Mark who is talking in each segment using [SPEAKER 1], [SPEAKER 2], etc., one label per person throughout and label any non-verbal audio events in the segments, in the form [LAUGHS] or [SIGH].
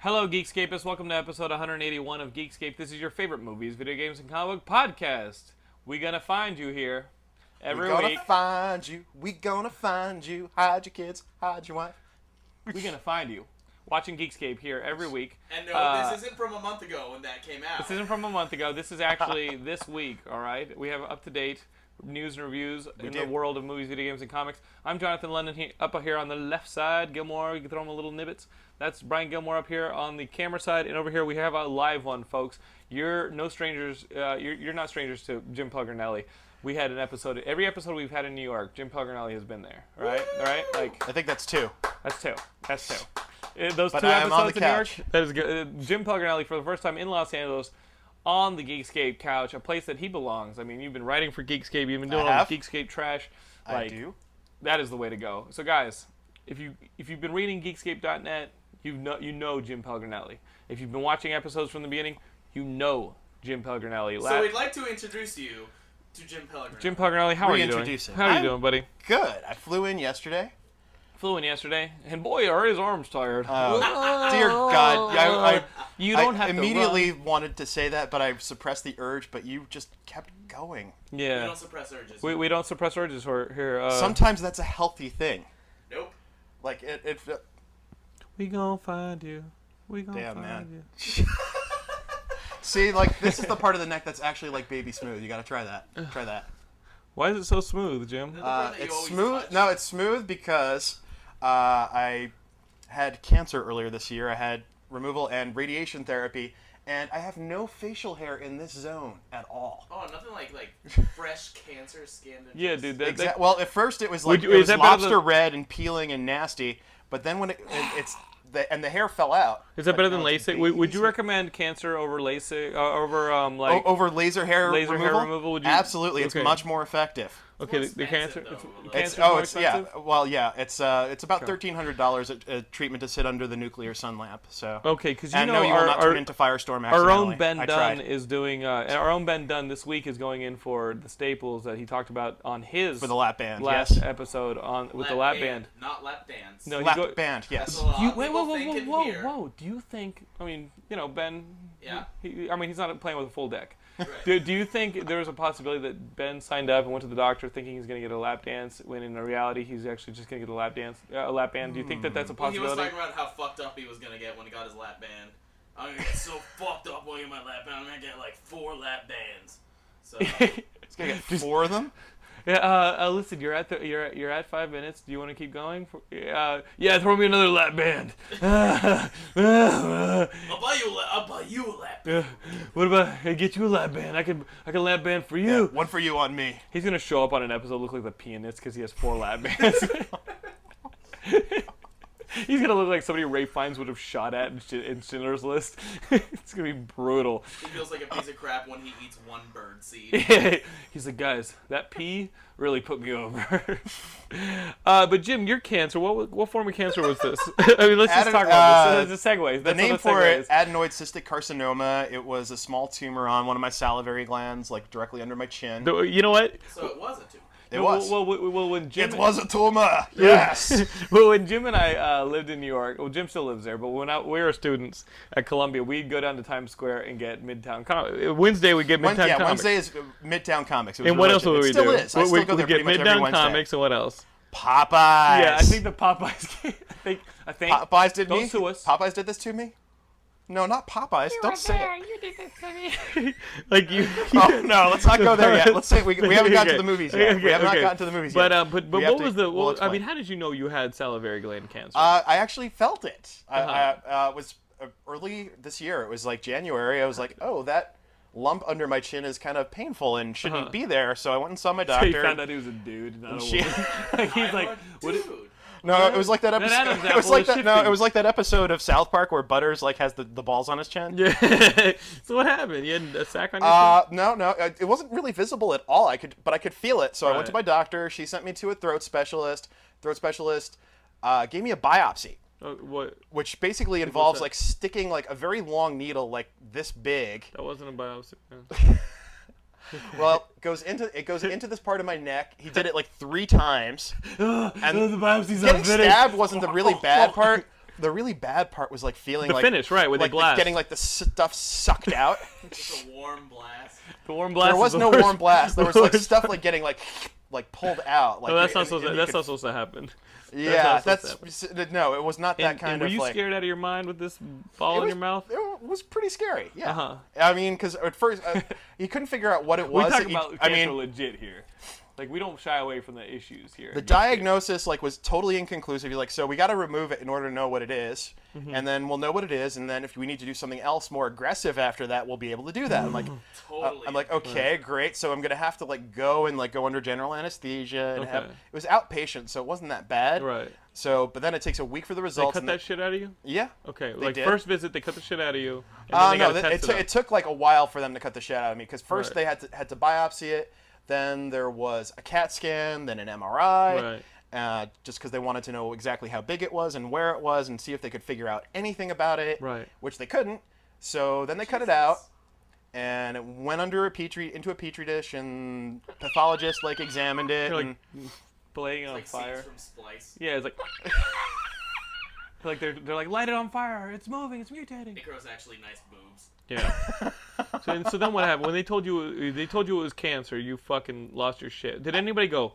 [SPEAKER 1] Hello, Geekscapists. Welcome to episode 181 of Geekscape. This is your favorite movies, video games, and comic book podcast. we gonna find you here every
[SPEAKER 2] we gonna
[SPEAKER 1] week.
[SPEAKER 2] find you. We gonna find you. Hide your kids. Hide your wife.
[SPEAKER 1] we gonna find you. Watching Geekscape here every week.
[SPEAKER 3] And no,
[SPEAKER 1] Uh,
[SPEAKER 3] this isn't from a month ago when that came out.
[SPEAKER 1] This isn't from a month ago. This is actually this week, all right? We have up to date news and reviews in the
[SPEAKER 2] do.
[SPEAKER 1] world of movies, video games, and comics. I'm Jonathan London he- up here on the left side. Gilmore, you can throw him a little nibbits. That's Brian Gilmore up here on the camera side. And over here, we have a live one, folks. You're no strangers, uh, you're, you're not strangers to Jim Pugnarelli. We had an episode, every episode we've had in New York, Jim Pugnarelli has been there, right? All right? Like,
[SPEAKER 2] I think that's two.
[SPEAKER 1] that's two. That's two. Uh, Those
[SPEAKER 2] But
[SPEAKER 1] two
[SPEAKER 2] I am on
[SPEAKER 1] episodes in
[SPEAKER 2] the
[SPEAKER 1] New
[SPEAKER 2] couch.
[SPEAKER 1] York. That is good. Uh, Jim Pugnarelli for the first time in Los Angeles on the Geekscape couch, a place that he belongs. I mean, you've been writing for Geekscape. You've been doing all
[SPEAKER 2] have.
[SPEAKER 1] this Geekscape trash.
[SPEAKER 2] I
[SPEAKER 1] Like,
[SPEAKER 2] do.
[SPEAKER 1] That is the way to go. So, guys, if you if you've been reading Geekscape.net, you know you know Jim Pelgrinelli. If you've been watching episodes from the beginning, you know Jim Pelgrinelli.
[SPEAKER 3] so we'd like to introduce you to Jim Pellegrin.
[SPEAKER 1] Jim Pelgrinelli, how are you doing?
[SPEAKER 2] Reintroduce him.
[SPEAKER 1] How are you
[SPEAKER 2] I'm-
[SPEAKER 1] doing, buddy?
[SPEAKER 2] Good. I flew in yesterday.
[SPEAKER 1] Flew in yesterday, and boy, are his arms tired.
[SPEAKER 2] Oh, dear God. I, I,
[SPEAKER 1] you
[SPEAKER 2] I
[SPEAKER 1] don't have
[SPEAKER 2] immediately
[SPEAKER 1] To
[SPEAKER 2] wanted to say that, but I suppressed the urge. But you just kept going.
[SPEAKER 1] run.
[SPEAKER 3] we
[SPEAKER 1] Yeah.
[SPEAKER 3] don't suppress urges.
[SPEAKER 1] We, we don't suppress urges here. here uh,
[SPEAKER 2] Sometimes that's a healthy thing.
[SPEAKER 3] nope.
[SPEAKER 2] Like it. it
[SPEAKER 1] we gonna find you. We gonna
[SPEAKER 2] Damn,
[SPEAKER 1] find
[SPEAKER 2] man.
[SPEAKER 1] you.
[SPEAKER 2] see, like this is the part of the neck that's actually like baby smooth. You gotta try that. Try that.
[SPEAKER 1] Why is it so smooth, Jim?
[SPEAKER 3] The
[SPEAKER 2] Uh,
[SPEAKER 3] one that you
[SPEAKER 2] it's
[SPEAKER 3] always
[SPEAKER 2] smooth.
[SPEAKER 3] touch.
[SPEAKER 2] No, it's smooth because uh, I had cancer earlier this year. I had removal and radiation therapy, and I have no facial hair in this zone at all.
[SPEAKER 3] Oh, nothing like
[SPEAKER 1] [LAUGHS]
[SPEAKER 3] like fresh cancer skin. that
[SPEAKER 1] Yeah,
[SPEAKER 3] just-
[SPEAKER 1] dude. That,
[SPEAKER 2] Exact-
[SPEAKER 1] that,
[SPEAKER 2] well, at first it was like
[SPEAKER 1] you-
[SPEAKER 2] it
[SPEAKER 1] is
[SPEAKER 2] was
[SPEAKER 1] that better
[SPEAKER 2] lobster
[SPEAKER 1] than-
[SPEAKER 2] red and peeling and nasty, but then when it, it it's the, and the hair fell out.
[SPEAKER 1] is that better than
[SPEAKER 2] Now it's
[SPEAKER 1] LASIK? Would, would you
[SPEAKER 2] baby.
[SPEAKER 1] recommend cancer over LASIK? Uh, over um
[SPEAKER 2] O-
[SPEAKER 1] like
[SPEAKER 2] over laser hair
[SPEAKER 1] Laser hair
[SPEAKER 2] removal?
[SPEAKER 1] removal, would you-
[SPEAKER 2] Absolutely,
[SPEAKER 1] okay.
[SPEAKER 2] it's much more effective.
[SPEAKER 1] okay the, the cancer.
[SPEAKER 3] expensive, though,
[SPEAKER 1] it's-
[SPEAKER 3] a little.
[SPEAKER 2] It's,
[SPEAKER 1] cancer's
[SPEAKER 2] oh,
[SPEAKER 1] more
[SPEAKER 2] it's
[SPEAKER 1] expensive?
[SPEAKER 2] yeah. Well, yeah. It's uh, it's about thirteen hundred dollars a, a treatment to sit under the nuclear sun lamp. So
[SPEAKER 1] Okay, because you
[SPEAKER 2] and
[SPEAKER 1] know
[SPEAKER 2] no, you
[SPEAKER 1] our,
[SPEAKER 2] will not
[SPEAKER 1] our,
[SPEAKER 2] turn into Firestorm.
[SPEAKER 1] our
[SPEAKER 2] accidentally.
[SPEAKER 1] own Ben
[SPEAKER 2] I
[SPEAKER 1] Dunn
[SPEAKER 2] tried.
[SPEAKER 1] is doing. Uh, our own Ben Dunn this week is going in for the staples that he talked about on his
[SPEAKER 2] for the lap band.
[SPEAKER 1] last
[SPEAKER 2] yes,
[SPEAKER 1] episode on with the lap
[SPEAKER 3] lap
[SPEAKER 1] band.
[SPEAKER 3] not lap dance.
[SPEAKER 1] No,
[SPEAKER 2] lap
[SPEAKER 1] you go,
[SPEAKER 2] band.
[SPEAKER 3] That's
[SPEAKER 1] [LAUGHS]
[SPEAKER 2] Yes.
[SPEAKER 3] a lot.
[SPEAKER 1] You, wait, whoa,
[SPEAKER 3] People
[SPEAKER 1] whoa,
[SPEAKER 3] uh, think
[SPEAKER 1] whoa,
[SPEAKER 3] in
[SPEAKER 1] whoa,
[SPEAKER 3] here-
[SPEAKER 1] whoa! Do you think? I mean, you know, Ben.
[SPEAKER 3] Yeah.
[SPEAKER 1] He, I mean, he's not playing with a full deck. [LAUGHS]
[SPEAKER 3] Right.
[SPEAKER 1] Do, do you think there was a possibility that Ben signed up and went to the doctor thinking he's going to get a lap dance, when in reality he's actually just going to get a lap dance, uh, a lap band? Do you think that that's a
[SPEAKER 3] Well, Hmm. he was
[SPEAKER 1] possibility?
[SPEAKER 3] talking about how fucked up he was gonna get when he got his lap band. I'm gonna get so [LAUGHS] fucked up while I get my lap band. I'm gonna get like four lap bands.
[SPEAKER 1] [LAUGHS]
[SPEAKER 3] So
[SPEAKER 2] It's gonna get four of them.
[SPEAKER 1] yeah, uh, uh, listen, you're at the, you're at, you're at five minutes. Do you want to keep going? For, uh, yeah, throw me another lap band. [LAUGHS]
[SPEAKER 3] I'll buy you. A la- I'll buy you a lap.
[SPEAKER 1] Yeah. what about I get you a lap band? I can I can lap band for you.
[SPEAKER 2] One for you on me.
[SPEAKER 1] He's gonna show up on an episode look like the pianist because he has four
[SPEAKER 2] [LAUGHS]
[SPEAKER 1] lap bands. [LAUGHS] He's gonna look like somebody Ray Fiennes would have shot at in Schi- in Schindler's List. [LAUGHS] it's gonna be brutal. [LAUGHS]
[SPEAKER 3] He feels like a piece of crap when he eats one bird seed.
[SPEAKER 1] He's like, guys, that pee really put me over. [LAUGHS] uh, but Jim, your cancer. What wa- what form of cancer was this? [LAUGHS] I mean, let's just
[SPEAKER 2] Adam-
[SPEAKER 1] talk about
[SPEAKER 2] uh,
[SPEAKER 1] this. It's a segue.
[SPEAKER 2] The name for it, adenoid cystic carcinoma. It was a small tumor on one of my salivary glands, like directly under my chin.
[SPEAKER 1] You know what?
[SPEAKER 3] So it was a tumor.
[SPEAKER 2] it was.
[SPEAKER 1] Well, well, well, well, when Jim,
[SPEAKER 2] it was a tumor.
[SPEAKER 1] [LAUGHS]
[SPEAKER 2] Yes.
[SPEAKER 1] well, when Jim and I uh, lived in New York, well, Jim still lives there, but when I, we were students at Columbia, we'd go down to Times Square and get Midtown Comics. Wednesday, we'd get Midtown
[SPEAKER 2] One, yeah,
[SPEAKER 1] Comics.
[SPEAKER 2] Wednesday is uh, Midtown Comics. It was
[SPEAKER 1] and what
[SPEAKER 2] really
[SPEAKER 1] else
[SPEAKER 2] good.
[SPEAKER 1] would we
[SPEAKER 2] it still
[SPEAKER 1] do?
[SPEAKER 2] Is. I
[SPEAKER 1] we,
[SPEAKER 2] still
[SPEAKER 1] we-
[SPEAKER 2] go there
[SPEAKER 1] we'd get
[SPEAKER 2] pretty much every
[SPEAKER 1] Midtown
[SPEAKER 2] Wednesday.
[SPEAKER 1] Comics and what else?
[SPEAKER 2] Popeyes.
[SPEAKER 1] Yeah, I think the Popeyes. [LAUGHS] game- I think. I think.
[SPEAKER 2] Popeyes did
[SPEAKER 1] Don't
[SPEAKER 2] me.
[SPEAKER 1] sue us.
[SPEAKER 2] Popeyes did this to me. No, not Popeyes. Don't say it.
[SPEAKER 4] You did this to me.
[SPEAKER 1] like
[SPEAKER 2] [LAUGHS]
[SPEAKER 1] you.
[SPEAKER 2] Oh no, let's not go there yet. Let's say we, we haven't gotten
[SPEAKER 1] Okay.
[SPEAKER 2] to the movies yet.
[SPEAKER 1] Okay,
[SPEAKER 2] we have not
[SPEAKER 1] okay.
[SPEAKER 2] gotten to the movies
[SPEAKER 1] But
[SPEAKER 2] yet.
[SPEAKER 1] uh, but but
[SPEAKER 2] We have
[SPEAKER 1] what
[SPEAKER 2] to-
[SPEAKER 1] was the?
[SPEAKER 2] we'll
[SPEAKER 1] Well, I
[SPEAKER 2] explain.
[SPEAKER 1] mean, how did you know you had salivary gland cancer?
[SPEAKER 2] Uh, I actually felt it. I,
[SPEAKER 1] Uh-huh.
[SPEAKER 2] I uh, was uh, early this year. It was like January. I was like, oh, that lump under my chin is kind of painful and shouldn't
[SPEAKER 1] Uh-huh.
[SPEAKER 2] be there. So I went and
[SPEAKER 1] [LAUGHS]
[SPEAKER 2] saw
[SPEAKER 1] [LAUGHS]
[SPEAKER 2] my
[SPEAKER 1] he
[SPEAKER 2] doctor.
[SPEAKER 1] found out he was a dude, not
[SPEAKER 2] [LAUGHS]
[SPEAKER 1] a
[SPEAKER 2] she-
[SPEAKER 1] woman. [LAUGHS] like, he's
[SPEAKER 3] I'm
[SPEAKER 1] like,
[SPEAKER 2] [LAUGHS]
[SPEAKER 3] a
[SPEAKER 1] what?
[SPEAKER 3] dude.
[SPEAKER 2] no, it was like that episode.
[SPEAKER 1] Adam's
[SPEAKER 2] [LAUGHS] it was
[SPEAKER 1] apple
[SPEAKER 2] like
[SPEAKER 1] is
[SPEAKER 2] that. No,
[SPEAKER 1] shifting.
[SPEAKER 2] it was like that episode of South Park where Butters like has the, the balls on his chin.
[SPEAKER 1] Yeah. [LAUGHS] so what happened? You had a sack on your
[SPEAKER 2] Uh, no, no, uh, it wasn't really visible at all. I could, but I could feel it. So I went to
[SPEAKER 1] Right.
[SPEAKER 2] my doctor. She sent me to a throat specialist. Throat specialist uh, gave me a biopsy,
[SPEAKER 1] Oh, what?
[SPEAKER 2] which basically involves
[SPEAKER 1] that?
[SPEAKER 2] like sticking like a very long needle, like this big.
[SPEAKER 1] That wasn't a biopsy. [LAUGHS]
[SPEAKER 2] Well, it goes into it goes into this part of my neck. He did it like three times.
[SPEAKER 1] and [LAUGHS] the biopsy's [LAUGHS]
[SPEAKER 2] Getting stabbed wasn't the really bad part. the really bad part was like feeling
[SPEAKER 1] The
[SPEAKER 2] like
[SPEAKER 1] finish, right, with the
[SPEAKER 2] like
[SPEAKER 1] blast.
[SPEAKER 2] getting like the stuff
[SPEAKER 1] [LAUGHS]
[SPEAKER 2] sucked out.
[SPEAKER 3] Just a warm blast.
[SPEAKER 1] The warm blast.
[SPEAKER 2] there
[SPEAKER 1] is
[SPEAKER 2] was
[SPEAKER 1] the
[SPEAKER 2] no
[SPEAKER 1] worst.
[SPEAKER 2] warm
[SPEAKER 1] [LAUGHS]
[SPEAKER 2] blast. There was like
[SPEAKER 1] worst. Oh,
[SPEAKER 2] stuff like getting like like pulled out. Like
[SPEAKER 1] No, that's
[SPEAKER 2] and-
[SPEAKER 1] not supposed.
[SPEAKER 2] and
[SPEAKER 1] To,
[SPEAKER 2] you
[SPEAKER 1] that's
[SPEAKER 2] could-
[SPEAKER 1] not supposed to happen.
[SPEAKER 2] Yeah,
[SPEAKER 1] not supposed
[SPEAKER 2] that's,
[SPEAKER 1] to
[SPEAKER 2] no. It was not that
[SPEAKER 1] And-
[SPEAKER 2] kind
[SPEAKER 1] and were
[SPEAKER 2] of
[SPEAKER 1] you
[SPEAKER 2] like.
[SPEAKER 1] scared out of your mind with this ball
[SPEAKER 2] it
[SPEAKER 1] in
[SPEAKER 2] was,
[SPEAKER 1] your mouth?
[SPEAKER 2] It was pretty scary. Yeah.
[SPEAKER 1] Uh-huh.
[SPEAKER 2] I mean, because at first
[SPEAKER 1] [LAUGHS]
[SPEAKER 2] uh, you couldn't figure out what it
[SPEAKER 1] We
[SPEAKER 2] was.
[SPEAKER 1] talk
[SPEAKER 2] that you-
[SPEAKER 1] about
[SPEAKER 2] I
[SPEAKER 1] cancer
[SPEAKER 2] mean,
[SPEAKER 1] legit here. Like we don't shy away from the issues here.
[SPEAKER 2] the diagnosis like was totally inconclusive. You're like, so we got to remove it in order to know what it is,
[SPEAKER 1] Mm-hmm.
[SPEAKER 2] and then we'll know what it is, and then if we need to do something else more aggressive after that, we'll be able to do that.
[SPEAKER 1] [LAUGHS]
[SPEAKER 2] I'm like, uh,
[SPEAKER 3] Totally.
[SPEAKER 2] I'm like, okay, great. So I'm gonna have to like go and like go under general anesthesia and have. It
[SPEAKER 1] Okay.
[SPEAKER 2] was outpatient, so it wasn't that bad.
[SPEAKER 1] Right.
[SPEAKER 2] So, but then it takes a week for the
[SPEAKER 1] They
[SPEAKER 2] results.
[SPEAKER 1] cut
[SPEAKER 2] and
[SPEAKER 1] that
[SPEAKER 2] the-
[SPEAKER 1] shit out of you.
[SPEAKER 2] yeah.
[SPEAKER 1] Okay, like
[SPEAKER 2] did.
[SPEAKER 1] first visit they cut the shit out of you. And
[SPEAKER 2] Uh,
[SPEAKER 1] then they
[SPEAKER 2] no,
[SPEAKER 1] got
[SPEAKER 2] th- it, took- it took like a while for them to cut the shit out of me because first
[SPEAKER 1] Right.
[SPEAKER 2] they had to had to biopsy it, then there was a CAT scan, then an MRI, uh, just because they wanted to know exactly how big it was and where it was and see if they could figure out anything about it,
[SPEAKER 1] Right.
[SPEAKER 2] Which they couldn't. So then they [LAUGHS] cut it out, and it went under a petri into a petri dish, and pathologist like examined it.
[SPEAKER 1] You're [LAUGHS]
[SPEAKER 2] and-
[SPEAKER 1] like playing on
[SPEAKER 3] like
[SPEAKER 1] fire.
[SPEAKER 3] scenes from Splice.
[SPEAKER 1] Yeah, it's like [LAUGHS] like they're they're like light it on fire. It's moving. It's mutating.
[SPEAKER 3] Nick Rose actually nice boobs.
[SPEAKER 1] Yeah. so, and so then what happened? When they told you they told you it was cancer, you fucking lost your shit. Did anybody go?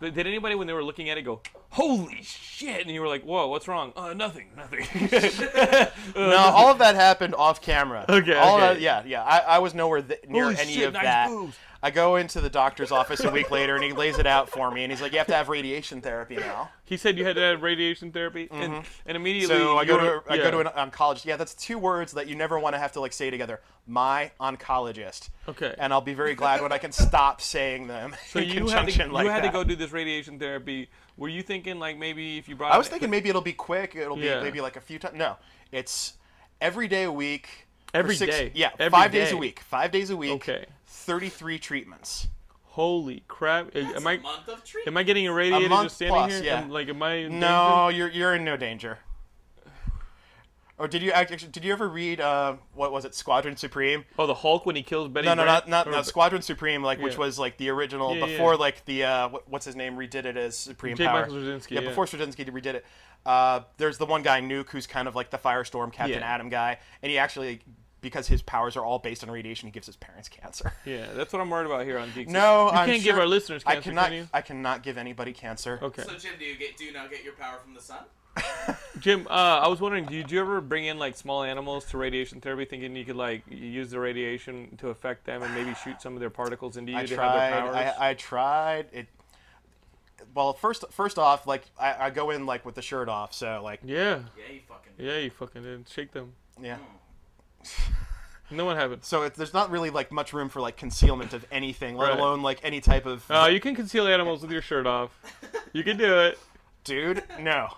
[SPEAKER 1] Did did anybody when they were looking at it go, "Holy shit!" And you were like, "Whoa, what's wrong?" Uh, nothing, nothing. [LAUGHS]
[SPEAKER 2] no, all of that happened off camera.
[SPEAKER 1] Okay,
[SPEAKER 2] All
[SPEAKER 1] okay.
[SPEAKER 2] Of that, yeah, yeah. I, I was nowhere th- near
[SPEAKER 1] Holy
[SPEAKER 2] any
[SPEAKER 1] shit,
[SPEAKER 2] of
[SPEAKER 1] nice
[SPEAKER 2] that.
[SPEAKER 1] boobs.
[SPEAKER 2] I go into the doctor's office a week later, and he lays it out for me, and he's like, "You have to have radiation
[SPEAKER 1] [LAUGHS]
[SPEAKER 2] therapy now."
[SPEAKER 1] he said you had to have radiation therapy, and, and immediately
[SPEAKER 2] Mm-hmm. So I
[SPEAKER 1] you
[SPEAKER 2] go
[SPEAKER 1] were-
[SPEAKER 2] to I
[SPEAKER 1] yeah.
[SPEAKER 2] go to an oncologist. Yeah, that's two words that you never want to have to like say together. My oncologist.
[SPEAKER 1] Okay.
[SPEAKER 2] And I'll be very glad when I can stop saying them
[SPEAKER 1] [LAUGHS] So
[SPEAKER 2] in
[SPEAKER 1] you had to,
[SPEAKER 2] conjunction like
[SPEAKER 1] you had
[SPEAKER 2] that.
[SPEAKER 1] to go do this radiation therapy. Were you thinking like maybe if you brought?
[SPEAKER 2] I was
[SPEAKER 1] it-
[SPEAKER 2] thinking maybe it'll be quick. It'll be
[SPEAKER 1] Yeah.
[SPEAKER 2] maybe like a few times. No, it's every day a week. for
[SPEAKER 1] Every
[SPEAKER 2] six-
[SPEAKER 1] day?
[SPEAKER 2] Yeah,
[SPEAKER 1] Every
[SPEAKER 2] five days
[SPEAKER 1] day?
[SPEAKER 2] a week. Five days a week.
[SPEAKER 1] Okay.
[SPEAKER 2] Thirty-three treatments.
[SPEAKER 1] Holy crap!
[SPEAKER 3] That's
[SPEAKER 1] Am I
[SPEAKER 3] a month of treatment.
[SPEAKER 1] am I getting irradiated
[SPEAKER 2] month
[SPEAKER 1] just standing
[SPEAKER 2] plus,
[SPEAKER 1] here?
[SPEAKER 2] yeah.
[SPEAKER 1] Am- like am I? in
[SPEAKER 2] No, you're you're in no danger. Or did you actually? Did you ever read uh, what was it, Squadron Supreme?
[SPEAKER 1] danger? Oh, the Hulk when he kills Betty.
[SPEAKER 2] No, no,
[SPEAKER 1] Brant?
[SPEAKER 2] not not
[SPEAKER 1] Or
[SPEAKER 2] no, Squadron Supreme, like which
[SPEAKER 1] Yeah.
[SPEAKER 2] was like the original
[SPEAKER 1] Yeah, yeah,
[SPEAKER 2] before
[SPEAKER 1] yeah.
[SPEAKER 2] like the uh, what, what's his name redid it as Supreme
[SPEAKER 1] J.
[SPEAKER 2] Power.
[SPEAKER 1] Michael Straczynski,
[SPEAKER 2] yeah,
[SPEAKER 1] yeah.
[SPEAKER 2] before Straczynski redid it. Uh, there's the one guy Nuke who's kind of like the Firestorm Captain
[SPEAKER 1] Yeah.
[SPEAKER 2] Atom guy, and he actually because his powers are all based on radiation, he gives his parents cancer.
[SPEAKER 1] Yeah, that's what I'm worried about here on Geeks.
[SPEAKER 2] No,
[SPEAKER 1] you
[SPEAKER 2] I'm
[SPEAKER 1] can't give
[SPEAKER 2] sure-
[SPEAKER 1] our listeners
[SPEAKER 2] I
[SPEAKER 1] cancer,
[SPEAKER 2] cannot.
[SPEAKER 1] can you?
[SPEAKER 2] I cannot give anybody cancer.
[SPEAKER 1] Okay,
[SPEAKER 3] So Jim, do you get do you now get your power from the sun?
[SPEAKER 1] Jim. Uh, I was wondering, did you ever bring in like small animals to radiation therapy, thinking you could like y- use the radiation to affect them and maybe shoot some of their particles into you
[SPEAKER 2] I
[SPEAKER 1] to have
[SPEAKER 2] tried.
[SPEAKER 1] their powers?
[SPEAKER 2] I, I tried it. Well, first, first off, like I, I go in like with the shirt off, so like
[SPEAKER 1] yeah,
[SPEAKER 3] Yeah, you fucking.
[SPEAKER 1] yeah, you fucking did. Shake them.
[SPEAKER 2] yeah.
[SPEAKER 1] No one happened.
[SPEAKER 2] So it, there's not really like much room for like concealment of anything, let
[SPEAKER 1] Right.
[SPEAKER 2] alone like any type of
[SPEAKER 1] Uh, you can conceal animals with your shirt off. You can do it.
[SPEAKER 2] dude.
[SPEAKER 1] [LAUGHS]
[SPEAKER 2] No.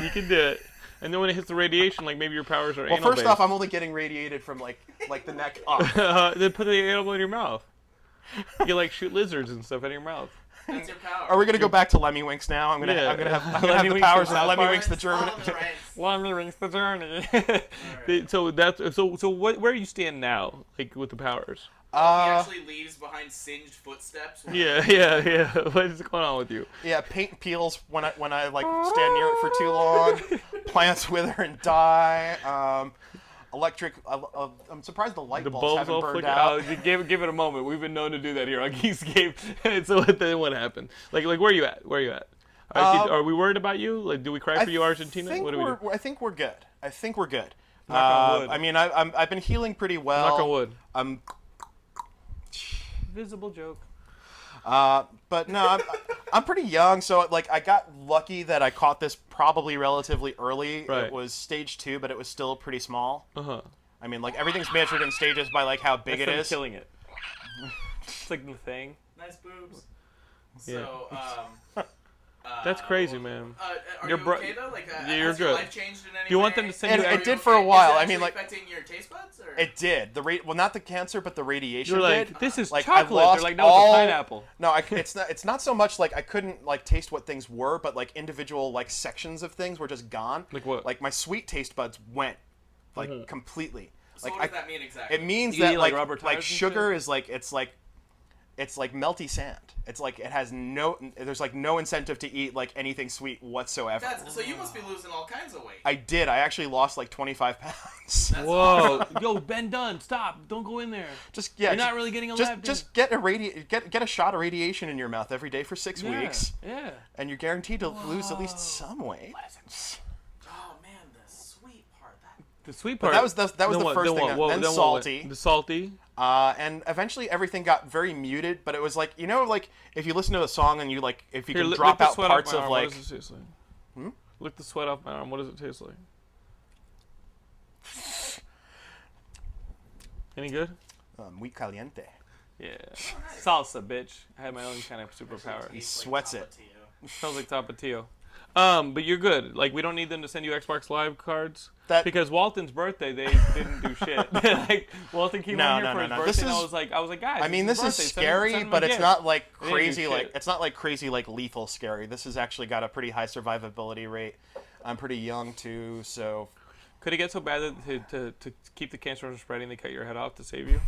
[SPEAKER 1] You can do it. And then when it hits the radiation, like maybe your powers are
[SPEAKER 2] well,
[SPEAKER 1] anal
[SPEAKER 2] first off, I'm only getting radiated from like like the neck up.
[SPEAKER 1] uh, [LAUGHS] then put the animal in your mouth. You can, like shoot lizards and stuff out of your mouth.
[SPEAKER 3] That's your power.
[SPEAKER 2] Are we gonna go back to Lemmy Winks now? I'm gonna
[SPEAKER 1] Yeah.
[SPEAKER 2] I'm gonna have, I'm gonna have
[SPEAKER 1] Lemmy
[SPEAKER 2] the
[SPEAKER 1] Winks
[SPEAKER 2] powers
[SPEAKER 1] from
[SPEAKER 2] now.
[SPEAKER 1] South
[SPEAKER 2] Lemmy
[SPEAKER 1] Park?
[SPEAKER 2] Winks the
[SPEAKER 1] [LAUGHS]
[SPEAKER 2] German.
[SPEAKER 3] All [LAUGHS] the rights.
[SPEAKER 1] Lemmy rings the [LAUGHS] journey. so that's so so. What where you stand now, like with the powers?
[SPEAKER 3] he
[SPEAKER 2] Uh,
[SPEAKER 3] actually leaves behind singed footsteps.
[SPEAKER 1] Yeah, [LAUGHS] yeah, yeah. What is going on with you?
[SPEAKER 2] yeah, paint peels when I when I like stand near it for too long. Plants wither and die. Um, electric. Uh, uh, I'm surprised the light
[SPEAKER 1] The
[SPEAKER 2] bulbs,
[SPEAKER 1] bulbs
[SPEAKER 2] haven't
[SPEAKER 1] all
[SPEAKER 2] burned
[SPEAKER 1] flicker
[SPEAKER 2] out.
[SPEAKER 1] out. [LAUGHS] give, give it a moment. We've been known to do that here on [LAUGHS] Geeks Game. And [LAUGHS] so then what happened? Like like where are you at? Where are you at? Are,
[SPEAKER 2] Um,
[SPEAKER 1] are we worried about you? Like do we cry for you, Argentina?
[SPEAKER 2] Think
[SPEAKER 1] What do we
[SPEAKER 2] we're,
[SPEAKER 1] do?
[SPEAKER 2] I think we're good. I think we're good.
[SPEAKER 1] Knock on
[SPEAKER 2] Uh,
[SPEAKER 1] wood.
[SPEAKER 2] I mean, I, I'm, I've been healing pretty well. Um,
[SPEAKER 1] Knock on wood.
[SPEAKER 2] I'm,
[SPEAKER 1] Visible joke.
[SPEAKER 2] uh, but no, I'm, I'm pretty young, so like I got lucky that I caught this probably relatively early.
[SPEAKER 1] Right.
[SPEAKER 2] It was stage two, but it was still pretty small.
[SPEAKER 1] Uh huh.
[SPEAKER 2] I mean, like everything's measured in stages by like how big
[SPEAKER 1] That's them
[SPEAKER 2] it is.
[SPEAKER 1] killing it. [LAUGHS] It's like the thing.
[SPEAKER 3] Nice boobs.
[SPEAKER 1] Yeah.
[SPEAKER 3] So um. uh,
[SPEAKER 1] That's crazy, man.
[SPEAKER 3] Uh, are
[SPEAKER 1] You're
[SPEAKER 3] you
[SPEAKER 1] bro-
[SPEAKER 3] okay though? Like, uh,
[SPEAKER 1] Yeah, you're
[SPEAKER 3] has your
[SPEAKER 1] good.
[SPEAKER 3] life changed in any
[SPEAKER 1] Do you want
[SPEAKER 3] way?
[SPEAKER 1] them to send
[SPEAKER 2] It-
[SPEAKER 1] you?
[SPEAKER 2] it
[SPEAKER 1] out-
[SPEAKER 3] Are
[SPEAKER 2] did
[SPEAKER 3] you
[SPEAKER 2] for a
[SPEAKER 3] okay? Is it
[SPEAKER 2] while. I
[SPEAKER 3] actually
[SPEAKER 2] mean, like-
[SPEAKER 3] affecting your taste buds or
[SPEAKER 2] It did. The rate, well, not the cancer, but the radiation
[SPEAKER 1] You're
[SPEAKER 2] did.
[SPEAKER 1] like, this is
[SPEAKER 2] Like, I
[SPEAKER 1] chocolate. They're
[SPEAKER 2] lost
[SPEAKER 1] like, no, it's
[SPEAKER 2] all-
[SPEAKER 1] a pineapple.
[SPEAKER 2] No, I, it's not. It's not so much like I couldn't like taste what things were, but like individual like sections of things were just gone.
[SPEAKER 1] Like what? Mm-hmm.
[SPEAKER 2] Like my sweet taste buds went, like completely.
[SPEAKER 3] So
[SPEAKER 2] like
[SPEAKER 3] what does
[SPEAKER 2] I,
[SPEAKER 3] that mean exactly?
[SPEAKER 2] it means
[SPEAKER 1] You
[SPEAKER 2] that
[SPEAKER 1] eat, like,
[SPEAKER 2] like
[SPEAKER 1] rubber
[SPEAKER 2] like,
[SPEAKER 1] tires and
[SPEAKER 2] sugar is like it's like, it's like melty sand. It's like it has no. There's like no incentive to eat like anything sweet whatsoever.
[SPEAKER 3] That's, so you must be losing all kinds of weight.
[SPEAKER 2] I did. I actually lost like 25 pounds.
[SPEAKER 3] That's
[SPEAKER 1] Whoa, [LAUGHS] yo, Ben Dunn, stop! Don't go in there.
[SPEAKER 2] just yeah.
[SPEAKER 1] You're
[SPEAKER 2] just-
[SPEAKER 1] not really getting a
[SPEAKER 2] Just
[SPEAKER 1] lap
[SPEAKER 2] just get a radi- get get a shot of radiation in your mouth every day for six
[SPEAKER 1] Yeah,
[SPEAKER 2] weeks,
[SPEAKER 1] Yeah.
[SPEAKER 2] and you're guaranteed to lose at least some weight.
[SPEAKER 3] Oh man, the sweet part. That
[SPEAKER 1] The sweet part.
[SPEAKER 2] that was the- that
[SPEAKER 1] then
[SPEAKER 2] was the
[SPEAKER 1] what-
[SPEAKER 2] first
[SPEAKER 1] then
[SPEAKER 2] thing
[SPEAKER 1] what-
[SPEAKER 2] that-
[SPEAKER 1] what-
[SPEAKER 2] then
[SPEAKER 1] what-
[SPEAKER 2] salty.
[SPEAKER 1] The salty.
[SPEAKER 2] Uh, and eventually everything got very muted, but it was like you know like if you listen to a song and you like if you
[SPEAKER 1] Here,
[SPEAKER 2] can
[SPEAKER 1] lick, lick
[SPEAKER 2] drop
[SPEAKER 1] the
[SPEAKER 2] out
[SPEAKER 1] sweat
[SPEAKER 2] parts
[SPEAKER 1] off my
[SPEAKER 2] of
[SPEAKER 1] arm.
[SPEAKER 2] like
[SPEAKER 1] What does it taste like? Hmm? Lick the sweat off my arm. What does it taste
[SPEAKER 2] [SIGHS]
[SPEAKER 1] like? Any good?
[SPEAKER 2] um, muy caliente.
[SPEAKER 1] Yeah. Salsa, bitch. I had my own kind of superpower.
[SPEAKER 3] tastes
[SPEAKER 2] sweats
[SPEAKER 3] like
[SPEAKER 2] it.
[SPEAKER 3] tapatio.
[SPEAKER 1] Sounds like Tapatio. Um, but you're good. Like we don't need them to send you Xbox Live cards
[SPEAKER 2] That-
[SPEAKER 1] because Walton's birthday
[SPEAKER 2] [LAUGHS]
[SPEAKER 1] they didn't do shit. [LAUGHS] like Walton came
[SPEAKER 2] No,
[SPEAKER 1] out here
[SPEAKER 2] no,
[SPEAKER 1] for
[SPEAKER 2] no,
[SPEAKER 1] his
[SPEAKER 2] no.
[SPEAKER 1] birthday.
[SPEAKER 2] This
[SPEAKER 1] and I
[SPEAKER 2] is-
[SPEAKER 1] was like, I was like, guys.
[SPEAKER 2] I mean,
[SPEAKER 1] it's
[SPEAKER 2] this
[SPEAKER 1] his
[SPEAKER 2] is
[SPEAKER 1] birthday. Send him-
[SPEAKER 2] scary,
[SPEAKER 1] send him a
[SPEAKER 2] but it's
[SPEAKER 1] gift.
[SPEAKER 2] not like
[SPEAKER 1] didn't do
[SPEAKER 2] crazy. Like
[SPEAKER 1] shit.
[SPEAKER 2] it's not like crazy like lethal scary. This has actually got a pretty high survivability rate. I'm pretty young too, so
[SPEAKER 1] Could it get so bad that to, to, to keep the cancer from spreading, they cut your head off to save you?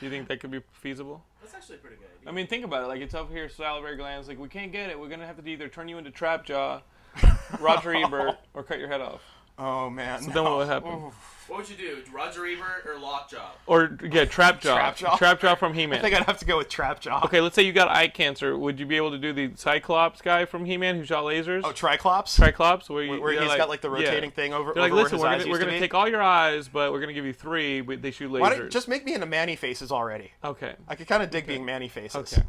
[SPEAKER 1] Do you think that could be feasible?
[SPEAKER 3] That's actually a pretty good. Idea.
[SPEAKER 1] I mean, think about it. Like it's up here, salivary glands. Like we can't get it. We're gonna have to either turn you into trap
[SPEAKER 2] [LAUGHS]
[SPEAKER 1] jaw, Roger Ebert, or cut your head off.
[SPEAKER 2] oh man.
[SPEAKER 1] Then what would happen?
[SPEAKER 3] what would you do, Roger Ebert or Lockjaw?
[SPEAKER 1] Or yeah, trap jaw.
[SPEAKER 2] Trap jaw?
[SPEAKER 1] from He-Man.
[SPEAKER 2] I think I'd have to go with trap jaw.
[SPEAKER 1] Okay, let's say you got eye cancer. Would you be able to do the Cyclops guy from He-Man who shot lasers?
[SPEAKER 2] Oh, triclops.
[SPEAKER 1] Cyclops, where, you,
[SPEAKER 2] where
[SPEAKER 1] they're
[SPEAKER 2] he's got like the
[SPEAKER 1] yeah.
[SPEAKER 2] rotating thing over.
[SPEAKER 1] They're like,
[SPEAKER 2] over
[SPEAKER 1] listen,
[SPEAKER 2] where
[SPEAKER 1] we're
[SPEAKER 2] his eyes
[SPEAKER 1] gonna, we're
[SPEAKER 2] used to
[SPEAKER 1] gonna
[SPEAKER 2] be.
[SPEAKER 1] take all your eyes, but we're gonna give you three. But they shoot lasers.
[SPEAKER 2] Why don't just make me into manny faces already?
[SPEAKER 1] okay.
[SPEAKER 2] I could kind of dig being manny faces.
[SPEAKER 1] Okay.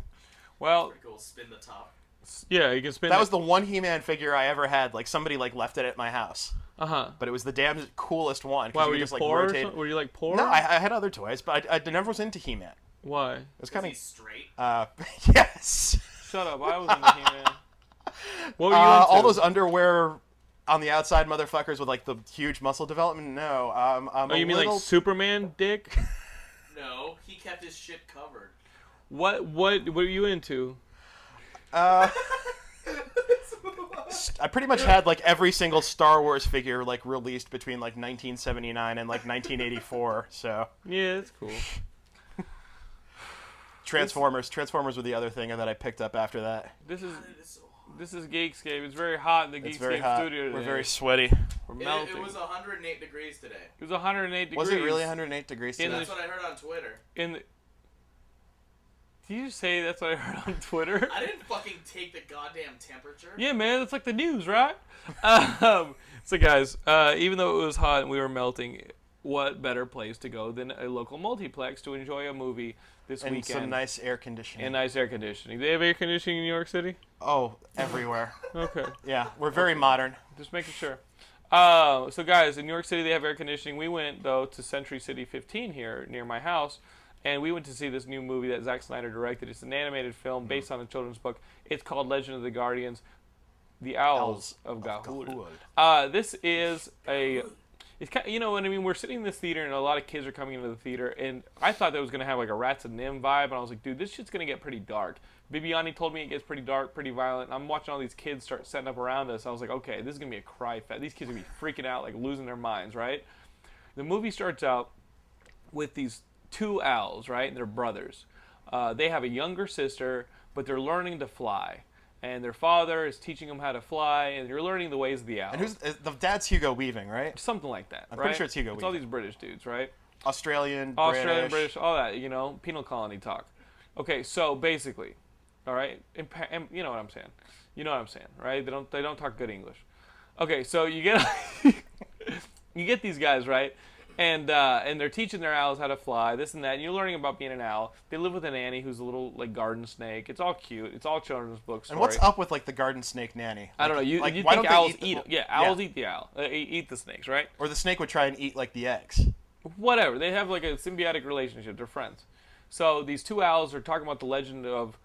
[SPEAKER 1] Well,
[SPEAKER 3] Pretty cool. Spin the top.
[SPEAKER 1] s- yeah, you can spin.
[SPEAKER 2] That was the one He-Man figure I ever had. Like somebody like left it at my house,
[SPEAKER 1] uh huh.
[SPEAKER 2] but it was the damn coolest one. 'cause
[SPEAKER 1] Why
[SPEAKER 2] you
[SPEAKER 1] were
[SPEAKER 2] could
[SPEAKER 1] you
[SPEAKER 2] just, like,
[SPEAKER 1] poor? or
[SPEAKER 2] rotate-
[SPEAKER 1] something? were you like poor?
[SPEAKER 2] No, I, I had other toys, but I, I never was into He-Man. It
[SPEAKER 1] Why?
[SPEAKER 2] was
[SPEAKER 3] Is
[SPEAKER 2] kind
[SPEAKER 3] he
[SPEAKER 2] of
[SPEAKER 3] straight? [LAUGHS]
[SPEAKER 2] uh, [LAUGHS] yes.
[SPEAKER 1] Shut up! I [LAUGHS] was in the He-Man. What were you
[SPEAKER 2] Uh,
[SPEAKER 1] into?
[SPEAKER 2] all those underwear on the outside, motherfuckers with like the huge muscle development. No, um, I'm
[SPEAKER 1] Oh,
[SPEAKER 2] a
[SPEAKER 1] you mean
[SPEAKER 2] little.
[SPEAKER 1] like Superman
[SPEAKER 2] [LAUGHS]
[SPEAKER 1] dick?
[SPEAKER 3] No, he kept his
[SPEAKER 1] [LAUGHS]
[SPEAKER 3] shit covered.
[SPEAKER 1] what? What? What are you into?
[SPEAKER 2] uh, I pretty much had like every single Star Wars figure like released between like 1979 and like 1984. So
[SPEAKER 1] Yeah, that's
[SPEAKER 2] [LAUGHS]
[SPEAKER 1] cool.
[SPEAKER 2] Transformers, Transformers were the other thing that I picked up after that.
[SPEAKER 1] This is
[SPEAKER 3] It is so hot.
[SPEAKER 1] this is Geekscape. It's very hot in the
[SPEAKER 2] It's
[SPEAKER 1] Geekscape
[SPEAKER 2] very hot.
[SPEAKER 1] studio today.
[SPEAKER 2] We're very sweaty.
[SPEAKER 1] We're
[SPEAKER 3] It-
[SPEAKER 1] melting.
[SPEAKER 3] It, was 108 degrees today.
[SPEAKER 1] It was 108 degrees.
[SPEAKER 2] Was it really 108 degrees?
[SPEAKER 1] In
[SPEAKER 2] today?
[SPEAKER 3] That's what I heard on Twitter.
[SPEAKER 1] In the... Did you say that's what I heard on Twitter?
[SPEAKER 3] I didn't fucking take the goddamn temperature.
[SPEAKER 1] Yeah, man, that's like the news, right? um, so, guys, uh, even though it was hot and we were melting, what better place to go than a local multiplex to enjoy a movie this
[SPEAKER 2] and
[SPEAKER 1] weekend?
[SPEAKER 2] some nice air conditioning.
[SPEAKER 1] and nice air conditioning. They have air conditioning in New York City.
[SPEAKER 2] oh,
[SPEAKER 1] [LAUGHS]
[SPEAKER 2] everywhere.
[SPEAKER 1] Okay,
[SPEAKER 2] yeah, we're very modern.
[SPEAKER 1] just making sure. Uh, so, guys, in New York City they have air conditioning. We went though to Century City 15 here near my house, and we went to see this new movie that Zack Snyder directed. It's an animated film based on a children's book. It's called Legend of the Guardians, the Owls, of Gahul. Uh, this is a. It's kind you know what I mean. We're sitting in this theater, and a lot of kids are coming into the theater, and I thought that was gonna have like a Rats and Nim vibe, and I was like, dude, this shit's gonna get pretty dark. Bibiani told me it gets pretty dark, pretty violent. I'm watching all these kids start setting up around us. I was like, okay, this is gonna be a cry fest. These kids are gonna be freaking out, like losing their minds, right? The movie starts out with these two owls, right? And they're brothers. Uh, they have a younger sister, but they're learning to fly, and their father is teaching them how to fly, and they're learning the ways of the owl
[SPEAKER 2] And who's uh, the dad's Hugo Weaving, right?
[SPEAKER 1] something like that. I'm
[SPEAKER 2] pretty sure it's Hugo
[SPEAKER 1] It's all
[SPEAKER 2] Weaving.
[SPEAKER 1] these British dudes, right?
[SPEAKER 2] Australian,
[SPEAKER 1] Australian,
[SPEAKER 2] British.
[SPEAKER 1] British, all that. You know, penal colony talk. Okay, so basically, all right, and, pa- and you know what I'm saying. You know what I'm saying, right? They don't they don't talk good English. Okay, so you get [LAUGHS] you get these guys right, and uh, and they're teaching their owls how to fly, this and that. And you're learning about being an owl. They live with an Annie who's a little like garden snake. It's all cute. It's all children's books.
[SPEAKER 2] And what's up with like the garden snake nanny?
[SPEAKER 1] I don't know. You,
[SPEAKER 2] like,
[SPEAKER 1] you
[SPEAKER 2] why
[SPEAKER 1] think
[SPEAKER 2] don't they
[SPEAKER 1] owls
[SPEAKER 2] eat the-
[SPEAKER 1] eat? yeah,
[SPEAKER 2] yeah.
[SPEAKER 1] owls eat the owl. Uh, eat eat the snakes, right?
[SPEAKER 2] Or the snake would try and eat like the eggs.
[SPEAKER 1] whatever. They have like a symbiotic relationship. They're friends. So these two owls are talking about the legend of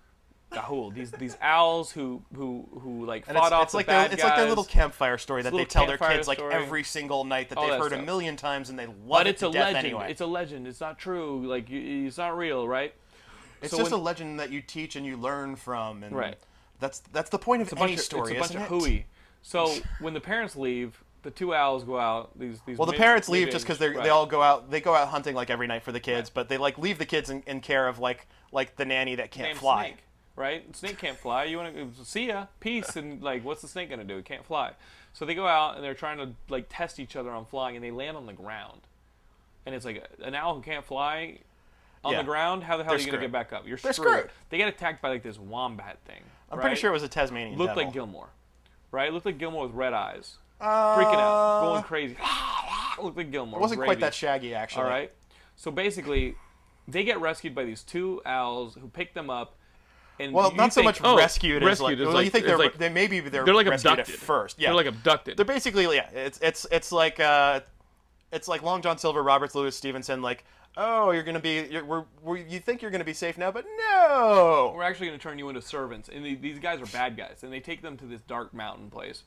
[SPEAKER 1] Gahul. These these owls who who who like
[SPEAKER 2] And
[SPEAKER 1] fought
[SPEAKER 2] it's,
[SPEAKER 1] off
[SPEAKER 2] it's
[SPEAKER 1] the
[SPEAKER 2] like their,
[SPEAKER 1] bad
[SPEAKER 2] it's like their
[SPEAKER 1] guys.
[SPEAKER 2] little campfire story that they
[SPEAKER 1] little
[SPEAKER 2] tell their
[SPEAKER 1] campfire
[SPEAKER 2] kids like
[SPEAKER 1] story.
[SPEAKER 2] every single night that
[SPEAKER 1] All
[SPEAKER 2] they've
[SPEAKER 1] that
[SPEAKER 2] heard a
[SPEAKER 1] stuff.
[SPEAKER 2] million times and they love
[SPEAKER 1] but
[SPEAKER 2] it
[SPEAKER 1] it's
[SPEAKER 2] to
[SPEAKER 1] a
[SPEAKER 2] death
[SPEAKER 1] legend.
[SPEAKER 2] anyway.
[SPEAKER 1] It's a legend. It's not true. Like you, it's not real, right?
[SPEAKER 2] It's
[SPEAKER 1] so
[SPEAKER 2] just
[SPEAKER 1] when-
[SPEAKER 2] a legend that you teach and you learn from, and
[SPEAKER 1] Right.
[SPEAKER 2] that's that's the point of
[SPEAKER 1] It's a bunch
[SPEAKER 2] any
[SPEAKER 1] of
[SPEAKER 2] story,
[SPEAKER 1] It's a bunch
[SPEAKER 2] isn't
[SPEAKER 1] of
[SPEAKER 2] it?
[SPEAKER 1] hooey.
[SPEAKER 2] [LAUGHS]
[SPEAKER 1] So when the parents leave, the two owls go out. These these.
[SPEAKER 2] Well, the
[SPEAKER 1] mid-
[SPEAKER 2] parents leave
[SPEAKER 1] mid-age-
[SPEAKER 2] just because they
[SPEAKER 1] right.
[SPEAKER 2] they all go out they go out hunting like every night for the kids, but they like leave the kids in, in care of like like the nanny that can't
[SPEAKER 1] Named
[SPEAKER 2] fly.
[SPEAKER 1] Snake. right? Snake can't fly. You want to see ya, peace, and like, what's the snake gonna do? It can't fly. So they go out and they're trying to like test each other on flying, and they land on the ground. And it's like an owl who can't fly on
[SPEAKER 2] Yeah.
[SPEAKER 1] the ground. How the hell
[SPEAKER 2] They're
[SPEAKER 1] are you gonna
[SPEAKER 2] screwed.
[SPEAKER 1] get back up? You're
[SPEAKER 2] They're
[SPEAKER 1] screwed.
[SPEAKER 2] screwed.
[SPEAKER 1] They get attacked by like this wombat thing.
[SPEAKER 2] I'm pretty sure it was a Tasmanian
[SPEAKER 1] looked
[SPEAKER 2] devil.
[SPEAKER 1] like Gilmore, right? Looked like Gilmore with red eyes, freaking out, going crazy. [LAUGHS] looked like Gilmore.
[SPEAKER 2] Uh, It wasn't
[SPEAKER 1] with
[SPEAKER 2] quite that
[SPEAKER 1] rabies.
[SPEAKER 2] shaggy, actually.
[SPEAKER 1] All right. So basically, they get rescued by these two owls who pick them up. And
[SPEAKER 2] Well,
[SPEAKER 1] you
[SPEAKER 2] not so
[SPEAKER 1] think-
[SPEAKER 2] much
[SPEAKER 1] oh,
[SPEAKER 2] rescued, as like,
[SPEAKER 1] is
[SPEAKER 2] well, you think
[SPEAKER 1] is
[SPEAKER 2] they're
[SPEAKER 1] like-
[SPEAKER 2] they maybe they're,
[SPEAKER 1] they're like
[SPEAKER 2] rescued
[SPEAKER 1] abducted
[SPEAKER 2] at first. Yeah,
[SPEAKER 1] They're like abducted.
[SPEAKER 2] they're basically yeah. It's it's it's like uh, it's like Long John Silver, Robert Louis Stevenson. Like, oh, you're gonna be you're, we're, we you think you're gonna be safe now, but no.
[SPEAKER 1] We're actually going to turn you into servants, and the- these guys are bad guys, and they take them to this dark mountain place,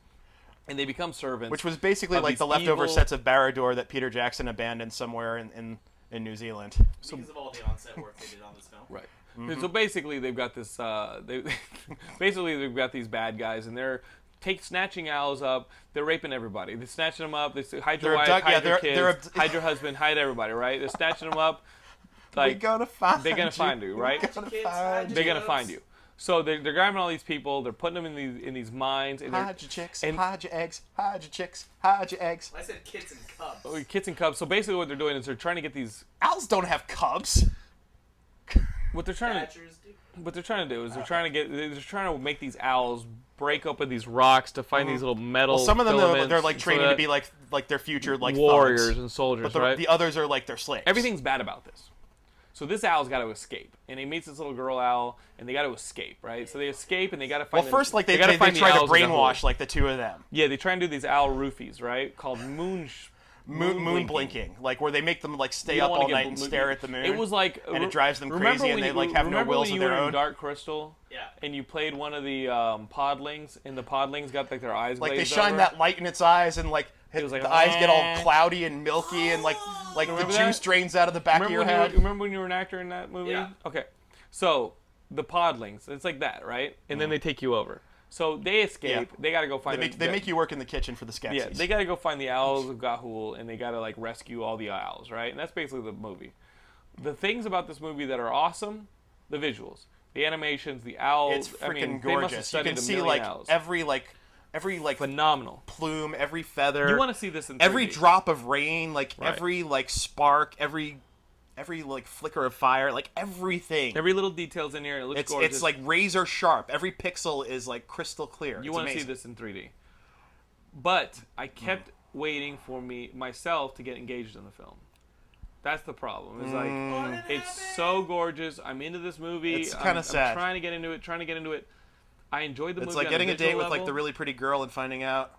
[SPEAKER 1] and they become servants.
[SPEAKER 2] Which was basically
[SPEAKER 1] Of
[SPEAKER 2] like
[SPEAKER 1] these
[SPEAKER 2] the leftover
[SPEAKER 1] evil-
[SPEAKER 2] sets of Barad-dor that Peter Jackson abandoned somewhere in in, in New Zealand.
[SPEAKER 3] because of all the on-set work they did on this film.
[SPEAKER 1] Right.
[SPEAKER 2] Mm-hmm.
[SPEAKER 1] So basically, they've got this. Uh, they [LAUGHS] basically they've got these bad guys, and they're take snatching owls up. They're raping everybody. They're snatching them up. They say, hide your
[SPEAKER 2] They're
[SPEAKER 1] wife,
[SPEAKER 2] abduct-
[SPEAKER 1] hide
[SPEAKER 2] yeah,
[SPEAKER 1] your
[SPEAKER 2] they're-
[SPEAKER 1] kids,
[SPEAKER 2] they're abd-
[SPEAKER 1] hide your husband, hide everybody. Right? They're snatching them
[SPEAKER 2] [LAUGHS]
[SPEAKER 1] up.
[SPEAKER 2] We're
[SPEAKER 1] Like
[SPEAKER 2] gonna find.
[SPEAKER 1] they're gonna find you, right?
[SPEAKER 2] We're gonna
[SPEAKER 3] Kids,
[SPEAKER 2] find
[SPEAKER 3] hide
[SPEAKER 1] they're
[SPEAKER 2] you.
[SPEAKER 1] gonna find you. So they're, they're grabbing all these people. They're putting them in these in these mines. And they're-
[SPEAKER 2] Hide your chicks,
[SPEAKER 1] and-
[SPEAKER 2] hide your eggs, hide your chicks, hide your eggs.
[SPEAKER 3] I said kids and cubs.
[SPEAKER 1] oh, Kits and cubs. So basically, what they're doing is they're trying to get these.
[SPEAKER 2] Owls don't have cubs.
[SPEAKER 1] What they're trying to
[SPEAKER 3] Badgers do.
[SPEAKER 1] what they're trying to do is they're trying to get they're trying to make these owls break open these rocks to find these little metal.
[SPEAKER 2] Mm-hmm. Some of them though,
[SPEAKER 1] filaments
[SPEAKER 2] they're like
[SPEAKER 1] so
[SPEAKER 2] training
[SPEAKER 1] that
[SPEAKER 2] to be like like their future like thugs.
[SPEAKER 1] warriors and soldiers,
[SPEAKER 2] But the,
[SPEAKER 1] right?
[SPEAKER 2] the others are like their slaves.
[SPEAKER 1] Everything's bad about this. So this owl's got to escape, and he meets this little girl owl, and they got to escape, right? So they escape, and they got to find.
[SPEAKER 2] Well,
[SPEAKER 1] the-
[SPEAKER 2] first like they
[SPEAKER 1] gotta
[SPEAKER 2] they, they
[SPEAKER 1] find the
[SPEAKER 2] try to
[SPEAKER 1] owls in the hole.
[SPEAKER 2] brainwash like the two of them.
[SPEAKER 1] Yeah, they try and do these owl roofies, right? Called moon. sh-
[SPEAKER 2] Moon, moon blinking, like where they make them like stay
[SPEAKER 1] You don't
[SPEAKER 2] up
[SPEAKER 1] wanna
[SPEAKER 2] all
[SPEAKER 1] get
[SPEAKER 2] night
[SPEAKER 1] bl-
[SPEAKER 2] and
[SPEAKER 1] bl-
[SPEAKER 2] stare at the moon.
[SPEAKER 1] It was like
[SPEAKER 2] and
[SPEAKER 1] re-
[SPEAKER 2] it drives them
[SPEAKER 1] remember
[SPEAKER 2] crazy, and
[SPEAKER 1] when
[SPEAKER 2] they
[SPEAKER 1] you-
[SPEAKER 2] like have no
[SPEAKER 1] remember
[SPEAKER 2] wills
[SPEAKER 1] when
[SPEAKER 2] of
[SPEAKER 1] you
[SPEAKER 2] their
[SPEAKER 1] were
[SPEAKER 2] own.
[SPEAKER 1] In Dark Crystal.
[SPEAKER 3] Yeah.
[SPEAKER 1] And you played one of the um, podlings, and the podlings got like their eyes
[SPEAKER 2] like they
[SPEAKER 1] glazed
[SPEAKER 2] shine
[SPEAKER 1] over.
[SPEAKER 2] that light in its eyes, and like hit-
[SPEAKER 1] was like,
[SPEAKER 2] the eyes get all
[SPEAKER 1] "Ah."
[SPEAKER 2] cloudy and milky, and like like the
[SPEAKER 1] Remember that?
[SPEAKER 2] juice drains out of the back of
[SPEAKER 1] Remember
[SPEAKER 2] your
[SPEAKER 1] when, you
[SPEAKER 2] head.
[SPEAKER 1] were, remember when you were an actor in that movie?
[SPEAKER 3] Yeah.
[SPEAKER 1] Okay. So the podlings, it's like that, right? And then they take you over. So they escape.
[SPEAKER 2] Mm. Yeah.
[SPEAKER 1] They got to go find.
[SPEAKER 2] They make, they make you work in the kitchen for the sketches.
[SPEAKER 1] Yeah, they got to go find the owls of Gahul, and they got to like rescue all the owls, right? And that's basically the movie. The things about this movie that are awesome, the visuals, the animations, the owls.
[SPEAKER 2] it's
[SPEAKER 1] I
[SPEAKER 2] freaking
[SPEAKER 1] mean, They must have
[SPEAKER 2] gorgeous. You
[SPEAKER 1] studied
[SPEAKER 2] can
[SPEAKER 1] a
[SPEAKER 2] see
[SPEAKER 1] million
[SPEAKER 2] like
[SPEAKER 1] owls.
[SPEAKER 2] every like every like
[SPEAKER 1] phenomenal.
[SPEAKER 2] plume, every feather.
[SPEAKER 1] You want to see this in
[SPEAKER 2] every
[SPEAKER 1] 3D.
[SPEAKER 2] drop of rain, like
[SPEAKER 1] Right.
[SPEAKER 2] every like spark, every every like flicker of fire, like everything.
[SPEAKER 1] every little details in here. It looks
[SPEAKER 2] it's
[SPEAKER 1] gorgeous.
[SPEAKER 2] it's like razor sharp. Every pixel is like crystal clear.
[SPEAKER 1] You
[SPEAKER 2] it's
[SPEAKER 1] want to see
[SPEAKER 2] amazing.
[SPEAKER 1] this in 3D. But I kept waiting for me myself to get engaged in the film. That's the problem. It's like
[SPEAKER 3] What did
[SPEAKER 1] it's
[SPEAKER 3] happen?
[SPEAKER 1] so gorgeous. I'm into this movie.
[SPEAKER 2] Mm. It's
[SPEAKER 1] I'm-
[SPEAKER 2] kinda
[SPEAKER 1] I'm
[SPEAKER 2] sad.
[SPEAKER 1] trying to get into it. Trying to get into it. I enjoyed the
[SPEAKER 2] It's
[SPEAKER 1] movie.
[SPEAKER 2] like
[SPEAKER 1] on
[SPEAKER 2] getting a date
[SPEAKER 1] visual
[SPEAKER 2] with like the
[SPEAKER 1] level.
[SPEAKER 2] really pretty girl and finding out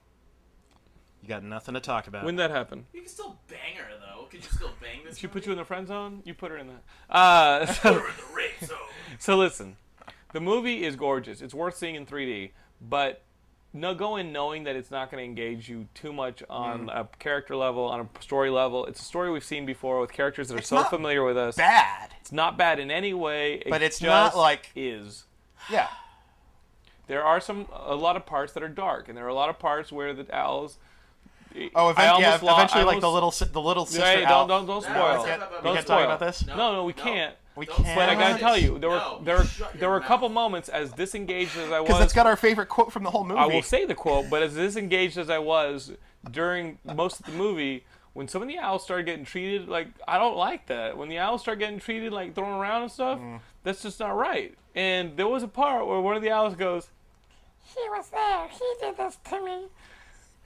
[SPEAKER 2] you got nothing to talk about.
[SPEAKER 1] When that happened,
[SPEAKER 3] You can still bang her though. Could you still bang this?
[SPEAKER 1] she
[SPEAKER 3] movie?
[SPEAKER 1] put you in the friend zone. You put her in the. Uh, [LAUGHS]
[SPEAKER 2] [LAUGHS]
[SPEAKER 1] so,
[SPEAKER 3] Put her in the rape zone.
[SPEAKER 1] so listen, the movie is gorgeous. It's worth seeing in 3D, but. No, go in knowing that it's not going to engage you too much on
[SPEAKER 2] Mm.
[SPEAKER 1] a character level, on a story level. It's a story we've seen before with characters that are
[SPEAKER 2] It's
[SPEAKER 1] so
[SPEAKER 2] not
[SPEAKER 1] familiar with us.
[SPEAKER 2] Bad.
[SPEAKER 1] It's not bad in any way. It
[SPEAKER 2] But it's
[SPEAKER 1] just
[SPEAKER 2] not like-
[SPEAKER 1] is.
[SPEAKER 2] Yeah.
[SPEAKER 1] There are some a lot of parts that are dark, and there are a lot of parts where the owls.
[SPEAKER 2] Oh,
[SPEAKER 1] I
[SPEAKER 2] eventually, yeah,
[SPEAKER 1] almost lo- I
[SPEAKER 2] eventually, like the
[SPEAKER 1] almost-
[SPEAKER 2] little si- the little sister.
[SPEAKER 1] Hey,
[SPEAKER 2] owl.
[SPEAKER 1] don't don't don't
[SPEAKER 3] No,
[SPEAKER 1] spoil.
[SPEAKER 3] we can't-
[SPEAKER 1] Don't
[SPEAKER 3] we can't
[SPEAKER 2] talk
[SPEAKER 1] spoil.
[SPEAKER 2] about this?
[SPEAKER 1] No, no, we can't.
[SPEAKER 2] We
[SPEAKER 3] Don't
[SPEAKER 2] can't.
[SPEAKER 3] spoil
[SPEAKER 1] But I gotta
[SPEAKER 3] it.
[SPEAKER 1] tell you, there were
[SPEAKER 3] No,
[SPEAKER 1] there were,
[SPEAKER 3] shut your
[SPEAKER 1] there were a
[SPEAKER 3] mouth.
[SPEAKER 1] couple moments as disengaged as I
[SPEAKER 2] because
[SPEAKER 1] was.
[SPEAKER 2] it's got our favorite quote from the whole movie.
[SPEAKER 1] I will say the quote, but as disengaged as I was during most of the movie, when some of the owls started getting treated like I don't like that. When the owls start getting treated like thrown around and stuff, that's just not right. And there was a part where one of the owls goes, "He was there. He did this to me."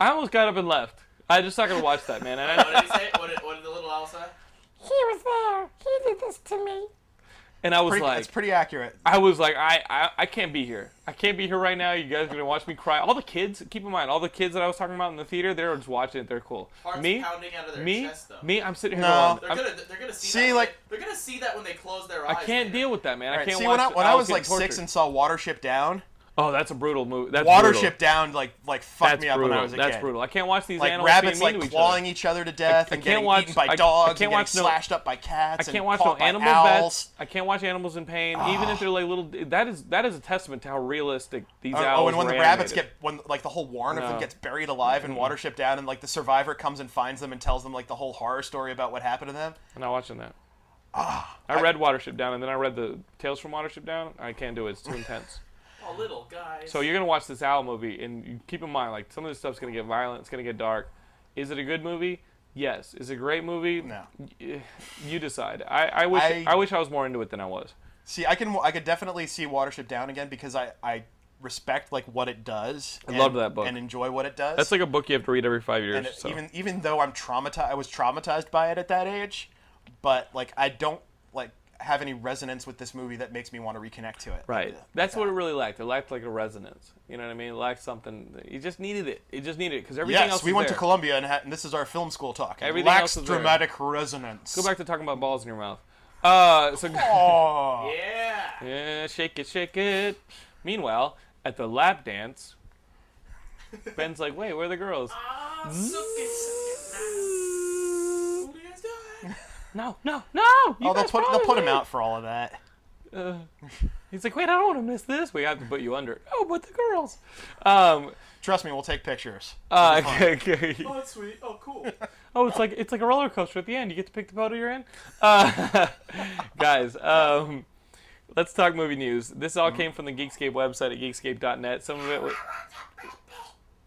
[SPEAKER 1] I almost got up and left. I just not gonna watch that, man. And
[SPEAKER 3] What
[SPEAKER 1] I,
[SPEAKER 3] [LAUGHS] did he say? What did, what did the little owl say?
[SPEAKER 1] he was there. He did this to me. And I was
[SPEAKER 2] pretty,
[SPEAKER 1] like,
[SPEAKER 2] it's pretty accurate.
[SPEAKER 1] I was like, I, I, I can't be here. I can't be here right now. You guys are gonna watch me cry. All the kids, keep in mind, all the kids that I was talking about in the theater, they're just watching it. They're cool.
[SPEAKER 3] Hearts
[SPEAKER 1] me,
[SPEAKER 3] pounding out of their
[SPEAKER 1] me,
[SPEAKER 3] chest, though.
[SPEAKER 1] me. I'm sitting here
[SPEAKER 2] No.
[SPEAKER 1] going,
[SPEAKER 3] They're
[SPEAKER 1] I'm-
[SPEAKER 3] gonna, they're gonna see.
[SPEAKER 2] See,
[SPEAKER 3] that
[SPEAKER 2] like-
[SPEAKER 3] when, they're gonna see that when they close their eyes.
[SPEAKER 1] I can't
[SPEAKER 3] later.
[SPEAKER 1] deal with that, man. I
[SPEAKER 2] All right,
[SPEAKER 1] can't
[SPEAKER 2] see,
[SPEAKER 1] watch
[SPEAKER 2] when I,
[SPEAKER 1] the
[SPEAKER 2] when I
[SPEAKER 1] owls
[SPEAKER 2] was
[SPEAKER 1] getting
[SPEAKER 2] like six
[SPEAKER 1] tortured.
[SPEAKER 2] and saw Watership Down,
[SPEAKER 1] oh, that's a brutal movie. That's
[SPEAKER 2] Watership
[SPEAKER 1] brutal.
[SPEAKER 2] Down like like fucked
[SPEAKER 1] That's
[SPEAKER 2] me up
[SPEAKER 1] brutal.
[SPEAKER 2] when I was a
[SPEAKER 1] that's
[SPEAKER 2] kid.
[SPEAKER 1] brutal. I can't watch these
[SPEAKER 2] Like
[SPEAKER 1] animals
[SPEAKER 2] rabbits
[SPEAKER 1] being mean
[SPEAKER 2] like
[SPEAKER 1] to each
[SPEAKER 2] clawing
[SPEAKER 1] other.
[SPEAKER 2] each other to death
[SPEAKER 1] I can't
[SPEAKER 2] and getting
[SPEAKER 1] watch-
[SPEAKER 2] eaten
[SPEAKER 1] I-
[SPEAKER 2] by
[SPEAKER 1] I
[SPEAKER 2] dogs
[SPEAKER 1] can't
[SPEAKER 2] and getting
[SPEAKER 1] watch no-
[SPEAKER 2] slashed up by cats
[SPEAKER 1] I can't
[SPEAKER 2] and
[SPEAKER 1] watch no
[SPEAKER 2] caught by
[SPEAKER 1] animal
[SPEAKER 2] owls. Ah.
[SPEAKER 1] vets. I can't watch animals in pain, even if they're like little. That is that is a testament to how realistic these
[SPEAKER 2] Oh,
[SPEAKER 1] owls
[SPEAKER 2] oh, and when
[SPEAKER 1] were
[SPEAKER 2] the rabbits
[SPEAKER 1] animated.
[SPEAKER 2] get when like the whole warren of
[SPEAKER 1] No.
[SPEAKER 2] them gets buried alive in Watership Down, and like the survivor comes and finds them and tells them like the whole horror story about what happened to them.
[SPEAKER 1] I'm not watching that.
[SPEAKER 2] Ah,
[SPEAKER 1] I read Watership Down, and then I read the Tales from Watership Down. I can't do it; it's too intense.
[SPEAKER 3] Oh, little guys.
[SPEAKER 1] So you're gonna watch this Owl movie, and you keep in mind, like some of this stuff's gonna get violent, it's gonna get dark. Is it a good movie? Yes. Is it a great movie?
[SPEAKER 2] No.
[SPEAKER 1] Y- You decide. I, I wish I,
[SPEAKER 2] I-
[SPEAKER 1] wish I was more into it than I was.
[SPEAKER 2] See, I can I could definitely see Watership Down again because I I respect like what it does. I
[SPEAKER 1] love that book.
[SPEAKER 2] and enjoy what it does.
[SPEAKER 1] That's like a book you have to read every five years.
[SPEAKER 2] and it-
[SPEAKER 1] so.
[SPEAKER 2] even even though I'm traumatized, I was traumatized by it at that age, but like I don't like have any resonance with this movie that makes me want to reconnect to it.
[SPEAKER 1] Right.
[SPEAKER 2] Like, uh,
[SPEAKER 1] That's what it really lacked. It lacked like a resonance. You know what I mean? It lacked something. You just needed it. It just needed it because everything
[SPEAKER 2] Yes,
[SPEAKER 1] else.
[SPEAKER 2] we
[SPEAKER 1] was
[SPEAKER 2] went
[SPEAKER 1] there.
[SPEAKER 2] to Columbia, and, ha- and this is our film school talk. It
[SPEAKER 1] Everything
[SPEAKER 2] lacks
[SPEAKER 1] else is there.
[SPEAKER 2] dramatic resonance.
[SPEAKER 1] Go back to talking about balls in your mouth. Uh, so [LAUGHS]
[SPEAKER 2] Aw. Oh,
[SPEAKER 3] yeah.
[SPEAKER 1] yeah, shake it, shake it. Meanwhile, at the lap dance, Ben's like, "Wait, where are the girls?"
[SPEAKER 3] Ah,
[SPEAKER 1] Mm.
[SPEAKER 3] suck it, suck it, nice. What are you guys doing?
[SPEAKER 1] No, no, no! You
[SPEAKER 2] Oh, they'll
[SPEAKER 1] guys
[SPEAKER 2] put, they'll
[SPEAKER 1] promised
[SPEAKER 2] put him
[SPEAKER 1] me."
[SPEAKER 2] out for all of that.
[SPEAKER 1] Uh, he's like, "Wait, I don't want to miss this. We have to put you under." Oh, but the girls. Um.
[SPEAKER 2] Trust me, we'll take pictures.
[SPEAKER 1] Uh,
[SPEAKER 2] It'll be fine.
[SPEAKER 1] okay, okay.
[SPEAKER 3] Oh, that's sweet. Oh, cool.
[SPEAKER 1] [LAUGHS] Oh, it's like it's like a roller coaster at the end. You get to pick the photo you're in. Uh, [LAUGHS] guys, um, let's talk movie news. This
[SPEAKER 2] Mm-hmm.
[SPEAKER 1] all came from the Geekscape website at geekscape.net. Some of it was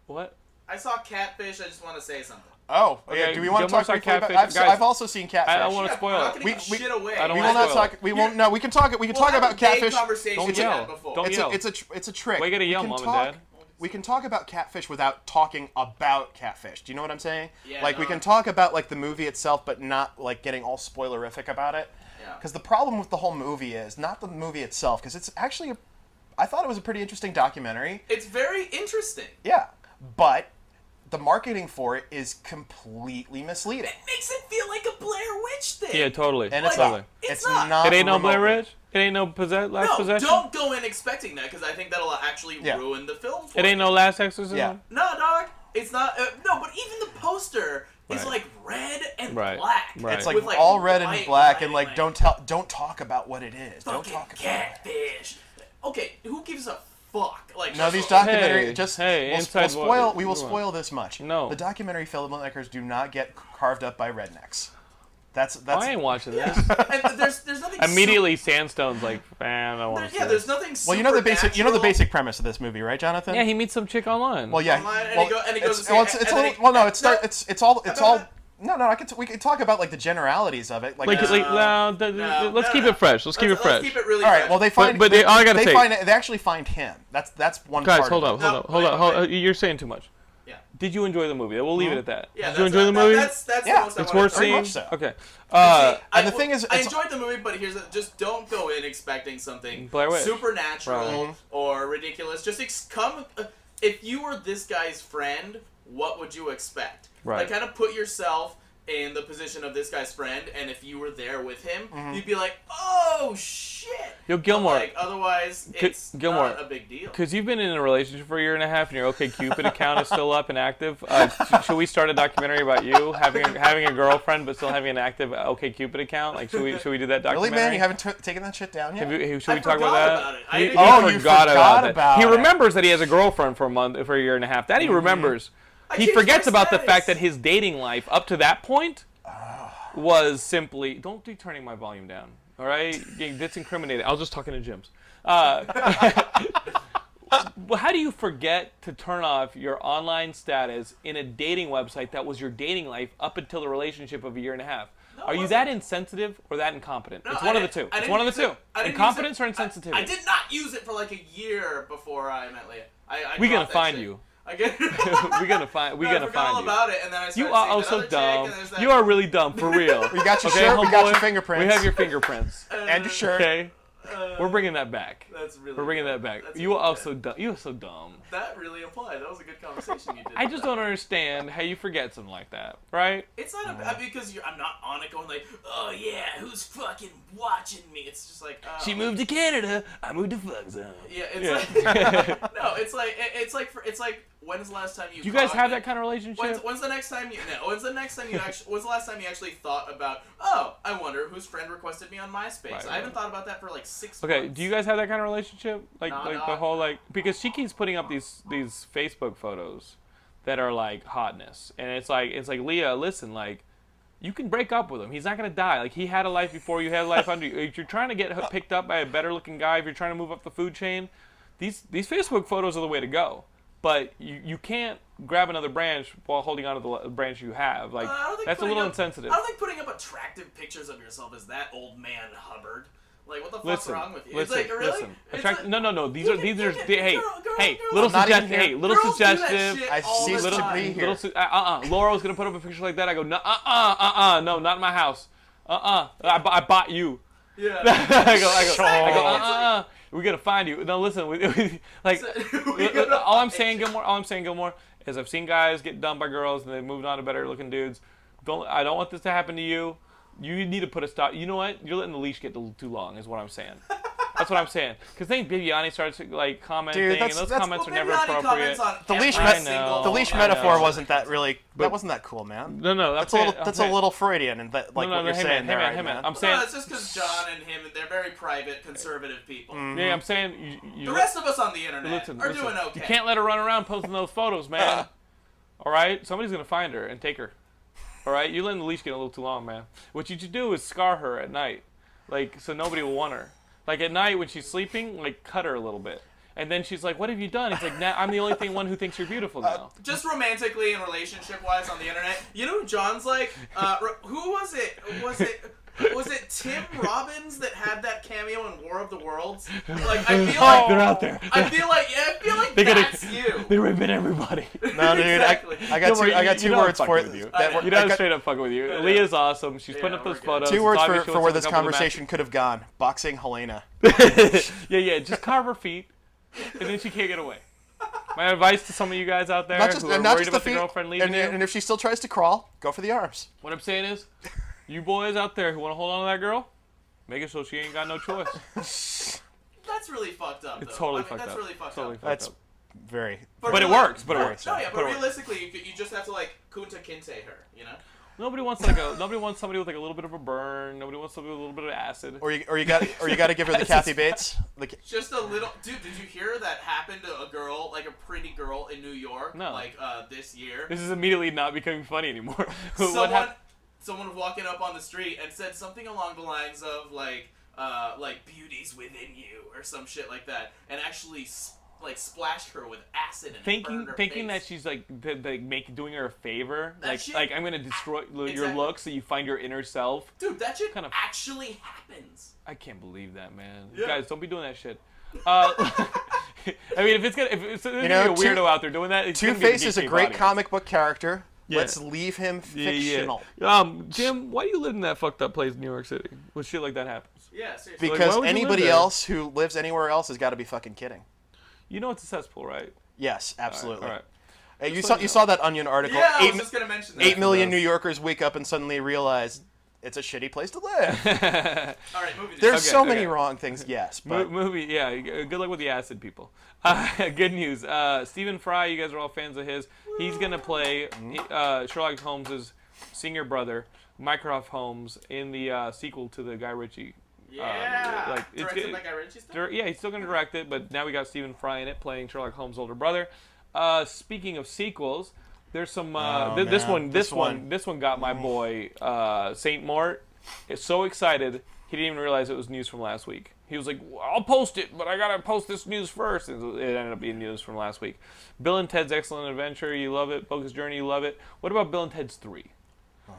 [SPEAKER 1] what?
[SPEAKER 3] I saw catfish. I just want to say something.
[SPEAKER 2] Oh, yeah.
[SPEAKER 1] Okay,
[SPEAKER 2] Do we want to
[SPEAKER 1] Gilmore
[SPEAKER 2] talk
[SPEAKER 1] saw
[SPEAKER 2] briefly about-
[SPEAKER 1] Catfish.
[SPEAKER 2] I've,
[SPEAKER 1] Guys,
[SPEAKER 2] I've also seen catfish.
[SPEAKER 1] I wanna spoil
[SPEAKER 3] I'm
[SPEAKER 1] it.
[SPEAKER 3] not gonna
[SPEAKER 1] We-
[SPEAKER 3] give
[SPEAKER 2] we-
[SPEAKER 3] shit away.
[SPEAKER 1] I don't
[SPEAKER 2] We
[SPEAKER 1] wanna
[SPEAKER 2] will not
[SPEAKER 1] spoil it.
[SPEAKER 2] talk. We won't. No, we can talk. We can talk
[SPEAKER 3] have
[SPEAKER 2] about
[SPEAKER 3] a gay
[SPEAKER 2] catfish.
[SPEAKER 3] conversation
[SPEAKER 1] Don't
[SPEAKER 3] like
[SPEAKER 1] yell.
[SPEAKER 3] that before.
[SPEAKER 1] Don't
[SPEAKER 2] It's
[SPEAKER 1] yell.
[SPEAKER 2] a, it's a tr- it's a trick.
[SPEAKER 1] Why you gotta yell,
[SPEAKER 2] we can
[SPEAKER 1] Mom and
[SPEAKER 2] talk,
[SPEAKER 1] Dad?
[SPEAKER 2] We can talk about catfish without talking about catfish. Do you know what I'm saying?
[SPEAKER 3] Yeah,
[SPEAKER 2] like we
[SPEAKER 3] no.
[SPEAKER 2] can talk about like the movie itself, but not like getting all spoilerific about it.
[SPEAKER 3] Yeah.
[SPEAKER 2] Because the problem with the whole movie is not the movie itself, because it's actually a, I thought it was a pretty interesting documentary.
[SPEAKER 3] It's very interesting.
[SPEAKER 2] Yeah, but the marketing for it is completely misleading.
[SPEAKER 3] Makes it feel like a Blair Witch thing.
[SPEAKER 1] Yeah, totally.
[SPEAKER 2] And it's
[SPEAKER 3] Like,
[SPEAKER 1] totally.
[SPEAKER 3] it's
[SPEAKER 2] It's
[SPEAKER 3] not.
[SPEAKER 2] not.
[SPEAKER 1] It ain't no Blair
[SPEAKER 2] remotely-
[SPEAKER 1] Ridge. It ain't no possess- last
[SPEAKER 3] No,
[SPEAKER 1] possession.
[SPEAKER 3] don't go in expecting that because I think that'll actually
[SPEAKER 2] Yeah.
[SPEAKER 3] ruin the film. For
[SPEAKER 1] It ain't
[SPEAKER 3] you.
[SPEAKER 1] no last exorcism.
[SPEAKER 2] Yeah.
[SPEAKER 3] No, dog. It's not. Uh, no, but even the poster is
[SPEAKER 1] Right.
[SPEAKER 3] like red and
[SPEAKER 1] Right.
[SPEAKER 3] black.
[SPEAKER 1] Right.
[SPEAKER 2] It's
[SPEAKER 1] Right.
[SPEAKER 2] like,
[SPEAKER 3] With,
[SPEAKER 2] all red and
[SPEAKER 3] white
[SPEAKER 2] black, and like
[SPEAKER 3] lining.
[SPEAKER 2] don't tell, don't talk about what it is. Don't
[SPEAKER 3] Fucking
[SPEAKER 2] talk about it.
[SPEAKER 3] catfish. Okay, who gives a fuck? Like
[SPEAKER 2] No, these
[SPEAKER 3] documents.
[SPEAKER 2] documentary
[SPEAKER 1] Hey,
[SPEAKER 2] just
[SPEAKER 1] hey,
[SPEAKER 2] we'll,
[SPEAKER 1] inside
[SPEAKER 2] we'll spoil.
[SPEAKER 1] what-
[SPEAKER 2] We will
[SPEAKER 1] you want.
[SPEAKER 2] spoil this much.
[SPEAKER 1] No.
[SPEAKER 2] the documentary filmmakers do not get carved up by rednecks. That's that's.
[SPEAKER 1] Oh, I ain't watching
[SPEAKER 3] [LAUGHS]
[SPEAKER 1] this.
[SPEAKER 2] [LAUGHS]
[SPEAKER 3] and there's there's nothing
[SPEAKER 1] Immediately, Sandstone's like, man, I want
[SPEAKER 3] Super,
[SPEAKER 1] to.
[SPEAKER 3] yeah, there's nothing.
[SPEAKER 2] well, you know the basic. You know the basic premise of this movie, right, Jonathan?
[SPEAKER 1] Yeah, he meets some chick online.
[SPEAKER 2] Well, yeah.
[SPEAKER 3] Online, and he
[SPEAKER 2] well,
[SPEAKER 3] go- and he goes
[SPEAKER 2] it's,
[SPEAKER 3] to see-
[SPEAKER 2] well, it's, it's
[SPEAKER 3] and
[SPEAKER 2] a
[SPEAKER 3] then
[SPEAKER 2] little,
[SPEAKER 3] he-
[SPEAKER 2] well, no, it's
[SPEAKER 3] no.
[SPEAKER 2] not- it's it's all it's
[SPEAKER 3] No,
[SPEAKER 2] all.
[SPEAKER 3] no,
[SPEAKER 2] No, no, I could, we could talk about like the generalities of it. Like, uh,
[SPEAKER 1] like,
[SPEAKER 2] it's-
[SPEAKER 1] like, no, th- th-
[SPEAKER 3] No,
[SPEAKER 1] let's
[SPEAKER 3] no,
[SPEAKER 1] keep
[SPEAKER 3] no.
[SPEAKER 1] it fresh. Let's keep it
[SPEAKER 3] Let's,
[SPEAKER 1] fresh.
[SPEAKER 3] let's keep it really.
[SPEAKER 2] all right.
[SPEAKER 3] fresh.
[SPEAKER 2] Well, they find,
[SPEAKER 1] but they- all I gotta
[SPEAKER 2] they
[SPEAKER 1] say-
[SPEAKER 2] find, they actually find him. That's that's one.
[SPEAKER 1] Guys,
[SPEAKER 2] part
[SPEAKER 1] hold up,
[SPEAKER 2] of it.
[SPEAKER 1] hold
[SPEAKER 3] No,
[SPEAKER 1] up, hold
[SPEAKER 3] wait,
[SPEAKER 1] up, hold
[SPEAKER 3] wait.
[SPEAKER 1] You're saying too much.
[SPEAKER 3] yeah.
[SPEAKER 1] Did you enjoy the movie? We'll leave it at that.
[SPEAKER 3] Yeah,
[SPEAKER 1] Did you
[SPEAKER 3] that's-
[SPEAKER 1] enjoy the
[SPEAKER 3] that-
[SPEAKER 1] movie?
[SPEAKER 3] That's that's
[SPEAKER 2] Yeah.
[SPEAKER 3] the most I
[SPEAKER 1] it's
[SPEAKER 3] wanna
[SPEAKER 1] worth
[SPEAKER 3] talk
[SPEAKER 2] very
[SPEAKER 1] seeing.
[SPEAKER 2] much so.
[SPEAKER 1] Okay. Uh,
[SPEAKER 3] See, I,
[SPEAKER 2] and the thing is,
[SPEAKER 3] I
[SPEAKER 2] it's-
[SPEAKER 3] enjoyed the movie, but here's the, just don't go in expecting something
[SPEAKER 1] Blair Witch. Mm-hmm.
[SPEAKER 3] supernatural
[SPEAKER 1] Right.
[SPEAKER 3] or ridiculous. Just ex- come. Uh, if you were this guy's friend, what would you expect?
[SPEAKER 1] Right.
[SPEAKER 3] Like, kind of put yourself in the position of this guy's friend, and if you were there with him,
[SPEAKER 2] Mm-hmm.
[SPEAKER 3] you'd be like, "Oh shit!"
[SPEAKER 1] Yo, Gilmore.
[SPEAKER 3] Like, otherwise,
[SPEAKER 1] G-
[SPEAKER 3] it's
[SPEAKER 1] Gilmore.
[SPEAKER 3] not a big deal.
[SPEAKER 1] because you've been in a relationship for a year and a half, and your OK Cupid account is still up and active, uh, sh- should we start a documentary about you having a, having a girlfriend but still having an active OK Cupid account? Like, should we should we do that
[SPEAKER 2] Really,
[SPEAKER 1] documentary?
[SPEAKER 2] man, you haven't t- taken that shit down yet.
[SPEAKER 1] Have you- should
[SPEAKER 3] I
[SPEAKER 1] we talk about
[SPEAKER 3] forgot
[SPEAKER 1] that?
[SPEAKER 3] about it. I
[SPEAKER 1] He-
[SPEAKER 3] didn't- Oh,
[SPEAKER 1] he
[SPEAKER 2] you forgot
[SPEAKER 1] it.
[SPEAKER 2] about
[SPEAKER 1] He
[SPEAKER 2] it.
[SPEAKER 1] remembers that he has a girlfriend for a month, for a year and a half. That he remembers.
[SPEAKER 3] Mm-hmm. I
[SPEAKER 1] He
[SPEAKER 3] changed my
[SPEAKER 1] forgets about the
[SPEAKER 3] status.
[SPEAKER 1] fact that his dating life up to that point
[SPEAKER 2] Ah.
[SPEAKER 1] was simply. Don't be turning my volume down. All right, that's incriminating. I was just talking to Jim's. Uh, [LAUGHS] well, how do you forget to turn off your online status in a dating website that was your dating life up until the relationship of a year and a half? Are you
[SPEAKER 3] wasn't.
[SPEAKER 1] that insensitive or that incompetent?
[SPEAKER 3] No,
[SPEAKER 1] it's
[SPEAKER 3] I
[SPEAKER 1] one of the
[SPEAKER 3] didn't-
[SPEAKER 1] two.
[SPEAKER 3] I
[SPEAKER 1] It's
[SPEAKER 3] didn't
[SPEAKER 1] one of the
[SPEAKER 3] use
[SPEAKER 1] two.
[SPEAKER 3] it- I didn't use
[SPEAKER 1] Incompetence
[SPEAKER 3] it-
[SPEAKER 1] or
[SPEAKER 3] I-
[SPEAKER 1] insensitivity?
[SPEAKER 3] I, did not use it for like a year before I met Leah. I, I
[SPEAKER 1] We gonna
[SPEAKER 3] dropped that
[SPEAKER 1] find
[SPEAKER 3] shit. [LAUGHS]
[SPEAKER 1] you. [LAUGHS]
[SPEAKER 3] I get- [LAUGHS]
[SPEAKER 1] we're gonna find. We're
[SPEAKER 3] I
[SPEAKER 1] gonna
[SPEAKER 3] forgot all
[SPEAKER 1] find you.
[SPEAKER 3] about it, and then I
[SPEAKER 1] You are
[SPEAKER 3] started seeing that
[SPEAKER 1] also
[SPEAKER 3] other chick,
[SPEAKER 1] dumb.
[SPEAKER 3] and there's that-
[SPEAKER 1] You are really dumb
[SPEAKER 3] [LAUGHS]
[SPEAKER 1] for real.
[SPEAKER 2] We got your
[SPEAKER 1] okay,
[SPEAKER 2] shirt. We got your
[SPEAKER 1] homeboy?
[SPEAKER 2] fingerprints.
[SPEAKER 1] We have your fingerprints.
[SPEAKER 2] and your shirt.
[SPEAKER 1] Okay,
[SPEAKER 3] Uh,
[SPEAKER 1] we're bringing that back.
[SPEAKER 3] That's really.
[SPEAKER 1] We're bringing that
[SPEAKER 3] good.
[SPEAKER 1] back.
[SPEAKER 3] That's
[SPEAKER 1] You are
[SPEAKER 3] really
[SPEAKER 1] also
[SPEAKER 3] good.
[SPEAKER 1] dumb. You are so dumb.
[SPEAKER 3] That really applied. That was a good conversation you did.
[SPEAKER 1] I
[SPEAKER 3] with
[SPEAKER 1] just
[SPEAKER 3] that.
[SPEAKER 1] don't understand how you forget something like that, right?
[SPEAKER 3] It's not a, I mean, because you're, I'm not on it going like, oh yeah, who's fucking watching me? It's just like. Oh.
[SPEAKER 1] She moved to Canada. I moved to fuck zone.
[SPEAKER 3] Yeah,
[SPEAKER 1] Yeah.
[SPEAKER 3] it's like.
[SPEAKER 1] [LAUGHS]
[SPEAKER 3] [LAUGHS] no, it's like it- it's like for, it's like when's the last time you?
[SPEAKER 1] Do you guys have
[SPEAKER 3] cognized-
[SPEAKER 1] that kind of relationship?
[SPEAKER 3] When's, when's the next time you? No, when's the next time
[SPEAKER 1] [LAUGHS]
[SPEAKER 3] you actually? When's the last time you actually thought about? Oh, I wonder whose friend requested me on MySpace.
[SPEAKER 1] Right,
[SPEAKER 3] I haven't
[SPEAKER 1] right.
[SPEAKER 3] thought about that for like six.
[SPEAKER 1] Okay,
[SPEAKER 3] months.
[SPEAKER 1] do you guys have that kind of relationship? Like
[SPEAKER 3] Nah,
[SPEAKER 1] like
[SPEAKER 3] nah.
[SPEAKER 1] the whole like because she keeps putting up these these Facebook photos that are like hotness. And it's like it's like Leah, listen, like you can break up with him. He's not going to die. Like he had a life before you had a life [LAUGHS] under you. If you're trying to get h- picked up by a better looking guy, if you're trying to move up the food chain, these these Facebook photos are the way to go. But you, you can't grab another branch while holding on to the l- branch you have. Like
[SPEAKER 3] Uh, I don't think
[SPEAKER 1] that's a
[SPEAKER 3] putting
[SPEAKER 1] little
[SPEAKER 3] up-
[SPEAKER 1] insensitive.
[SPEAKER 3] I don't think putting up attractive pictures of yourself is that old man Hubbard. Like, what the fuck's
[SPEAKER 1] Listen,
[SPEAKER 3] wrong with you?
[SPEAKER 1] listen,
[SPEAKER 3] it's like, really?
[SPEAKER 1] listen.
[SPEAKER 3] It's
[SPEAKER 1] Attract-
[SPEAKER 3] like-
[SPEAKER 1] no, no, no. These
[SPEAKER 3] you
[SPEAKER 1] are
[SPEAKER 3] can-
[SPEAKER 1] these
[SPEAKER 3] you
[SPEAKER 1] are
[SPEAKER 3] can-
[SPEAKER 1] hey, hey,
[SPEAKER 3] girl- girl-
[SPEAKER 1] hey,
[SPEAKER 3] girl-
[SPEAKER 1] little
[SPEAKER 2] I'm not even
[SPEAKER 1] suggestive, hey,
[SPEAKER 2] here.
[SPEAKER 1] little
[SPEAKER 3] Girls do that
[SPEAKER 1] suggestive.
[SPEAKER 3] shit
[SPEAKER 2] I
[SPEAKER 3] all the
[SPEAKER 2] cease to
[SPEAKER 1] little,
[SPEAKER 3] time.
[SPEAKER 2] breathe.
[SPEAKER 1] little su- uh, uh-uh. Laurel's gonna put up a picture like that. I go, no, uh, uh, uh, uh, no, not in my house. Uh, uh, I, bu- I bought you. [LAUGHS]
[SPEAKER 3] Yeah.
[SPEAKER 1] I go, I go, I go,
[SPEAKER 2] Sure.
[SPEAKER 1] uh, uh, uh, we're gonna find you. No, listen, we, [LAUGHS] we, like,
[SPEAKER 3] [LAUGHS] We're gonna
[SPEAKER 1] all I'm
[SPEAKER 3] find
[SPEAKER 1] saying,
[SPEAKER 3] you.
[SPEAKER 1] Gilmore, all I'm saying, Gilmore, is I've seen guys get dumped by girls and they've moved on to better looking dudes. Don't, I don't want this to happen to you. You need to put a stop. You know what? You're letting the leash get too too long, is what I'm saying. That's what I'm saying. Because then Bibiani starts like commenting, and
[SPEAKER 2] that's-
[SPEAKER 1] those
[SPEAKER 2] that's-
[SPEAKER 1] comments
[SPEAKER 3] Well,
[SPEAKER 1] are never
[SPEAKER 3] Bibiani
[SPEAKER 1] appropriate.
[SPEAKER 3] comments on
[SPEAKER 2] The leash,
[SPEAKER 3] every
[SPEAKER 1] I
[SPEAKER 2] met-
[SPEAKER 1] know,
[SPEAKER 3] single-
[SPEAKER 2] the leash
[SPEAKER 1] I
[SPEAKER 2] metaphor
[SPEAKER 1] know.
[SPEAKER 2] wasn't that really. that wasn't that cool, man.
[SPEAKER 1] no, no,
[SPEAKER 2] that's
[SPEAKER 1] I'm
[SPEAKER 2] a little.
[SPEAKER 1] saying- I'm
[SPEAKER 2] That's
[SPEAKER 1] saying-
[SPEAKER 2] a little Freudian, and that, like
[SPEAKER 1] No, no,
[SPEAKER 2] what
[SPEAKER 1] no,
[SPEAKER 2] you're
[SPEAKER 1] hey, man,
[SPEAKER 2] saying there,
[SPEAKER 1] hey, man,
[SPEAKER 2] right,
[SPEAKER 1] hey, man.
[SPEAKER 2] man.
[SPEAKER 1] I'm saying,
[SPEAKER 3] No, it's just because John and him, they're very private, conservative people.
[SPEAKER 1] yeah, I'm saying, you, you,
[SPEAKER 3] The rest of us on the internet
[SPEAKER 1] Mm. listen,
[SPEAKER 3] are
[SPEAKER 1] listen.
[SPEAKER 3] doing okay.
[SPEAKER 1] You can't let her run around posting those photos, man.
[SPEAKER 3] [LAUGHS]
[SPEAKER 1] All right, somebody's gonna find her and take her. All right, you're letting the leash get a little too long, man. What you should do is scar her at night, like so nobody will want her. Like at night when she's sleeping, like cut her a little bit, and then she's like, "What have you done?" He's like, nah, "I'm the only thing one who thinks you're beautiful
[SPEAKER 3] [LAUGHS]
[SPEAKER 1] now."
[SPEAKER 3] just romantically and relationship wise on the internet. You know, who John's like, uh, ro- who was it? Was it? Was it Tim Robbins that had that cameo in War of the Worlds? Like I feel like
[SPEAKER 1] They're out there.
[SPEAKER 3] I feel like yeah, I feel like
[SPEAKER 1] They gotta-
[SPEAKER 3] that's you.
[SPEAKER 1] They ribbon [LAUGHS] everybody.
[SPEAKER 2] No, dude,
[SPEAKER 3] Exactly.
[SPEAKER 2] I, I got
[SPEAKER 1] Don't worry,
[SPEAKER 2] two. I
[SPEAKER 1] you-
[SPEAKER 2] got
[SPEAKER 1] you
[SPEAKER 2] two
[SPEAKER 1] know I'm
[SPEAKER 2] words for
[SPEAKER 1] fucking
[SPEAKER 2] it.
[SPEAKER 1] with you.
[SPEAKER 2] that
[SPEAKER 3] I
[SPEAKER 2] were-
[SPEAKER 1] You know,
[SPEAKER 2] I
[SPEAKER 1] I'm
[SPEAKER 2] got
[SPEAKER 1] straight up fucking with you.
[SPEAKER 3] Yeah.
[SPEAKER 1] Leah's awesome. She's putting up
[SPEAKER 3] we're
[SPEAKER 1] those
[SPEAKER 3] good.
[SPEAKER 1] photos.
[SPEAKER 3] Two
[SPEAKER 1] It's
[SPEAKER 2] two words for,
[SPEAKER 1] obvious she
[SPEAKER 2] for
[SPEAKER 1] wants
[SPEAKER 2] where
[SPEAKER 1] to
[SPEAKER 2] this
[SPEAKER 1] hook up with the
[SPEAKER 2] conversation could have gone. Boxing Helena.
[SPEAKER 1] [LAUGHS] yeah, yeah, just carve her feet, and then she can't get away. My advice to some of you guys out there
[SPEAKER 2] Not just,
[SPEAKER 1] who are
[SPEAKER 2] and not
[SPEAKER 1] worried
[SPEAKER 2] just the
[SPEAKER 1] about
[SPEAKER 2] feet.
[SPEAKER 1] the girlfriend leaving
[SPEAKER 2] and,
[SPEAKER 1] you,
[SPEAKER 2] and if she still tries to crawl, go for the arms.
[SPEAKER 1] what I'm saying is, you boys out there who want to hold on to that girl, make it so she ain't got no choice.
[SPEAKER 3] That's really fucked up. Though.
[SPEAKER 1] It's totally
[SPEAKER 3] I mean,
[SPEAKER 1] fucked
[SPEAKER 3] [LAUGHS] that's
[SPEAKER 1] up.
[SPEAKER 3] Really fucked
[SPEAKER 1] totally
[SPEAKER 3] up.
[SPEAKER 1] fucked
[SPEAKER 2] That's
[SPEAKER 1] up.
[SPEAKER 2] very.
[SPEAKER 1] but it
[SPEAKER 3] reali-
[SPEAKER 1] works, but it
[SPEAKER 3] no,
[SPEAKER 1] works.
[SPEAKER 3] No,
[SPEAKER 1] But
[SPEAKER 3] yeah,
[SPEAKER 1] it
[SPEAKER 3] but
[SPEAKER 1] works.
[SPEAKER 3] realistically, you, could- you just have to like kunta kinte her, you know.
[SPEAKER 1] Nobody wants like a nobody wants somebody with like a little bit of a burn. Nobody wants somebody with a little bit of acid.
[SPEAKER 2] Or you, or you got, or you got to give her the Kathy Bates. The, ca-
[SPEAKER 3] Just a little, dude. Did you hear that happened to a girl, like a pretty girl in New York,
[SPEAKER 1] No.
[SPEAKER 3] like uh, this year?
[SPEAKER 1] This is immediately not becoming funny anymore. [LAUGHS]
[SPEAKER 2] [LAUGHS]
[SPEAKER 1] What
[SPEAKER 3] someone,
[SPEAKER 1] hap-
[SPEAKER 3] someone walking up on the street and said something along the lines of like, uh, like beauty's within you or some shit like that, and actually s- like splashed her with acid and
[SPEAKER 1] thinking
[SPEAKER 3] burned her
[SPEAKER 1] thinking
[SPEAKER 3] face.
[SPEAKER 1] that she's like th- like make doing her a favor,
[SPEAKER 3] That
[SPEAKER 1] like
[SPEAKER 3] shit-
[SPEAKER 1] like I'm gonna destroy lo- your
[SPEAKER 3] Exactly.
[SPEAKER 1] look so you find your inner self.
[SPEAKER 3] dude that shit
[SPEAKER 1] kind of-
[SPEAKER 3] actually happens.
[SPEAKER 1] I can't believe that, man.
[SPEAKER 3] Yeah.
[SPEAKER 1] Guys, don't be doing that shit. Uh, [LAUGHS] I mean, if it's gonna, if it's there's
[SPEAKER 2] know,
[SPEAKER 1] gonna be a
[SPEAKER 2] Two-
[SPEAKER 1] weirdo out there doing that, it's
[SPEAKER 2] Two
[SPEAKER 1] gonna be the
[SPEAKER 2] Face is a
[SPEAKER 1] geeky
[SPEAKER 2] great
[SPEAKER 1] audience.
[SPEAKER 2] comic book character.
[SPEAKER 1] Yeah.
[SPEAKER 2] Let's leave him
[SPEAKER 1] Yeah, yeah.
[SPEAKER 2] fictional.
[SPEAKER 1] Um, Jim, why do you live in that fucked up place in New York City when shit like that happens?
[SPEAKER 3] Yeah, seriously.
[SPEAKER 1] why
[SPEAKER 2] Because
[SPEAKER 1] would you live
[SPEAKER 2] anybody
[SPEAKER 1] there?
[SPEAKER 2] else who lives anywhere else has got to be fucking kidding.
[SPEAKER 1] You know it's a cesspool, right?
[SPEAKER 2] Yes,
[SPEAKER 1] All right,
[SPEAKER 2] absolutely.
[SPEAKER 1] all right.
[SPEAKER 2] Hey, you
[SPEAKER 1] Just
[SPEAKER 2] saw
[SPEAKER 1] let me
[SPEAKER 2] you
[SPEAKER 1] know.
[SPEAKER 2] saw that Onion article.
[SPEAKER 3] yeah, I
[SPEAKER 2] Eight
[SPEAKER 3] was
[SPEAKER 2] mi-
[SPEAKER 3] just gonna mention that.
[SPEAKER 2] Eight million New
[SPEAKER 1] Those.
[SPEAKER 2] Yorkers wake up and suddenly realize it's a shitty place to live.
[SPEAKER 1] [LAUGHS]
[SPEAKER 3] All right, moving.
[SPEAKER 2] There's
[SPEAKER 1] Okay,
[SPEAKER 2] so many
[SPEAKER 1] okay.
[SPEAKER 2] wrong things, yes,
[SPEAKER 1] Mo-
[SPEAKER 2] but
[SPEAKER 1] movie, yeah. uh, Good luck with the acid people. [LAUGHS] Uh, good news. Uh, Stephen Fry, you guys are all fans of his. He's gonna play
[SPEAKER 2] Mm-hmm.
[SPEAKER 1] uh, Sherlock Holmes's senior brother, Mycroft Holmes, in the uh, sequel to the Guy Ritchie.
[SPEAKER 3] yeah,
[SPEAKER 1] Uh, like, it's
[SPEAKER 3] directed
[SPEAKER 1] good-
[SPEAKER 3] by Guy Ritchie stuff?
[SPEAKER 1] dir- yeah, he's still gonna direct it, but now we got Stephen Fry in it playing Sherlock Holmes' older brother. Uh, speaking of sequels, there's some. Uh,
[SPEAKER 2] Oh,
[SPEAKER 1] th- this
[SPEAKER 2] man,
[SPEAKER 1] one, this,
[SPEAKER 2] this
[SPEAKER 1] one,
[SPEAKER 2] one. Mm.
[SPEAKER 1] this one got my boy uh, Saint Mort is so excited he didn't even realize it was news from last week. He was like, "Well, "I'll post it, but I gotta post this news first. And it ended up being news from last week. Bill and Ted's Excellent Adventure, you love it. Bogus Journey, you love it. What about Bill and Ted's Three?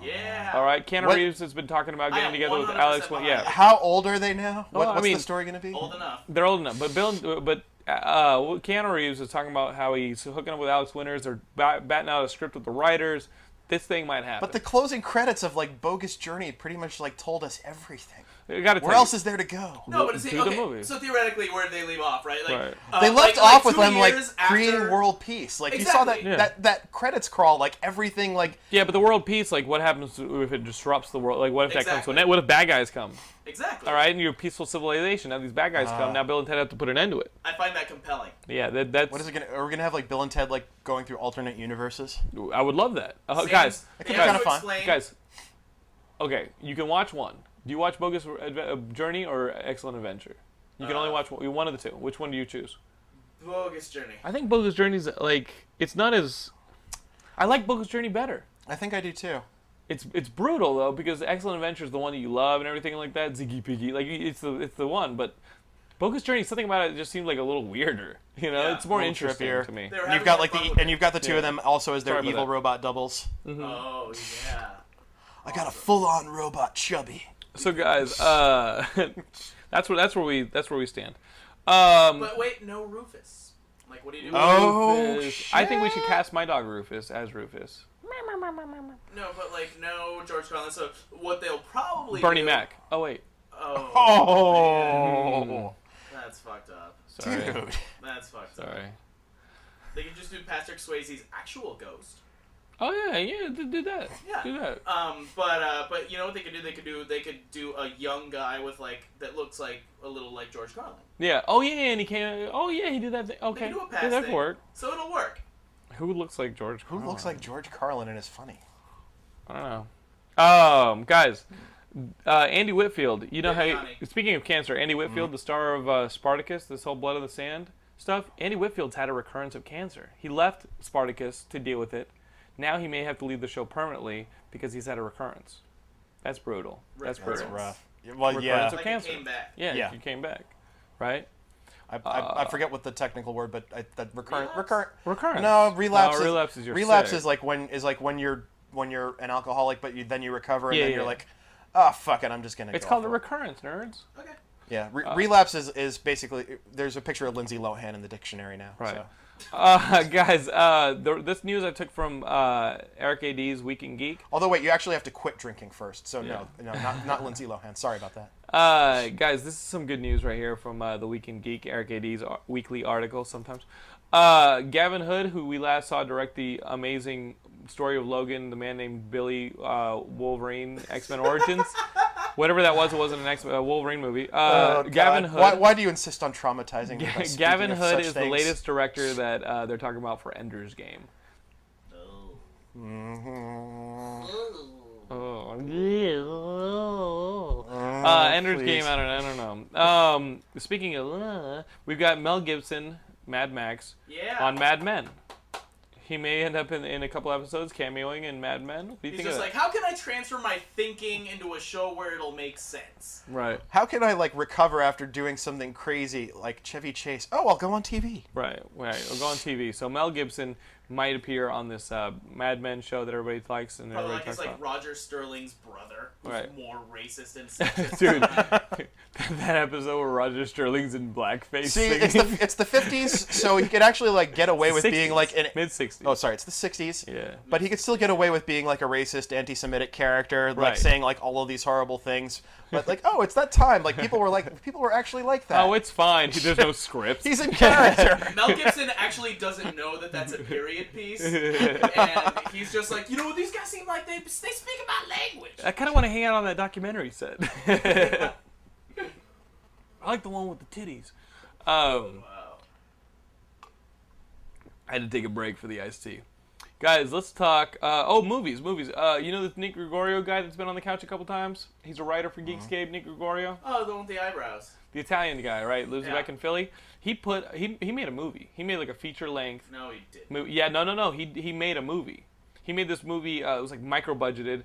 [SPEAKER 3] Yeah.
[SPEAKER 1] All right, Keanu
[SPEAKER 2] What-
[SPEAKER 1] Reeves has been talking about
[SPEAKER 3] I
[SPEAKER 1] getting
[SPEAKER 3] am
[SPEAKER 1] together with
[SPEAKER 3] 100%
[SPEAKER 1] Alex. Well,
[SPEAKER 3] behind
[SPEAKER 1] yeah,
[SPEAKER 3] that.
[SPEAKER 2] how old are they now? What,
[SPEAKER 1] Well, I
[SPEAKER 2] what's
[SPEAKER 1] mean-
[SPEAKER 2] the story going to be?
[SPEAKER 3] Old enough.
[SPEAKER 1] They're old enough, but Bill, but uh, well, Keanu Reeves is talking about how he's hooking up with Alex Winters. They're bat- batting out a script with the writers. This thing might happen.
[SPEAKER 2] But the closing credits of like Bogus Journey pretty much like told us everything.
[SPEAKER 1] I gotta
[SPEAKER 2] Where
[SPEAKER 1] tell
[SPEAKER 2] else
[SPEAKER 1] you,
[SPEAKER 2] is there to go?
[SPEAKER 3] No, but see,
[SPEAKER 1] do the
[SPEAKER 3] okay,
[SPEAKER 1] movie.
[SPEAKER 3] So theoretically, where did they leave off, right? Like
[SPEAKER 1] Right.
[SPEAKER 3] uh,
[SPEAKER 2] They left
[SPEAKER 3] like-
[SPEAKER 2] off
[SPEAKER 3] like
[SPEAKER 2] with
[SPEAKER 3] two
[SPEAKER 2] them like
[SPEAKER 3] years
[SPEAKER 2] creating
[SPEAKER 3] after-
[SPEAKER 2] world peace. Like you saw that
[SPEAKER 3] Exactly.
[SPEAKER 1] Yeah.
[SPEAKER 2] that that credits crawl, like everything like
[SPEAKER 1] yeah, but the world peace. Like, what happens if it disrupts the world? Like, what if that comes to an
[SPEAKER 3] Exactly.
[SPEAKER 1] end? What if bad guys come?
[SPEAKER 3] Exactly.
[SPEAKER 1] All right, and you're a peaceful civilization. Now these bad guys
[SPEAKER 2] Ah.
[SPEAKER 1] come. Now Bill and Ted have to put an end to it.
[SPEAKER 3] I find that compelling.
[SPEAKER 1] Yeah, that, that's.
[SPEAKER 2] what is it gonna are we gonna have like Bill and Ted like going through alternate universes?
[SPEAKER 1] I would love that, uh, guys.
[SPEAKER 3] Sam's-
[SPEAKER 2] could be
[SPEAKER 3] Sam's
[SPEAKER 2] kinda
[SPEAKER 3] to
[SPEAKER 2] fun.
[SPEAKER 3] explain-
[SPEAKER 1] Guys, okay, you can watch one. Do you watch Bogus Adve- uh, Journey or Excellent Adventure? You can only
[SPEAKER 3] Uh,
[SPEAKER 1] watch one, one of the two. Which one do you choose?
[SPEAKER 3] bogus journey.
[SPEAKER 1] I think Bogus Journey's like it's not as. I like Bogus Journey better.
[SPEAKER 2] I think I do too.
[SPEAKER 1] It's it's brutal though because Excellent Adventure is the one that you love and everything like that. Ziggy Piggy, like it's the it's the one. But Bogus Journey, something about it just seemed like a little weirder. You know,
[SPEAKER 3] Yeah,
[SPEAKER 1] it's more
[SPEAKER 2] little
[SPEAKER 1] interesting
[SPEAKER 2] trippier.
[SPEAKER 1] to me.
[SPEAKER 3] They were having
[SPEAKER 2] You've got
[SPEAKER 3] more
[SPEAKER 2] like
[SPEAKER 3] fun
[SPEAKER 2] the
[SPEAKER 3] with
[SPEAKER 2] and
[SPEAKER 3] it.
[SPEAKER 2] you've got the two
[SPEAKER 1] Yeah.
[SPEAKER 2] of them also as their
[SPEAKER 1] Sorry about
[SPEAKER 2] evil
[SPEAKER 1] that.
[SPEAKER 2] robot doubles.
[SPEAKER 3] Oh yeah.
[SPEAKER 2] I got a full-on robot chubby.
[SPEAKER 1] So guys, uh, [LAUGHS] that's where that's where we that's where we stand. Um,
[SPEAKER 3] But wait, no Rufus. Like, what do you do?
[SPEAKER 2] Oh,
[SPEAKER 1] Rufus- I think we should
[SPEAKER 2] shit.
[SPEAKER 1] cast my dog Rufus as Rufus.
[SPEAKER 3] No, but like no George Carlin. So what they'll probably
[SPEAKER 1] Bernie
[SPEAKER 3] do,
[SPEAKER 1] Mac. Oh wait,
[SPEAKER 3] Oh,
[SPEAKER 1] [LAUGHS]
[SPEAKER 2] Oh,
[SPEAKER 3] that's fucked up.
[SPEAKER 1] sorry,
[SPEAKER 2] dude.
[SPEAKER 3] That's fucked up.
[SPEAKER 1] sorry.
[SPEAKER 3] They can just do Patrick Swayze's actual ghost.
[SPEAKER 1] Oh yeah, yeah, do, do that,
[SPEAKER 3] Yeah.
[SPEAKER 1] do that.
[SPEAKER 3] Um, but uh, but you know what they could do? They could do they could do a young guy with like that looks like a little like George Carlin.
[SPEAKER 1] Yeah. Oh yeah, and he came. Oh yeah, he did that thing.
[SPEAKER 3] They
[SPEAKER 1] Okay,
[SPEAKER 3] could do a
[SPEAKER 1] yeah,
[SPEAKER 3] past
[SPEAKER 1] that
[SPEAKER 3] thing.
[SPEAKER 1] work.
[SPEAKER 3] So it'll work.
[SPEAKER 1] Who looks like George?
[SPEAKER 2] Who looks like George Carlin and is funny?
[SPEAKER 1] I don't know. Um, guys, uh, Andy Whitfield. You know
[SPEAKER 3] Yeah,
[SPEAKER 1] how?
[SPEAKER 3] Johnny.
[SPEAKER 1] speaking of cancer, Andy
[SPEAKER 2] Mm-hmm.
[SPEAKER 1] Whitfield, the star of uh, Spartacus, this whole Blood of the Sand stuff. Andy Whitfield's had a recurrence of cancer. He left Spartacus to deal with it. Now he may have to leave the show permanently because he's had a recurrence. That's brutal. That's
[SPEAKER 3] Recurrence.
[SPEAKER 1] brutal.
[SPEAKER 2] That's rough. Well,
[SPEAKER 1] Recurrence
[SPEAKER 2] yeah,
[SPEAKER 1] of
[SPEAKER 3] Like
[SPEAKER 1] cancer.
[SPEAKER 3] it came back.
[SPEAKER 1] Yeah,
[SPEAKER 2] Yeah.
[SPEAKER 1] you came back, right?
[SPEAKER 2] I,
[SPEAKER 1] uh,
[SPEAKER 2] I, I forget what the technical word, but I, that recurrent,
[SPEAKER 3] Relapse?
[SPEAKER 2] recurrent,
[SPEAKER 1] Recurrence.
[SPEAKER 2] No, relapse.
[SPEAKER 1] No,
[SPEAKER 2] is,
[SPEAKER 1] relapse is you're
[SPEAKER 2] relapse
[SPEAKER 1] sick.
[SPEAKER 2] is like when is like when you're when you're an alcoholic, but you then you recover and
[SPEAKER 1] Yeah,
[SPEAKER 2] then
[SPEAKER 1] yeah,
[SPEAKER 2] you're
[SPEAKER 1] yeah.
[SPEAKER 2] like, ah, fuck it, I'm just gonna.
[SPEAKER 1] It's
[SPEAKER 2] go
[SPEAKER 1] called a uh.
[SPEAKER 2] for it."
[SPEAKER 1] recurrence, nerds.
[SPEAKER 3] Okay.
[SPEAKER 2] Yeah, re- relapse is, is basically there's a picture of Lindsay Lohan in the dictionary now.
[SPEAKER 1] Right.
[SPEAKER 2] So.
[SPEAKER 1] Uh, [LAUGHS] guys, uh, the, this news I took from uh, Eric AD's Week in Geek.
[SPEAKER 2] Although wait, you actually have to quit drinking first. So
[SPEAKER 1] Yeah.
[SPEAKER 2] no, no, not not Lindsay Lohan. Sorry about that.
[SPEAKER 1] Uh, guys, this is some good news right here from uh, the Weekend Geek, Eric AD's ar- weekly article sometimes. Uh, Gavin Hood, who we last saw direct the amazing story of Logan, the man named Billy uh, Wolverine, X Men
[SPEAKER 2] [LAUGHS]
[SPEAKER 1] Origins. Whatever that was, it wasn't an X uh, Wolverine movie. Uh,
[SPEAKER 2] Oh, God.
[SPEAKER 1] Gavin Hood. [LAUGHS]
[SPEAKER 2] Why, why do you insist on traumatizing me? by speaking
[SPEAKER 1] Gavin
[SPEAKER 2] of
[SPEAKER 1] Hood
[SPEAKER 2] such
[SPEAKER 1] is the
[SPEAKER 2] things?
[SPEAKER 1] latest director that uh, they're talking about for Ender's Game.
[SPEAKER 3] Oh.
[SPEAKER 2] Mm-hmm.
[SPEAKER 1] Oh, uh, Ender's
[SPEAKER 2] Oh, please.
[SPEAKER 1] Game. I don't, I don't know. Um, speaking of, uh, we've got Mel Gibson, Mad Max,
[SPEAKER 3] Yeah.
[SPEAKER 1] on Mad Men. He may end up in, in a couple episodes cameoing in Mad Men. What do you
[SPEAKER 3] He's
[SPEAKER 1] think
[SPEAKER 3] just
[SPEAKER 1] of
[SPEAKER 3] like, how can I transfer my thinking into a show where it'll make sense?
[SPEAKER 1] that? Right,
[SPEAKER 2] How can I like recover after doing something crazy like Chevy Chase? Oh, I'll go on TV.
[SPEAKER 1] right, right. We'll go on TV. So Mel Gibson might appear on this uh, Mad Men show that everybody likes and
[SPEAKER 3] Probably
[SPEAKER 1] everybody
[SPEAKER 3] like it's
[SPEAKER 1] talks
[SPEAKER 3] like
[SPEAKER 1] about.
[SPEAKER 3] Roger Sterling's brother, who's
[SPEAKER 1] Right.
[SPEAKER 3] more
[SPEAKER 1] [LAUGHS]
[SPEAKER 3] racist and sexist.
[SPEAKER 1] Dude, [LAUGHS]
[SPEAKER 3] [LAUGHS]
[SPEAKER 1] that episode where Roger Sterling's in blackface.
[SPEAKER 2] See, it's the it's the
[SPEAKER 1] [LAUGHS]
[SPEAKER 2] fifties, so he could actually like get away with being like an
[SPEAKER 1] mid sixties.
[SPEAKER 2] oh sorry, it's the sixties.
[SPEAKER 1] Yeah.
[SPEAKER 2] But he could still get away with being like a racist, anti-Semitic character, like
[SPEAKER 1] Right.
[SPEAKER 2] saying like all of these horrible things. But like, oh, it's that time. Like people were like, people were actually like
[SPEAKER 1] [LAUGHS]
[SPEAKER 2] that.
[SPEAKER 1] Oh, it's fine. He- There's no script.
[SPEAKER 2] He's in
[SPEAKER 1] [LAUGHS]
[SPEAKER 2] character.
[SPEAKER 3] Mel Gibson actually doesn't know that that's a period piece,
[SPEAKER 1] [LAUGHS]
[SPEAKER 3] and he's just like, you know what? These guys seem like they they speak about language.
[SPEAKER 1] I kind of want to hang out on that documentary set. I like the one with the titties. Um,
[SPEAKER 3] Wow.
[SPEAKER 1] I had to take a break for the iced tea. Guys, let's talk. Uh, oh, movies, movies. Uh, you know this Nick Gregorio guy that's been on the couch a couple times? He's a writer for Geekscape, Nick Gregorio,
[SPEAKER 3] Oh, the one with the eyebrows.
[SPEAKER 1] the Italian guy, right? Lives
[SPEAKER 3] Yeah.
[SPEAKER 1] back in Philly. He put he he made a movie. He made like a feature length
[SPEAKER 3] No, he didn't.
[SPEAKER 1] movie. Yeah, no, no, no. He he made a movie. He made this movie. Uh, it was like micro budgeted.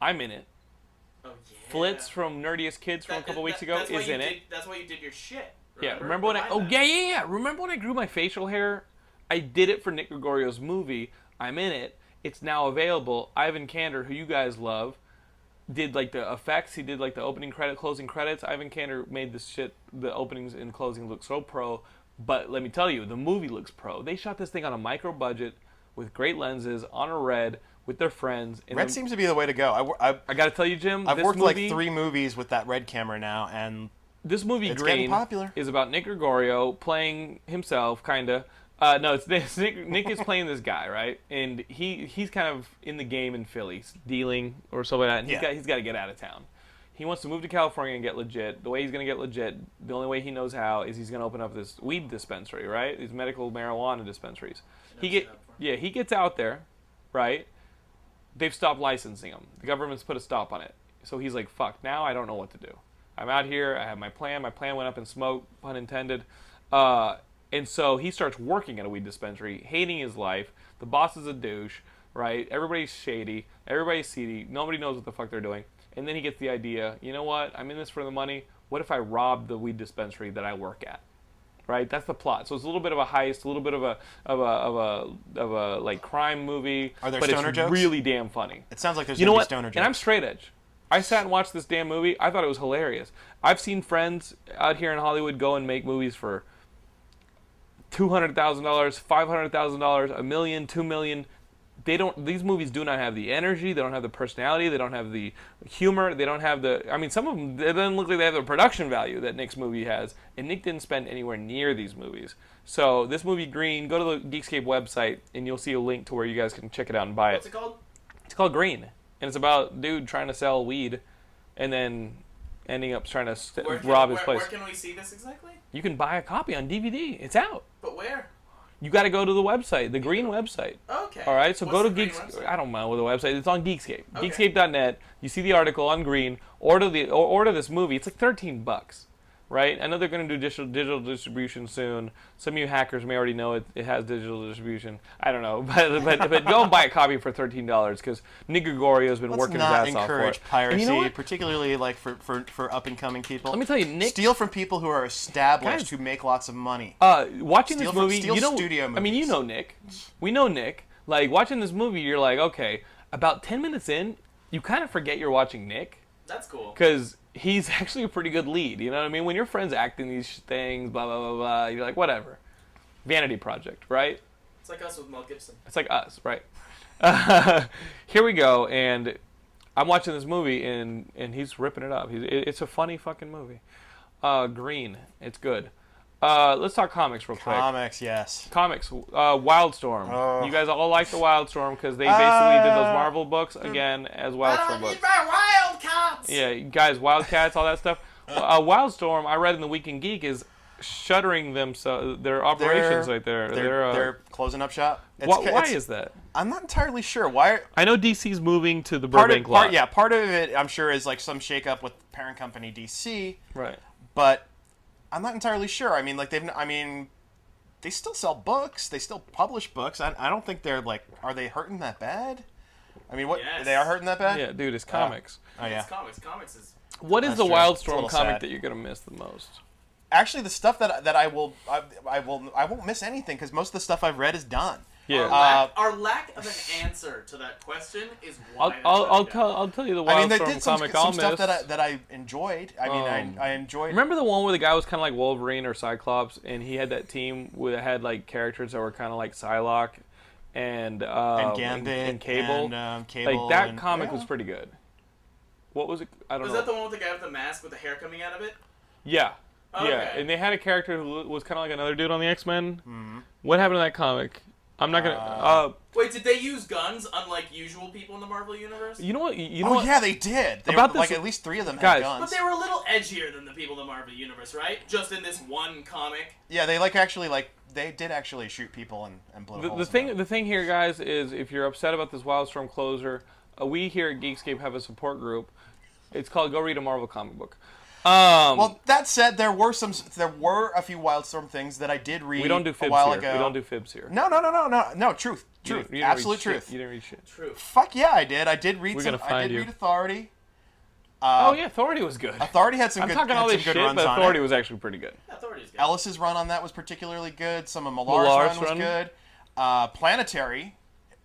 [SPEAKER 1] I'm in it.
[SPEAKER 3] Oh yeah.
[SPEAKER 1] Flitz from Nerdiest Kids from a
[SPEAKER 3] That-
[SPEAKER 1] couple
[SPEAKER 3] that-
[SPEAKER 1] weeks ago
[SPEAKER 3] that's why
[SPEAKER 1] is
[SPEAKER 3] you
[SPEAKER 1] in
[SPEAKER 3] did-
[SPEAKER 1] it.
[SPEAKER 3] That's why you did your shit.
[SPEAKER 1] Yeah, remember when I? Oh yeah, yeah, yeah. Remember when I grew my facial hair? I did it for Nick Gregorio's movie. I'm in it. It's now available. Ivan Kander, who you guys love, did like the effects. He did like the opening credit, closing credits. Ivan Kander made this shit. The openings and closings look so pro. But let me tell you, the movie looks pro. They shot this thing on a micro budget with great lenses on a red with their friends. And
[SPEAKER 2] Red
[SPEAKER 1] the-
[SPEAKER 2] seems to be the way to go. I, wor- I,
[SPEAKER 1] I gotta tell you, Jim.
[SPEAKER 2] I've
[SPEAKER 1] this
[SPEAKER 2] worked
[SPEAKER 1] movie,
[SPEAKER 2] like three movies with that red camera now, and
[SPEAKER 1] this movie
[SPEAKER 2] It's
[SPEAKER 1] Green
[SPEAKER 2] getting popular.
[SPEAKER 1] is about Nick Gregorio playing himself, kinda. Uh, no, it's [LAUGHS] this. Nick, Nick is playing this guy, right? And he he's kind of in the game in Philly, dealing or something like that. And he's
[SPEAKER 2] Yeah.
[SPEAKER 1] got he's got to get out of town. He wants to move to California and get legit. The way he's gonna get legit, the only way he knows how is he's gonna open up this weed dispensary, right? These medical marijuana dispensaries. He
[SPEAKER 3] Never seen
[SPEAKER 1] get
[SPEAKER 3] that before.
[SPEAKER 1] yeah, he gets out there, right? they've stopped licensing him. The government's put a stop on it. So he's like, fuck, now I don't know what to do. I'm out here, I have my plan, my plan went up in smoke, pun intended. Uh, and so he starts working at a weed dispensary, hating his life. The boss is a douche. right? Everybody's shady. Everybody's seedy. Nobody knows what the fuck they're doing. And then he gets the idea. You know what? I'm in this for the money. What if I rob the weed dispensary that I work at? Right, that's the plot. So it's a little bit of a heist, a little bit of a of a of a of a like crime movie.
[SPEAKER 2] Are there
[SPEAKER 1] but
[SPEAKER 2] stoner
[SPEAKER 1] it's
[SPEAKER 2] jokes?
[SPEAKER 1] really damn funny
[SPEAKER 2] It sounds like there's
[SPEAKER 1] you know
[SPEAKER 2] gonna be
[SPEAKER 1] what?
[SPEAKER 2] stoner
[SPEAKER 1] And I'm
[SPEAKER 2] jokes.
[SPEAKER 1] straight edge. I sat and watched this damn movie. I thought it was hilarious. I've seen friends out here in Hollywood go and make movies for two hundred thousand dollars, five hundred thousand dollars, a million, two million. They don't. These movies do not have the energy. They don't have the personality. They don't have the humor. They don't have the. I mean, some of them. It doesn't look like they have the production value that Nick's movie has. And Nick didn't spend anywhere near these movies. So this movie, Green, go to the Geekscape website and you'll see a link to where you guys can check it out and buy it.
[SPEAKER 3] What's it called?
[SPEAKER 1] It's called Green, and it's about dude trying to sell weed, and then ending up trying to st-
[SPEAKER 3] Where can,
[SPEAKER 1] rob his
[SPEAKER 3] where,
[SPEAKER 1] place.
[SPEAKER 3] Where can we see this exactly?
[SPEAKER 1] You can buy a copy on DVD. It's out.
[SPEAKER 3] But where?
[SPEAKER 1] You got to go to the website, the Green website.
[SPEAKER 3] Okay.
[SPEAKER 1] All right, so
[SPEAKER 3] What's
[SPEAKER 1] go to
[SPEAKER 3] the green
[SPEAKER 1] Geeks.
[SPEAKER 3] website?
[SPEAKER 1] I don't know the website. It's on Geekscape.
[SPEAKER 3] Okay.
[SPEAKER 1] Geekscape.net. You see the article on Green. Order the or, order this movie. It's like 13 bucks, right? I know they're going to do digital digital distribution soon. Some of you hackers may already know it, it has digital distribution. I don't know, [LAUGHS] but but, but go and buy a copy for 13 dollars because Nick Gregorio has been
[SPEAKER 2] Let's
[SPEAKER 1] working
[SPEAKER 2] not
[SPEAKER 1] his ass off for
[SPEAKER 2] encourage
[SPEAKER 1] it.
[SPEAKER 2] piracy,
[SPEAKER 1] And you know what?
[SPEAKER 2] particularly like for, for, for up and coming people.
[SPEAKER 1] Let me tell you, Nick.
[SPEAKER 2] steal from people who are established
[SPEAKER 1] Guys.
[SPEAKER 2] who make lots of money.
[SPEAKER 1] uh, watching
[SPEAKER 2] Steal
[SPEAKER 1] this
[SPEAKER 2] from-
[SPEAKER 1] movie,
[SPEAKER 2] steal
[SPEAKER 1] you know,
[SPEAKER 2] studio
[SPEAKER 1] I mean, you
[SPEAKER 2] movies.
[SPEAKER 1] know Nick. We know Nick. Like watching this movie, you're like, okay. About ten minutes in, you kind of forget you're watching Nick
[SPEAKER 3] That's cool.
[SPEAKER 1] because he's [LAUGHS] actually a pretty good lead. You know what I mean? When your friends act in these sh- things, blah blah blah blah, you're like, whatever. Vanity Project, right?
[SPEAKER 3] It's like us with Mel Gibson.
[SPEAKER 1] It's like us, right? [LAUGHS] here we go, and I'm watching this movie, and and he's ripping it up. He's, it, it's a funny fucking movie. Uh, green, it's good. Uh, let's talk comics real quick.
[SPEAKER 2] Comics, yes.
[SPEAKER 1] Comics, uh, Wildstorm.
[SPEAKER 2] Oh.
[SPEAKER 1] You guys all like the Wildstorm because they basically did those
[SPEAKER 2] Ah.
[SPEAKER 1] Marvel books again as Wildstorm books.
[SPEAKER 3] my wild cats.
[SPEAKER 1] Yeah, you guys, Wildcats, all that
[SPEAKER 2] [LAUGHS]
[SPEAKER 1] stuff. Uh, Wildstorm, I read in the Weekend Geek, is shuttering them so their operations right there.
[SPEAKER 2] They're,
[SPEAKER 1] They're, uh,
[SPEAKER 2] they're closing up shop. It's
[SPEAKER 1] wha-
[SPEAKER 2] ca-
[SPEAKER 1] why
[SPEAKER 2] it's-
[SPEAKER 1] is that?
[SPEAKER 2] I'm not entirely sure. Why?
[SPEAKER 1] I know DC's moving to the
[SPEAKER 2] Part
[SPEAKER 1] Burbank
[SPEAKER 2] of, part,
[SPEAKER 1] lot.
[SPEAKER 2] yeah, part of it, I'm sure, is like some shakeup with parent company DC,
[SPEAKER 1] right.
[SPEAKER 2] but I'm not entirely sure. I mean, like they've, I mean, they still sell books. They still publish books. I, I don't think they're like, are they hurting that bad? I mean, what
[SPEAKER 3] Yes.
[SPEAKER 2] they are hurting that bad?
[SPEAKER 1] Yeah, dude, it's comics.
[SPEAKER 2] Oh yeah.
[SPEAKER 3] It's comics. Comics is.
[SPEAKER 1] what is
[SPEAKER 2] that's
[SPEAKER 1] the
[SPEAKER 2] true. It's a
[SPEAKER 1] Wildstorm
[SPEAKER 2] little
[SPEAKER 1] comic
[SPEAKER 2] sad.
[SPEAKER 1] that you're gonna miss the most?
[SPEAKER 2] Actually, the stuff that that I will, I, I will, I won't miss anything because most of the stuff I've read is done.
[SPEAKER 1] Yeah,
[SPEAKER 3] Our, lack, our lack of an answer to that question is
[SPEAKER 1] I'll,
[SPEAKER 3] why.
[SPEAKER 1] I'll, I'll
[SPEAKER 3] that's
[SPEAKER 1] tell I'll tell you the
[SPEAKER 2] I mean,
[SPEAKER 1] Wildstorm
[SPEAKER 2] they did some,
[SPEAKER 1] comic I'll
[SPEAKER 2] some
[SPEAKER 1] miss.
[SPEAKER 2] stuff that I, that I enjoyed. I mean,
[SPEAKER 1] Um,
[SPEAKER 2] I, I enjoyed.
[SPEAKER 1] Remember the one where the guy was kind of like Wolverine or Cyclops, and he had that team with had like characters that were kind of like Psylocke and uh,
[SPEAKER 2] and Gambit
[SPEAKER 1] and, and Cable.
[SPEAKER 2] and, um, Cable,
[SPEAKER 1] like that
[SPEAKER 2] and-
[SPEAKER 1] comic
[SPEAKER 2] yeah.
[SPEAKER 1] was pretty good. What was it? I don't
[SPEAKER 3] Was
[SPEAKER 1] know.
[SPEAKER 3] that the one with the guy with the mask with the hair coming out of it?
[SPEAKER 1] yeah, yeah.
[SPEAKER 3] Oh, Okay.
[SPEAKER 1] And they had a character who lo- was kind of like another dude on the X Men.
[SPEAKER 2] Mm-hmm.
[SPEAKER 1] What happened to that comic? I'm not gonna. Uh,
[SPEAKER 3] Wait, did they use guns unlike usual people in the Marvel universe?
[SPEAKER 1] you know what? You know
[SPEAKER 2] Oh
[SPEAKER 1] what?
[SPEAKER 2] yeah, they did. They
[SPEAKER 1] About
[SPEAKER 2] were, like
[SPEAKER 1] this-
[SPEAKER 2] at least three of them
[SPEAKER 1] Guys.
[SPEAKER 2] had guns.
[SPEAKER 3] But they were a little edgier than the people in the Marvel universe, right? Just in this one comic.
[SPEAKER 2] yeah, they like actually like they did actually shoot people and, and blow
[SPEAKER 1] the,
[SPEAKER 2] holes
[SPEAKER 1] the
[SPEAKER 2] in
[SPEAKER 1] thing
[SPEAKER 2] them.
[SPEAKER 1] the thing here guys is if you're upset about this wildstorm closer uh, we here at geekscape have a support group it's called go read a marvel comic book um
[SPEAKER 2] Well, that said, there were some there were a few Wildstorm things that I did read
[SPEAKER 1] we don't do
[SPEAKER 2] a
[SPEAKER 1] fibs
[SPEAKER 2] while
[SPEAKER 1] here
[SPEAKER 2] ago.
[SPEAKER 1] we don't do fibs here
[SPEAKER 2] No, no, no, no, no, no. Truth,
[SPEAKER 1] You didn't- you
[SPEAKER 2] truth,
[SPEAKER 1] didn't read
[SPEAKER 2] absolute
[SPEAKER 1] shit.
[SPEAKER 2] truth.
[SPEAKER 1] you didn't read shit
[SPEAKER 3] True.
[SPEAKER 2] Fuck yeah, I did. I did read
[SPEAKER 1] We're
[SPEAKER 2] some.
[SPEAKER 1] gonna find
[SPEAKER 2] I did
[SPEAKER 1] you.
[SPEAKER 2] read Authority.
[SPEAKER 1] oh yeah authority was good
[SPEAKER 2] Authority had some
[SPEAKER 1] i'm
[SPEAKER 2] Uh, good.
[SPEAKER 1] talking
[SPEAKER 2] had
[SPEAKER 1] all
[SPEAKER 2] some
[SPEAKER 1] this shit
[SPEAKER 2] good
[SPEAKER 1] but
[SPEAKER 2] runs on
[SPEAKER 1] authority
[SPEAKER 2] it.
[SPEAKER 1] was actually pretty good
[SPEAKER 3] Authority's good.
[SPEAKER 2] Ellis's run on that was particularly good. Some of Millar's,
[SPEAKER 1] Millar's
[SPEAKER 2] run was
[SPEAKER 1] run.
[SPEAKER 2] good. Uh, Planetary,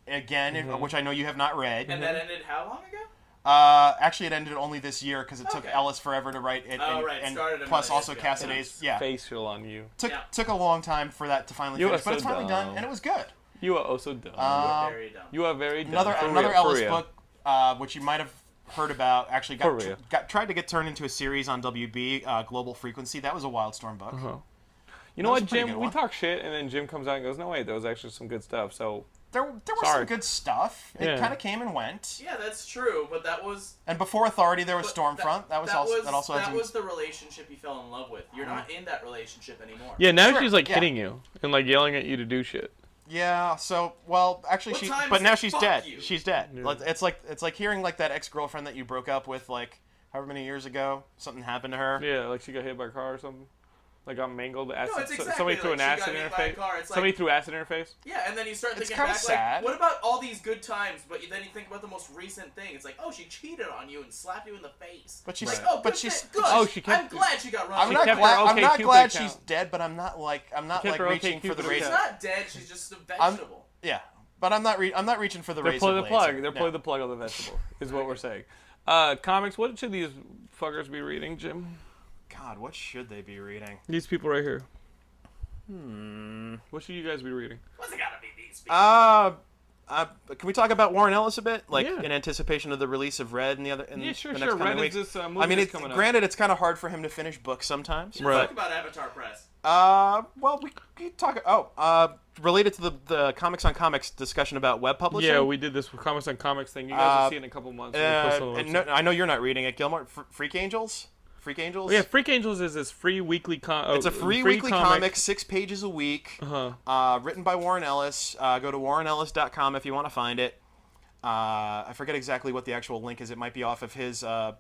[SPEAKER 2] again, if-
[SPEAKER 1] Mm-hmm.
[SPEAKER 2] which I know you have not read.
[SPEAKER 3] and that ended how long ago?
[SPEAKER 2] Uh, actually, it ended only this year because it took
[SPEAKER 3] Okay.
[SPEAKER 2] Ellis forever to write it,
[SPEAKER 3] Oh,
[SPEAKER 2] and,
[SPEAKER 3] right,
[SPEAKER 2] and
[SPEAKER 3] started him
[SPEAKER 2] plus
[SPEAKER 3] on
[SPEAKER 2] also
[SPEAKER 3] HBO.
[SPEAKER 2] Cassiday's. Yeah,
[SPEAKER 1] facial on you
[SPEAKER 2] took
[SPEAKER 3] Yeah.
[SPEAKER 2] took a long time for that to finally
[SPEAKER 1] You are
[SPEAKER 2] finish, but
[SPEAKER 1] so
[SPEAKER 2] it's finally
[SPEAKER 1] dumb.
[SPEAKER 2] done, and it was good.
[SPEAKER 1] you are also dumb
[SPEAKER 2] Um,
[SPEAKER 3] Very dumb.
[SPEAKER 1] you are very dumb.
[SPEAKER 2] another
[SPEAKER 1] For real,
[SPEAKER 2] another
[SPEAKER 1] for
[SPEAKER 2] Ellis
[SPEAKER 1] real.
[SPEAKER 2] book, uh, which you might have heard about, actually
[SPEAKER 1] For
[SPEAKER 2] got, tr-
[SPEAKER 1] real.
[SPEAKER 2] got tried to get turned into a series on WB, uh, Global Frequency. That was a Wildstorm book.
[SPEAKER 1] Uh-huh. you know
[SPEAKER 2] that was
[SPEAKER 1] what
[SPEAKER 2] a pretty
[SPEAKER 1] jim
[SPEAKER 2] good
[SPEAKER 1] we
[SPEAKER 2] one.
[SPEAKER 1] talk shit and then jim comes out and goes no wait there was actually some good stuff so
[SPEAKER 2] There there was
[SPEAKER 1] Sorry.
[SPEAKER 2] some good stuff. It
[SPEAKER 1] Yeah.
[SPEAKER 2] kind of came and went.
[SPEAKER 3] Yeah, that's true, but that was
[SPEAKER 2] And before Authority, there was
[SPEAKER 3] but
[SPEAKER 2] Stormfront. That, was also that also Uh-huh. had
[SPEAKER 3] that
[SPEAKER 2] some.
[SPEAKER 3] was the relationship you fell in love with. You're not in that relationship anymore.
[SPEAKER 1] yeah now
[SPEAKER 2] Sure,
[SPEAKER 1] she's like
[SPEAKER 2] yeah.
[SPEAKER 1] hitting you and like yelling at you to do shit
[SPEAKER 2] Yeah. So, well, actually,
[SPEAKER 3] What
[SPEAKER 2] she.
[SPEAKER 3] time
[SPEAKER 2] But
[SPEAKER 3] is
[SPEAKER 2] now
[SPEAKER 3] it?
[SPEAKER 2] she's
[SPEAKER 3] Fuck
[SPEAKER 2] dead.
[SPEAKER 3] you.
[SPEAKER 2] She's dead. Like, It's like it's like hearing like that ex girlfriend that you broke up with like however many years ago. Something happened to her.
[SPEAKER 1] yeah like she got hit by a car or something Like I'm mangled. Acid.
[SPEAKER 3] it's
[SPEAKER 1] so-
[SPEAKER 3] exactly
[SPEAKER 1] somebody threw
[SPEAKER 3] like
[SPEAKER 1] an
[SPEAKER 3] she got
[SPEAKER 1] acid in
[SPEAKER 3] hit
[SPEAKER 1] her
[SPEAKER 3] by a
[SPEAKER 1] face.
[SPEAKER 3] car. It's like-
[SPEAKER 1] somebody threw acid in her face.
[SPEAKER 3] Yeah, and then you start
[SPEAKER 2] It's
[SPEAKER 3] thinking
[SPEAKER 2] kinda
[SPEAKER 3] back,
[SPEAKER 2] sad.
[SPEAKER 3] like, what about all these good times? But you, then you think about the most recent thing. It's like, oh, she cheated on you and slapped you in the face.
[SPEAKER 2] But she's-
[SPEAKER 3] like, oh,
[SPEAKER 2] but
[SPEAKER 3] good
[SPEAKER 2] she's-
[SPEAKER 3] thing, good.
[SPEAKER 1] Oh, she kept-
[SPEAKER 3] I'm glad she got run.
[SPEAKER 2] I'm
[SPEAKER 3] over.
[SPEAKER 2] not
[SPEAKER 1] kept her
[SPEAKER 2] glad. I'm
[SPEAKER 1] OK
[SPEAKER 2] not
[SPEAKER 1] Cupid
[SPEAKER 2] glad she's
[SPEAKER 1] account.
[SPEAKER 2] dead, but I'm not like I'm not
[SPEAKER 1] kept
[SPEAKER 2] like
[SPEAKER 1] her OK
[SPEAKER 2] reaching for the
[SPEAKER 1] Cupid
[SPEAKER 2] razor.
[SPEAKER 3] She's
[SPEAKER 1] account.
[SPEAKER 3] not dead. She's just a
[SPEAKER 2] I'm-
[SPEAKER 3] vegetable.
[SPEAKER 2] Yeah, but I'm not. Re- I'm not reaching for the
[SPEAKER 1] They're
[SPEAKER 2] razor.
[SPEAKER 1] pulling the
[SPEAKER 2] blades.
[SPEAKER 1] plug. They're
[SPEAKER 2] No.
[SPEAKER 1] pulling the plug on the vegetable. Is what we're saying. Uh, comics. What should these fuckers be reading, Jim?
[SPEAKER 2] God, what should they be reading?
[SPEAKER 1] These people right here. Hmm. What should you guys be reading?
[SPEAKER 3] What's it gotta be these people?
[SPEAKER 2] Uh, uh, can we talk about Warren Ellis a bit, like
[SPEAKER 1] Yeah.
[SPEAKER 2] in anticipation of the release of Red and the other? In
[SPEAKER 1] Yeah, sure,
[SPEAKER 2] the
[SPEAKER 1] sure.
[SPEAKER 2] Next coming
[SPEAKER 1] Red is
[SPEAKER 2] week?
[SPEAKER 1] this, uh, movie
[SPEAKER 2] I mean,
[SPEAKER 1] that's
[SPEAKER 2] it's,
[SPEAKER 1] coming up.
[SPEAKER 2] granted, it's kind of hard for him to finish books sometimes.
[SPEAKER 1] Right.
[SPEAKER 3] Talk about Avatar Press.
[SPEAKER 2] Uh, well, we can talk. Oh, uh, related to the the comics on comics discussion about web publishing.
[SPEAKER 1] Yeah, we did this with comics on comics thing. You guys will
[SPEAKER 2] Uh,
[SPEAKER 1] see it in a couple months. We'll
[SPEAKER 2] Uh,
[SPEAKER 1] post it on the
[SPEAKER 2] and
[SPEAKER 1] website.
[SPEAKER 2] no, I know you're not reading it, Gilmore. Fr- Freak Angels. Freak Angels.
[SPEAKER 1] Oh, yeah, Freak Angels is this free weekly com- oh,
[SPEAKER 2] It's a free, weekly comic. six pages a week,
[SPEAKER 1] Uh-huh.
[SPEAKER 2] uh, written by Warren Ellis. Uh, go to warrenellis.com if you want to find it. Uh, I forget exactly what the actual link is. It might be off of his uh,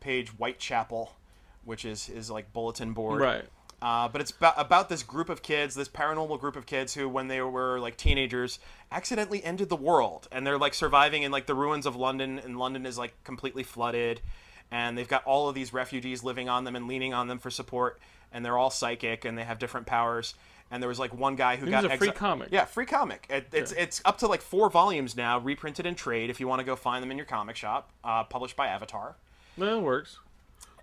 [SPEAKER 2] page Whitechapel, which is his like bulletin board.
[SPEAKER 1] Right.
[SPEAKER 2] Uh, but it's about, about this group of kids, this paranormal group of kids who, when they were like teenagers, accidentally ended the world, and they're like surviving in like the ruins of London, and London is like completely flooded, and they've got all of these refugees living on them and leaning on them for support, and they're all psychic and they have different powers. And there was like one guy who
[SPEAKER 1] This
[SPEAKER 2] got
[SPEAKER 1] is a free
[SPEAKER 2] exi-
[SPEAKER 1] comic.
[SPEAKER 2] Yeah, free comic. It, it's it's up to like four volumes now, reprinted in trade. If you want to go find them in your comic shop, uh, published by Avatar
[SPEAKER 1] No, it works.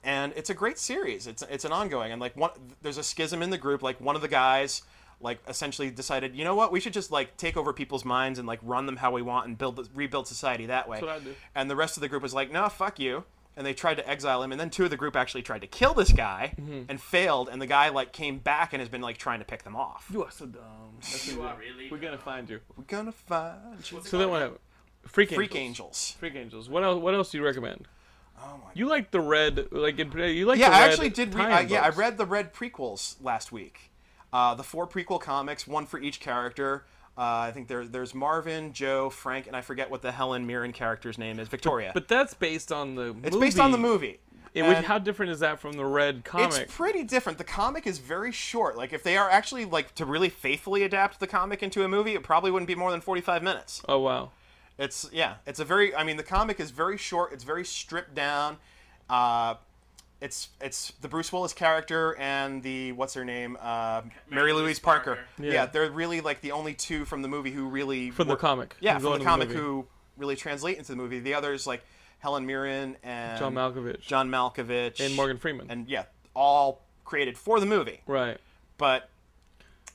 [SPEAKER 2] and it's a great series. It's it's an ongoing, and like one, there's a schism in the group. Like one of the guys, like essentially decided, you know what, we should just like take over people's minds and like run them how we want and build rebuild society that way.
[SPEAKER 1] That's what I do.
[SPEAKER 2] And the rest of the group was like, no, fuck you. And they tried to exile him, and then two of the group actually tried to kill this guy and failed. And the guy like came back and has been like trying to pick them off.
[SPEAKER 1] You are so dumb. That's
[SPEAKER 3] You
[SPEAKER 1] what
[SPEAKER 3] are
[SPEAKER 1] we do.
[SPEAKER 3] really.
[SPEAKER 1] We're gonna find you.
[SPEAKER 2] We're gonna find you.
[SPEAKER 3] What's it
[SPEAKER 1] So then
[SPEAKER 3] called
[SPEAKER 1] what happened? Freak,
[SPEAKER 2] Freak
[SPEAKER 1] Angels.
[SPEAKER 2] angels.
[SPEAKER 1] Freak Angels. What else? What else do you recommend?
[SPEAKER 2] Oh my.
[SPEAKER 1] You like the red, like in, you like
[SPEAKER 2] yeah,
[SPEAKER 1] the
[SPEAKER 2] I
[SPEAKER 1] red
[SPEAKER 2] actually did read.
[SPEAKER 1] tie-in
[SPEAKER 2] I, yeah, I
[SPEAKER 1] books.
[SPEAKER 2] read the Red prequels last week. Uh, the four prequel comics, one for each character. Uh, I think there, there's Marvin, Joe, Frank, and I forget what the Helen Mirren character's name is. Victoria.
[SPEAKER 1] But that's based on the.
[SPEAKER 2] it's based on the movie.
[SPEAKER 1] It would-
[SPEAKER 2] And
[SPEAKER 1] how different is that from the red comic?
[SPEAKER 2] It's pretty different. The comic is very short. Like if they are actually like to really faithfully adapt the comic into a movie, it probably wouldn't be more than 45 minutes.
[SPEAKER 1] oh wow.
[SPEAKER 2] It's yeah. It's a very. I mean, the comic is very short. It's very stripped down. Uh, it's it's the Bruce Willis character and the what's her name, uh, Mary Louise Parker.
[SPEAKER 3] Parker.
[SPEAKER 1] Yeah.
[SPEAKER 2] Yeah. they're really like the only two from the movie who really
[SPEAKER 1] From the
[SPEAKER 2] were-
[SPEAKER 1] comic.
[SPEAKER 2] Yeah,
[SPEAKER 1] Who
[SPEAKER 2] from
[SPEAKER 1] go
[SPEAKER 2] the
[SPEAKER 1] into
[SPEAKER 2] comic
[SPEAKER 1] movie.
[SPEAKER 2] who really translate into the movie. The others like Helen Mirren and
[SPEAKER 1] John Malkovich.
[SPEAKER 2] John Malkovich,
[SPEAKER 1] and Morgan Freeman.
[SPEAKER 2] and yeah, all created for the movie
[SPEAKER 1] right.
[SPEAKER 2] but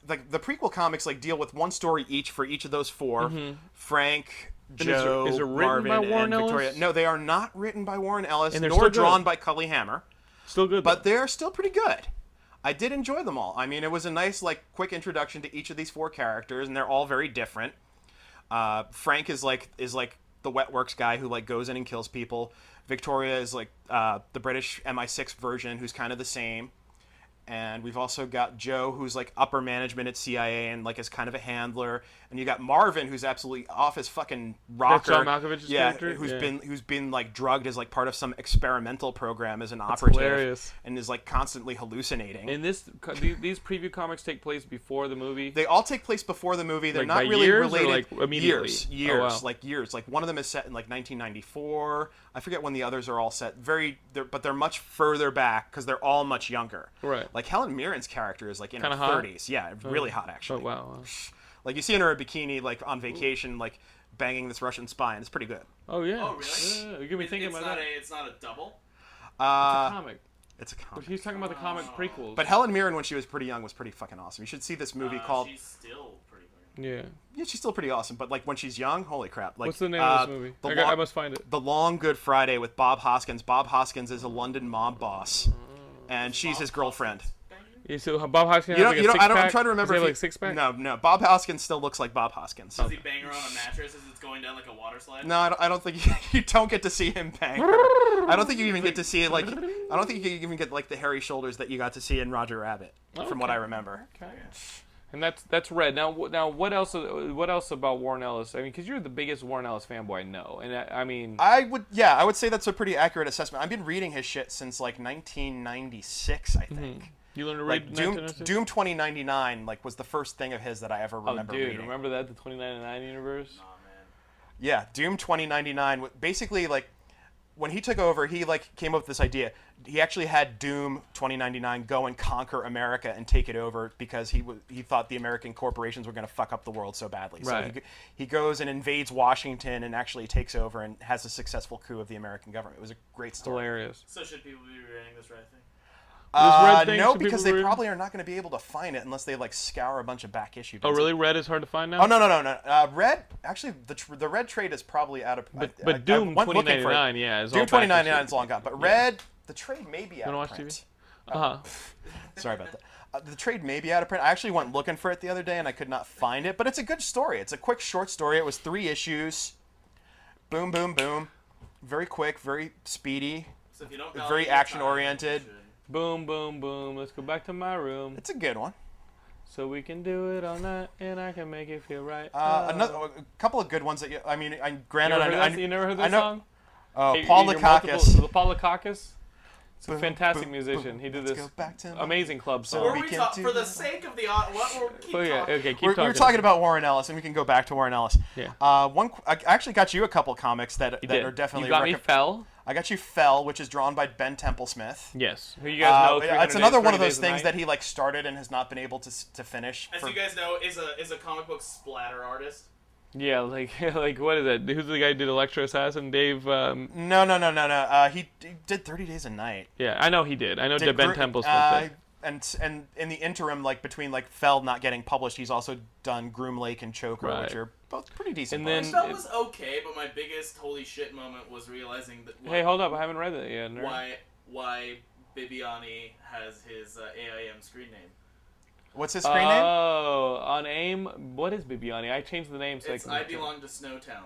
[SPEAKER 2] the, the prequel comics like deal with one story each for each of those 4 Frank,
[SPEAKER 1] Mm-hmm. is
[SPEAKER 2] Joe,
[SPEAKER 1] it- is it written
[SPEAKER 2] Marvin,
[SPEAKER 1] by Warren
[SPEAKER 2] and Victoria.
[SPEAKER 1] Ellis?
[SPEAKER 2] No, they are not written by Warren Ellis
[SPEAKER 1] And they're
[SPEAKER 2] nor
[SPEAKER 1] still good.
[SPEAKER 2] drawn by Cully Hammer,
[SPEAKER 1] Still good.
[SPEAKER 2] but
[SPEAKER 1] though.
[SPEAKER 2] they're still pretty good. I did enjoy them all. I mean, it was a nice like quick introduction to each of these four characters, and they're all very different. Uh, Frank is like is like the wet works guy who like goes in and kills people. Victoria is like uh, the British MI6 version, who's kind of the same and we've also got Joe, who's like upper management at CIA and like is kind of a handler, and you got Marvin, who's absolutely off his fucking rocker.
[SPEAKER 1] John Malkovich's
[SPEAKER 2] yeah,
[SPEAKER 1] character?
[SPEAKER 2] who's
[SPEAKER 1] Yeah.
[SPEAKER 2] been who's been like drugged as like part of some experimental program as an operative,
[SPEAKER 1] hilarious.
[SPEAKER 2] and is like constantly hallucinating.
[SPEAKER 1] in this, co- the- these preview comics take place before the movie.
[SPEAKER 2] they all take place before the movie. They're
[SPEAKER 1] Like, by
[SPEAKER 2] not really
[SPEAKER 1] years or,
[SPEAKER 2] related.
[SPEAKER 1] like, immediately?
[SPEAKER 2] Years,
[SPEAKER 1] Oh,
[SPEAKER 2] years,
[SPEAKER 1] wow.
[SPEAKER 2] like years. Like one of them is set in like 1994. I forget when the others are all set. Very, they're, but they're much further back because they're all much younger.
[SPEAKER 1] Right.
[SPEAKER 2] Like Helen Mirren's character is like in
[SPEAKER 1] Kinda
[SPEAKER 2] her
[SPEAKER 1] hot?
[SPEAKER 2] 30s. Yeah, really hot
[SPEAKER 1] oh
[SPEAKER 2] actually.
[SPEAKER 1] wow.
[SPEAKER 2] Like you see her in a bikini, like on vacation, like banging this Russian spy, and it's pretty good.
[SPEAKER 1] Oh yeah.
[SPEAKER 3] Oh, really?
[SPEAKER 1] Yeah, you can be
[SPEAKER 3] It-
[SPEAKER 1] thinking
[SPEAKER 3] it's
[SPEAKER 1] about
[SPEAKER 3] not
[SPEAKER 1] that.
[SPEAKER 3] A, it's not a double.
[SPEAKER 2] Uh,
[SPEAKER 1] comic.
[SPEAKER 2] it's a
[SPEAKER 1] But
[SPEAKER 2] comic.
[SPEAKER 1] he's talking about the
[SPEAKER 3] uh,
[SPEAKER 1] comic prequels.
[SPEAKER 2] But Helen Mirren, when she was pretty young, was pretty fucking awesome. You should see this movie
[SPEAKER 3] Uh,
[SPEAKER 2] called.
[SPEAKER 3] She's still pretty.
[SPEAKER 1] [LAUGHS]
[SPEAKER 3] fucking-
[SPEAKER 1] yeah.
[SPEAKER 2] Yeah, she's still pretty awesome, but like when she's young, holy crap! Like
[SPEAKER 1] What's the name
[SPEAKER 2] uh,
[SPEAKER 1] of this movie?
[SPEAKER 2] The
[SPEAKER 1] I, got-
[SPEAKER 2] Lo-
[SPEAKER 1] I must find it.
[SPEAKER 2] The Long Good Friday with Bob Hoskins. Bob Hoskins is a London mob boss, and she's his girlfriend.
[SPEAKER 3] Bang.
[SPEAKER 1] You see, Bob Hoskins.
[SPEAKER 2] You
[SPEAKER 1] has
[SPEAKER 2] don't,
[SPEAKER 1] like a
[SPEAKER 2] you don't, I don't, I'm
[SPEAKER 1] six-pack?
[SPEAKER 2] trying to
[SPEAKER 1] Does
[SPEAKER 2] remember.
[SPEAKER 1] he
[SPEAKER 2] if
[SPEAKER 1] have
[SPEAKER 2] he-
[SPEAKER 1] like six pack.
[SPEAKER 2] No, no. Bob Hoskins still looks like Bob Hoskins.
[SPEAKER 3] Does he bang her on a mattress as it's going down like a water slide?
[SPEAKER 2] No, I don't, I don't think [LAUGHS] you, don't get to see him bang. I don't think you even get to see like. I don't think you even get like the hairy shoulders that you got to see in Roger Rabbit, from what
[SPEAKER 1] Okay.
[SPEAKER 2] I remember.
[SPEAKER 1] Okay. And that's that's red. Now, wh- now what else? What else about Warren Ellis? I mean, because you're the biggest Warren Ellis fanboy I know, and I, I mean,
[SPEAKER 2] I would, yeah,
[SPEAKER 1] Mm-hmm.
[SPEAKER 2] I would say that's a pretty accurate assessment. I've been reading his shit since like 1996, I think.
[SPEAKER 1] You learned to read
[SPEAKER 2] Like Doom,
[SPEAKER 1] 1992?
[SPEAKER 2] Doom 2099 like was the first thing of his that I ever
[SPEAKER 1] Oh,
[SPEAKER 2] remember
[SPEAKER 1] dude,
[SPEAKER 2] reading.
[SPEAKER 1] remember that the 2099 universe?
[SPEAKER 3] Aw, man.
[SPEAKER 2] Yeah, Doom 2099 wa- basically like when he took over, he like came up with this idea. He actually had Doom 2099 go and conquer America and take it over because he w- he thought the American corporations were going to fuck up the world so badly. So
[SPEAKER 1] Right.
[SPEAKER 2] he, g- he goes and invades Washington and actually takes over and has a successful coup of the American government. It was a great story.
[SPEAKER 1] Hilarious.
[SPEAKER 3] So should people be reading this right thing?
[SPEAKER 1] This
[SPEAKER 2] Uh,
[SPEAKER 1] red thing
[SPEAKER 2] no,
[SPEAKER 1] should be
[SPEAKER 2] because they
[SPEAKER 1] read-
[SPEAKER 2] probably are not going to be able to find it unless they like scour a bunch of back issue.
[SPEAKER 1] Oh,
[SPEAKER 2] bins.
[SPEAKER 1] really? Red is hard to find now.
[SPEAKER 2] Oh no no no no. Uh, red actually the tr- the red trade is probably out of.
[SPEAKER 1] But,
[SPEAKER 2] I-
[SPEAKER 1] but
[SPEAKER 2] I- I
[SPEAKER 1] Doom
[SPEAKER 2] went looking for it.
[SPEAKER 1] 2099, yeah, is all
[SPEAKER 2] Doom
[SPEAKER 1] back
[SPEAKER 2] twenty ninety nine
[SPEAKER 1] issue.
[SPEAKER 2] is long gone, but Red the trade may be out
[SPEAKER 1] wanna
[SPEAKER 2] of
[SPEAKER 1] watch
[SPEAKER 2] print.
[SPEAKER 1] Uh-huh.
[SPEAKER 2] [LAUGHS] Sorry about that. Uh, the trade may be out of print. I actually went looking for it the other day and I could not find it, but it's a good story. It's a quick short story. It was three issues. Boom, boom, boom. Very quick, very speedy.
[SPEAKER 3] So if you don't
[SPEAKER 2] very
[SPEAKER 3] validate your time,
[SPEAKER 2] action-oriented.
[SPEAKER 3] you should.
[SPEAKER 1] Boom, boom, boom. Let's go back to my room
[SPEAKER 2] It's a good one.
[SPEAKER 1] so we can do it all night, and I can make it feel right.
[SPEAKER 2] Uh,
[SPEAKER 1] Oh.
[SPEAKER 2] another a couple of good ones that you, I mean, I
[SPEAKER 1] You
[SPEAKER 2] granted,
[SPEAKER 1] never
[SPEAKER 2] I,
[SPEAKER 1] heard
[SPEAKER 2] know-
[SPEAKER 1] that,
[SPEAKER 2] I,
[SPEAKER 1] you never heard
[SPEAKER 2] I
[SPEAKER 1] that
[SPEAKER 2] know-
[SPEAKER 1] song?
[SPEAKER 2] Oh,
[SPEAKER 1] Hey,
[SPEAKER 2] Paul
[SPEAKER 1] your multiple-
[SPEAKER 2] Lukakis.
[SPEAKER 1] the Paul Lukakis. It's a
[SPEAKER 2] Boom,
[SPEAKER 1] fantastic
[SPEAKER 2] boom,
[SPEAKER 1] musician.
[SPEAKER 2] boom.
[SPEAKER 1] He did
[SPEAKER 2] Let's
[SPEAKER 1] this
[SPEAKER 2] go back to my-
[SPEAKER 1] amazing club
[SPEAKER 2] So
[SPEAKER 1] song.
[SPEAKER 3] Were
[SPEAKER 2] we
[SPEAKER 3] we
[SPEAKER 2] can
[SPEAKER 3] talk-
[SPEAKER 2] do
[SPEAKER 3] for the
[SPEAKER 2] this.
[SPEAKER 3] sake of the au- what we're keep
[SPEAKER 1] okay,
[SPEAKER 3] talking.
[SPEAKER 1] okay, keep
[SPEAKER 2] We're,
[SPEAKER 1] talking.
[SPEAKER 2] we were talking about Warren Ellis, and we can go back to Warren Ellis.
[SPEAKER 1] Yeah.
[SPEAKER 2] Uh, one, qu- I actually got you a couple comics that,
[SPEAKER 1] You
[SPEAKER 2] that
[SPEAKER 1] did.
[SPEAKER 2] are definitely
[SPEAKER 1] You got me
[SPEAKER 2] recom-
[SPEAKER 1] fell.
[SPEAKER 2] I got you Fell, which is drawn by Ben Temple Smith.
[SPEAKER 1] Yes. Who you guys
[SPEAKER 2] Uh,
[SPEAKER 1] know?
[SPEAKER 2] it's another one of those things that he like started and has not been able to s- to finish.
[SPEAKER 3] As
[SPEAKER 2] for-
[SPEAKER 3] you guys know, is a is a comic book splatter artist.
[SPEAKER 1] he. Yeah, like [LAUGHS] like what is that? Who's the guy who did Electro Assassin? Dave. Um,
[SPEAKER 2] no, no, no, no, no. Uh, he d- did Thirty Days a Night.
[SPEAKER 1] yeah, I know he did. I know
[SPEAKER 2] Did
[SPEAKER 1] did Ben
[SPEAKER 2] Gr-
[SPEAKER 1] Temple's
[SPEAKER 2] uh,
[SPEAKER 1] did.
[SPEAKER 2] and and in the interim, like between like Fell not getting published, he's also done Groom Lake and Choker,
[SPEAKER 1] Right.
[SPEAKER 2] which are both pretty
[SPEAKER 1] And
[SPEAKER 2] decent. books.
[SPEAKER 1] then-
[SPEAKER 3] That
[SPEAKER 1] it-
[SPEAKER 3] was okay, but my biggest holy shit moment was realizing that
[SPEAKER 1] Hey, hold up! I haven't read that yet. nerd.
[SPEAKER 3] why why Bibiani has his uh, AIM screen name.
[SPEAKER 2] what's his screen name?
[SPEAKER 1] Oh, on AIM, what is Bibiani? I changed the name so
[SPEAKER 3] It's
[SPEAKER 1] I
[SPEAKER 3] I
[SPEAKER 1] can.
[SPEAKER 3] belong to Snowtown.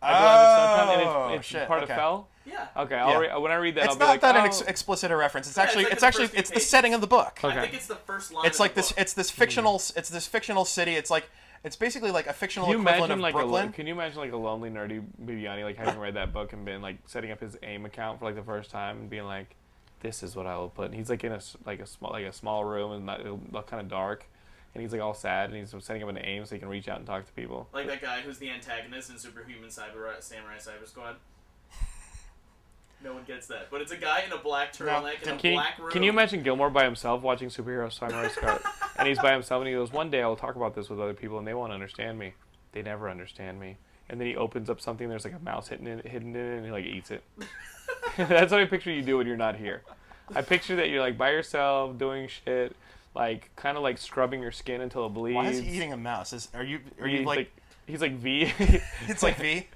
[SPEAKER 1] I belong to Suntown,
[SPEAKER 2] Oh,
[SPEAKER 1] and it's, it's
[SPEAKER 2] shit,
[SPEAKER 1] part
[SPEAKER 2] okay.
[SPEAKER 1] of Fell.
[SPEAKER 3] Yeah.
[SPEAKER 1] Okay, I'll
[SPEAKER 2] Yeah.
[SPEAKER 1] re- when I read that,
[SPEAKER 2] It's
[SPEAKER 1] I'll
[SPEAKER 2] not
[SPEAKER 1] be like,
[SPEAKER 2] that
[SPEAKER 1] oh.
[SPEAKER 2] ex- explicit a reference. It's
[SPEAKER 3] Yeah, it's
[SPEAKER 2] actually
[SPEAKER 3] like
[SPEAKER 2] it's,
[SPEAKER 3] the
[SPEAKER 2] actually
[SPEAKER 3] first few
[SPEAKER 2] it's the
[SPEAKER 3] pages.
[SPEAKER 2] setting of the book.
[SPEAKER 1] Okay.
[SPEAKER 3] I think it's the first line.
[SPEAKER 2] It's
[SPEAKER 3] of the
[SPEAKER 2] like this.
[SPEAKER 3] book.
[SPEAKER 2] It's this fictional. It's this fictional city. It's like it's basically like a fictional
[SPEAKER 1] Can you
[SPEAKER 2] equivalent
[SPEAKER 1] imagine
[SPEAKER 2] of
[SPEAKER 1] like a
[SPEAKER 2] Brooklyn.
[SPEAKER 1] lo- can you imagine like a lonely nerdy Bibiani like having read that book and been like setting up his AIM account for like the first time and being like, this is what I will put. And he's like in a s- like a small like a small room and not, it'll look kind of dark, and he's like all sad and he's setting up an AIM so he can reach out and talk to people.
[SPEAKER 3] like that guy who's the antagonist in Superhuman Cyber uh, Samurai Cyber Squad. No one gets that, but it's a guy in a black turtleneck in a
[SPEAKER 1] Can you,
[SPEAKER 3] black room.
[SPEAKER 1] can you imagine Gilmore by himself watching superhero Samurai Scarlet? and he's by himself, and he goes, "One day I will talk about this with other people, and they won't understand me. They never understand me." And then he opens up something. There's like a mouse hidden in, hidden in it, and he like eats it. [LAUGHS] That's what I picture you do when you're not here. I picture that you're like by yourself doing shit, like kind of like scrubbing your skin until it bleeds.
[SPEAKER 2] Why is he eating a mouse? Is are you are you
[SPEAKER 1] He's
[SPEAKER 2] like,
[SPEAKER 1] like he's like [LAUGHS] V.
[SPEAKER 2] [LAUGHS] it's like V?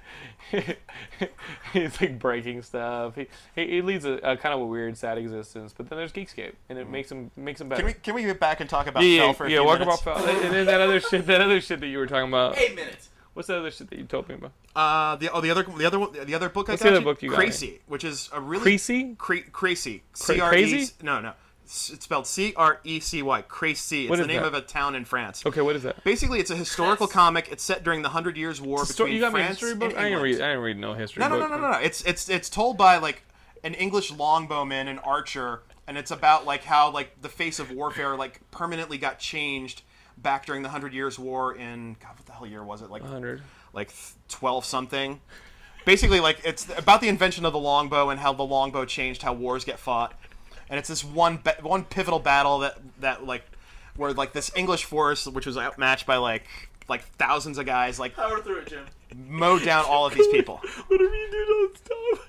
[SPEAKER 1] [LAUGHS] he's like breaking stuff. He he, he leads a, a kind of a weird, sad existence. But then there's Geekscape, and it makes him makes him better.
[SPEAKER 2] Can we can we get back and talk about
[SPEAKER 1] Mm-hmm. yeah,
[SPEAKER 2] Fell
[SPEAKER 1] yeah,
[SPEAKER 2] for a
[SPEAKER 1] yeah.
[SPEAKER 2] few
[SPEAKER 1] Walk
[SPEAKER 2] minutes?
[SPEAKER 1] about Fel- and then that other shit, that other shit that you were talking about.
[SPEAKER 3] Eight minutes.
[SPEAKER 1] What's that other shit that you told me about?
[SPEAKER 2] Uh, the oh the other the other one- the other book
[SPEAKER 1] What's
[SPEAKER 2] I got
[SPEAKER 1] the other
[SPEAKER 2] you?
[SPEAKER 1] book you got me?
[SPEAKER 2] Crazy, which is a really
[SPEAKER 1] Creasy?
[SPEAKER 2] Cre- Crazy
[SPEAKER 1] Cra-
[SPEAKER 2] C R E
[SPEAKER 1] crazy?
[SPEAKER 2] no no S- it's spelled C R E C Y Crazy. It's
[SPEAKER 1] What
[SPEAKER 2] the
[SPEAKER 1] is
[SPEAKER 2] name
[SPEAKER 1] that?
[SPEAKER 2] of a town in France.
[SPEAKER 1] Okay, what is that?
[SPEAKER 2] Basically, it's a historical
[SPEAKER 3] Yes.
[SPEAKER 2] comic. It's set during the Hundred Years' War
[SPEAKER 1] Story,
[SPEAKER 2] between
[SPEAKER 1] you got me a
[SPEAKER 2] France
[SPEAKER 1] history
[SPEAKER 2] and
[SPEAKER 1] book. I didn't
[SPEAKER 2] England.
[SPEAKER 1] read. I didn't read no history
[SPEAKER 2] No, no,
[SPEAKER 1] book.
[SPEAKER 2] no, no, no, no. It's it's it's told by like an English longbowman, an archer, and it's about like how like the face of warfare like permanently got changed back during the Hundred Years' War in God, what the hell year was it? Like
[SPEAKER 1] Hundred.
[SPEAKER 2] like twelve something. Basically, like it's about the invention of the longbow and how the longbow changed how wars get fought, and it's this one ba- one pivotal battle that that like where like this English force, which was outmatched by like like thousands of guys, like
[SPEAKER 3] Power through it, Jim.
[SPEAKER 2] mowed down all of these people.
[SPEAKER 1] Whatever you do, don't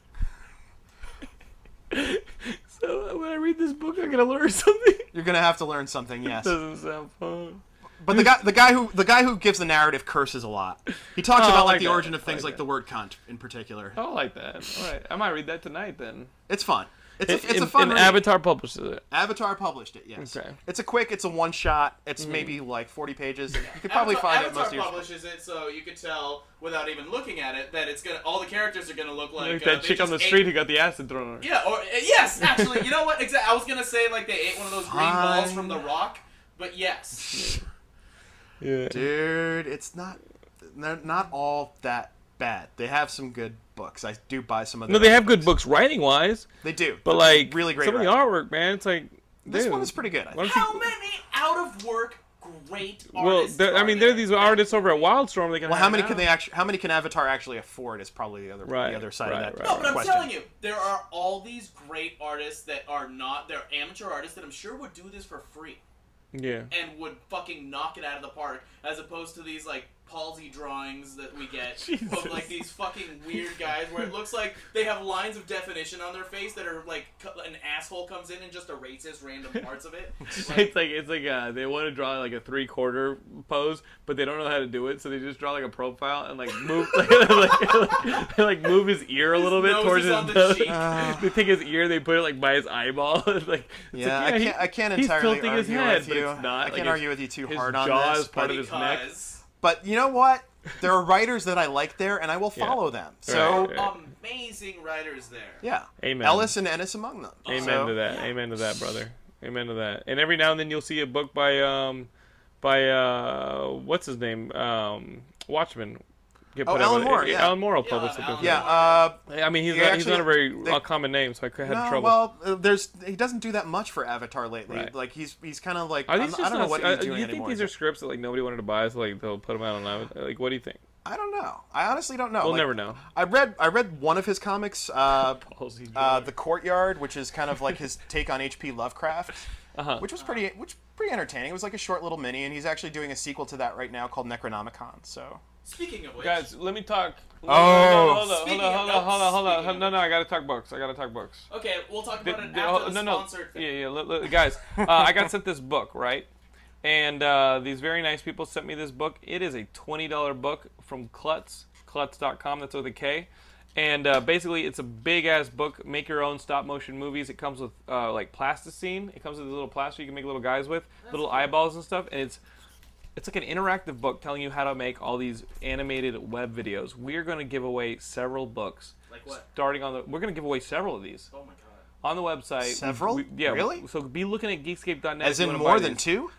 [SPEAKER 1] stop. [LAUGHS] so uh, when I read this book, I'm gonna learn [LAUGHS] something.
[SPEAKER 2] You're gonna have to learn something, yes.
[SPEAKER 1] Doesn't sound fun.
[SPEAKER 2] But the guy, the guy who, the guy who gives the narrative curses a lot. He talks
[SPEAKER 1] Oh, I like
[SPEAKER 2] about like the
[SPEAKER 1] that. Oh.
[SPEAKER 2] origin
[SPEAKER 1] I
[SPEAKER 2] of things
[SPEAKER 1] like
[SPEAKER 2] like, the word "cunt" in particular.
[SPEAKER 1] I don't like that. All right, I might read that tonight then.
[SPEAKER 2] It's fun. It's
[SPEAKER 1] It's,
[SPEAKER 2] a, it's
[SPEAKER 1] and,
[SPEAKER 2] a fun.
[SPEAKER 1] and
[SPEAKER 2] read.
[SPEAKER 1] Avatar publishes it.
[SPEAKER 2] Avatar published it. Yes.
[SPEAKER 1] Okay. Mm.
[SPEAKER 2] It's a quick. It's a one shot. It's maybe like forty pages. You could probably
[SPEAKER 3] Avatar,
[SPEAKER 2] find
[SPEAKER 3] Avatar
[SPEAKER 2] it most. Of your...
[SPEAKER 3] publishes it, so you could tell without even looking at it that it's gonna. All the characters are gonna look like,
[SPEAKER 1] Like
[SPEAKER 3] uh,
[SPEAKER 1] that
[SPEAKER 3] they
[SPEAKER 1] chick on the
[SPEAKER 3] just
[SPEAKER 1] street
[SPEAKER 3] ate-
[SPEAKER 1] who got the acid thrown on her.
[SPEAKER 3] yeah, or uh, yes, actually, you know what? Exactly. I was gonna say like they ate one of those green balls from The
[SPEAKER 2] Fine.
[SPEAKER 3] Rock,
[SPEAKER 2] [LAUGHS]
[SPEAKER 3] but yes.
[SPEAKER 1] Yeah.
[SPEAKER 2] Dude, it's not. They're not all that bad. They have some good books. I do buy some of.
[SPEAKER 1] No,
[SPEAKER 2] Their
[SPEAKER 1] they have good books writing wise,
[SPEAKER 2] They do.
[SPEAKER 1] but like
[SPEAKER 2] really great.
[SPEAKER 1] some of the
[SPEAKER 2] writing.
[SPEAKER 1] artwork, man, it's like
[SPEAKER 2] This
[SPEAKER 1] Dude.
[SPEAKER 2] one is pretty good. I
[SPEAKER 1] Why
[SPEAKER 2] think.
[SPEAKER 1] don't
[SPEAKER 3] How
[SPEAKER 1] you,
[SPEAKER 3] many out of work great
[SPEAKER 1] well,
[SPEAKER 3] artists?
[SPEAKER 1] there- I
[SPEAKER 3] are
[SPEAKER 1] mean, there are these artists over at Wildstorm. They can
[SPEAKER 2] Well,
[SPEAKER 1] have
[SPEAKER 2] how many
[SPEAKER 1] now.
[SPEAKER 2] can they actually? How many can Avatar actually afford? Is probably the other
[SPEAKER 1] Right,
[SPEAKER 2] the other side
[SPEAKER 1] right,
[SPEAKER 2] of that
[SPEAKER 1] right.
[SPEAKER 3] No, but I'm
[SPEAKER 2] question.
[SPEAKER 3] telling you, there are all these great artists that are not, they're amateur artists that I'm sure would do this for free
[SPEAKER 1] Yeah.
[SPEAKER 3] and would fucking knock it out of the park as opposed to these, like, palsy drawings that we get
[SPEAKER 1] [LAUGHS] Jesus.
[SPEAKER 3] of, like, these fucking weird guys where it looks like they have lines of definition on their face that are, like, cu- an asshole comes in and just erases
[SPEAKER 1] [LAUGHS]
[SPEAKER 3] random parts of it.
[SPEAKER 1] [LAUGHS]
[SPEAKER 3] Like,
[SPEAKER 1] It's like it's like uh, they want to draw like a three quarter pose, but they don't know how to do it, so they just draw like a profile and like move [LAUGHS] like, like, like, move his ear a little bit
[SPEAKER 3] nose
[SPEAKER 1] towards
[SPEAKER 3] is
[SPEAKER 1] his
[SPEAKER 3] on the
[SPEAKER 1] nose.
[SPEAKER 3] cheek.
[SPEAKER 1] [LAUGHS]
[SPEAKER 2] Ah.
[SPEAKER 1] they take his ear, they put it like by his eyeball. [LAUGHS] It's like it's
[SPEAKER 2] Yeah,
[SPEAKER 1] like,
[SPEAKER 2] I
[SPEAKER 1] he-
[SPEAKER 2] can't. I can't
[SPEAKER 1] he's
[SPEAKER 2] entirely
[SPEAKER 1] tilting
[SPEAKER 2] argue
[SPEAKER 1] his head,
[SPEAKER 2] with
[SPEAKER 1] but
[SPEAKER 2] you.
[SPEAKER 1] it's not.
[SPEAKER 2] I
[SPEAKER 1] Like,
[SPEAKER 2] can't
[SPEAKER 1] his-
[SPEAKER 2] argue with you too
[SPEAKER 1] his
[SPEAKER 2] hard on
[SPEAKER 1] jaw
[SPEAKER 2] this.
[SPEAKER 1] is part
[SPEAKER 2] but,
[SPEAKER 1] of his neck.
[SPEAKER 3] because
[SPEAKER 2] but you know what? There are writers that I like there, and I will
[SPEAKER 1] [LAUGHS] Yeah.
[SPEAKER 2] follow them.
[SPEAKER 1] Right,
[SPEAKER 2] So
[SPEAKER 1] right.
[SPEAKER 3] amazing writers there.
[SPEAKER 2] yeah,
[SPEAKER 1] Amen.
[SPEAKER 2] Ellis and Ennis among them.
[SPEAKER 1] Amen
[SPEAKER 2] So-
[SPEAKER 1] to that.
[SPEAKER 3] yeah.
[SPEAKER 1] Amen to that, brother. Amen to that. And every now and then you'll see a book by um by uh what's his name um Watchman. Get
[SPEAKER 2] Oh,
[SPEAKER 1] put out
[SPEAKER 2] Alan
[SPEAKER 1] with it.
[SPEAKER 2] Moore, yeah.
[SPEAKER 1] Alan Moore will
[SPEAKER 3] Yeah,
[SPEAKER 1] publish
[SPEAKER 3] Alan
[SPEAKER 1] something.
[SPEAKER 2] Yeah. Uh,
[SPEAKER 1] I mean, he's
[SPEAKER 2] He
[SPEAKER 1] not, he's not a
[SPEAKER 2] actually-
[SPEAKER 1] very
[SPEAKER 2] they-
[SPEAKER 1] uh, common name, so I could have
[SPEAKER 2] no,
[SPEAKER 1] trouble.
[SPEAKER 2] well, uh, there's he doesn't do that much for Avatar lately.
[SPEAKER 1] Right.
[SPEAKER 2] Like he's he's kind of like
[SPEAKER 1] are
[SPEAKER 2] I'm-
[SPEAKER 1] these just
[SPEAKER 2] I don't know
[SPEAKER 1] not,
[SPEAKER 2] what
[SPEAKER 1] uh,
[SPEAKER 2] he's doing
[SPEAKER 1] do you think
[SPEAKER 2] anymore.
[SPEAKER 1] these are scripts that like nobody wanted to buy, so like they'll put them out on Amazon? Like, what do you think?
[SPEAKER 2] I don't know. I honestly don't know.
[SPEAKER 1] We'll
[SPEAKER 2] Like,
[SPEAKER 1] never know.
[SPEAKER 2] I read I read one of his comics,
[SPEAKER 1] [LAUGHS]
[SPEAKER 2] uh,
[SPEAKER 1] Palsy
[SPEAKER 2] uh,
[SPEAKER 1] Jr.
[SPEAKER 2] The Courtyard, which is kind of like [LAUGHS] his take on H.P. Lovecraft,
[SPEAKER 1] Uh-huh.
[SPEAKER 2] which was pretty which pretty entertaining. It was like a short little mini, and he's actually doing a sequel to that right now called Necronomicon. So
[SPEAKER 3] Speaking of which,
[SPEAKER 1] Guys, let me talk.
[SPEAKER 2] Oh.
[SPEAKER 1] hold on, hold
[SPEAKER 3] Speaking
[SPEAKER 1] on,
[SPEAKER 3] of
[SPEAKER 1] hold on,
[SPEAKER 3] books,
[SPEAKER 1] hold on, hold on.
[SPEAKER 3] speaking of
[SPEAKER 1] No, no, I gotta talk books. I gotta talk books.
[SPEAKER 3] okay, we'll talk about it
[SPEAKER 1] Did-
[SPEAKER 3] after
[SPEAKER 1] oh,
[SPEAKER 3] the
[SPEAKER 1] no,
[SPEAKER 3] sponsored
[SPEAKER 1] no.
[SPEAKER 3] thing.
[SPEAKER 1] Yeah, yeah. Look, look, guys, uh, I got sent this book, right? And uh, these very nice people sent me this book. It is a $20 book from Klutz, klutz.com. That's with a K. And uh, basically, it's a big ass book. Make your own stop motion movies. It comes with uh, like plasticine. It comes with this little plaster you can make little guys with, little eyeballs and stuff. And it's it's like an interactive book telling you how to make all these animated web videos. We're going to give away several books.
[SPEAKER 3] Like what?
[SPEAKER 1] Starting on the, we're going to give away several of these
[SPEAKER 3] Oh my god.
[SPEAKER 1] on the website.
[SPEAKER 2] Several?
[SPEAKER 1] We- yeah.
[SPEAKER 2] Really?
[SPEAKER 1] So be looking at Geekscape.net.
[SPEAKER 2] as
[SPEAKER 1] if you
[SPEAKER 2] in
[SPEAKER 1] wanna
[SPEAKER 2] more
[SPEAKER 1] buy
[SPEAKER 2] than
[SPEAKER 1] these.
[SPEAKER 2] two.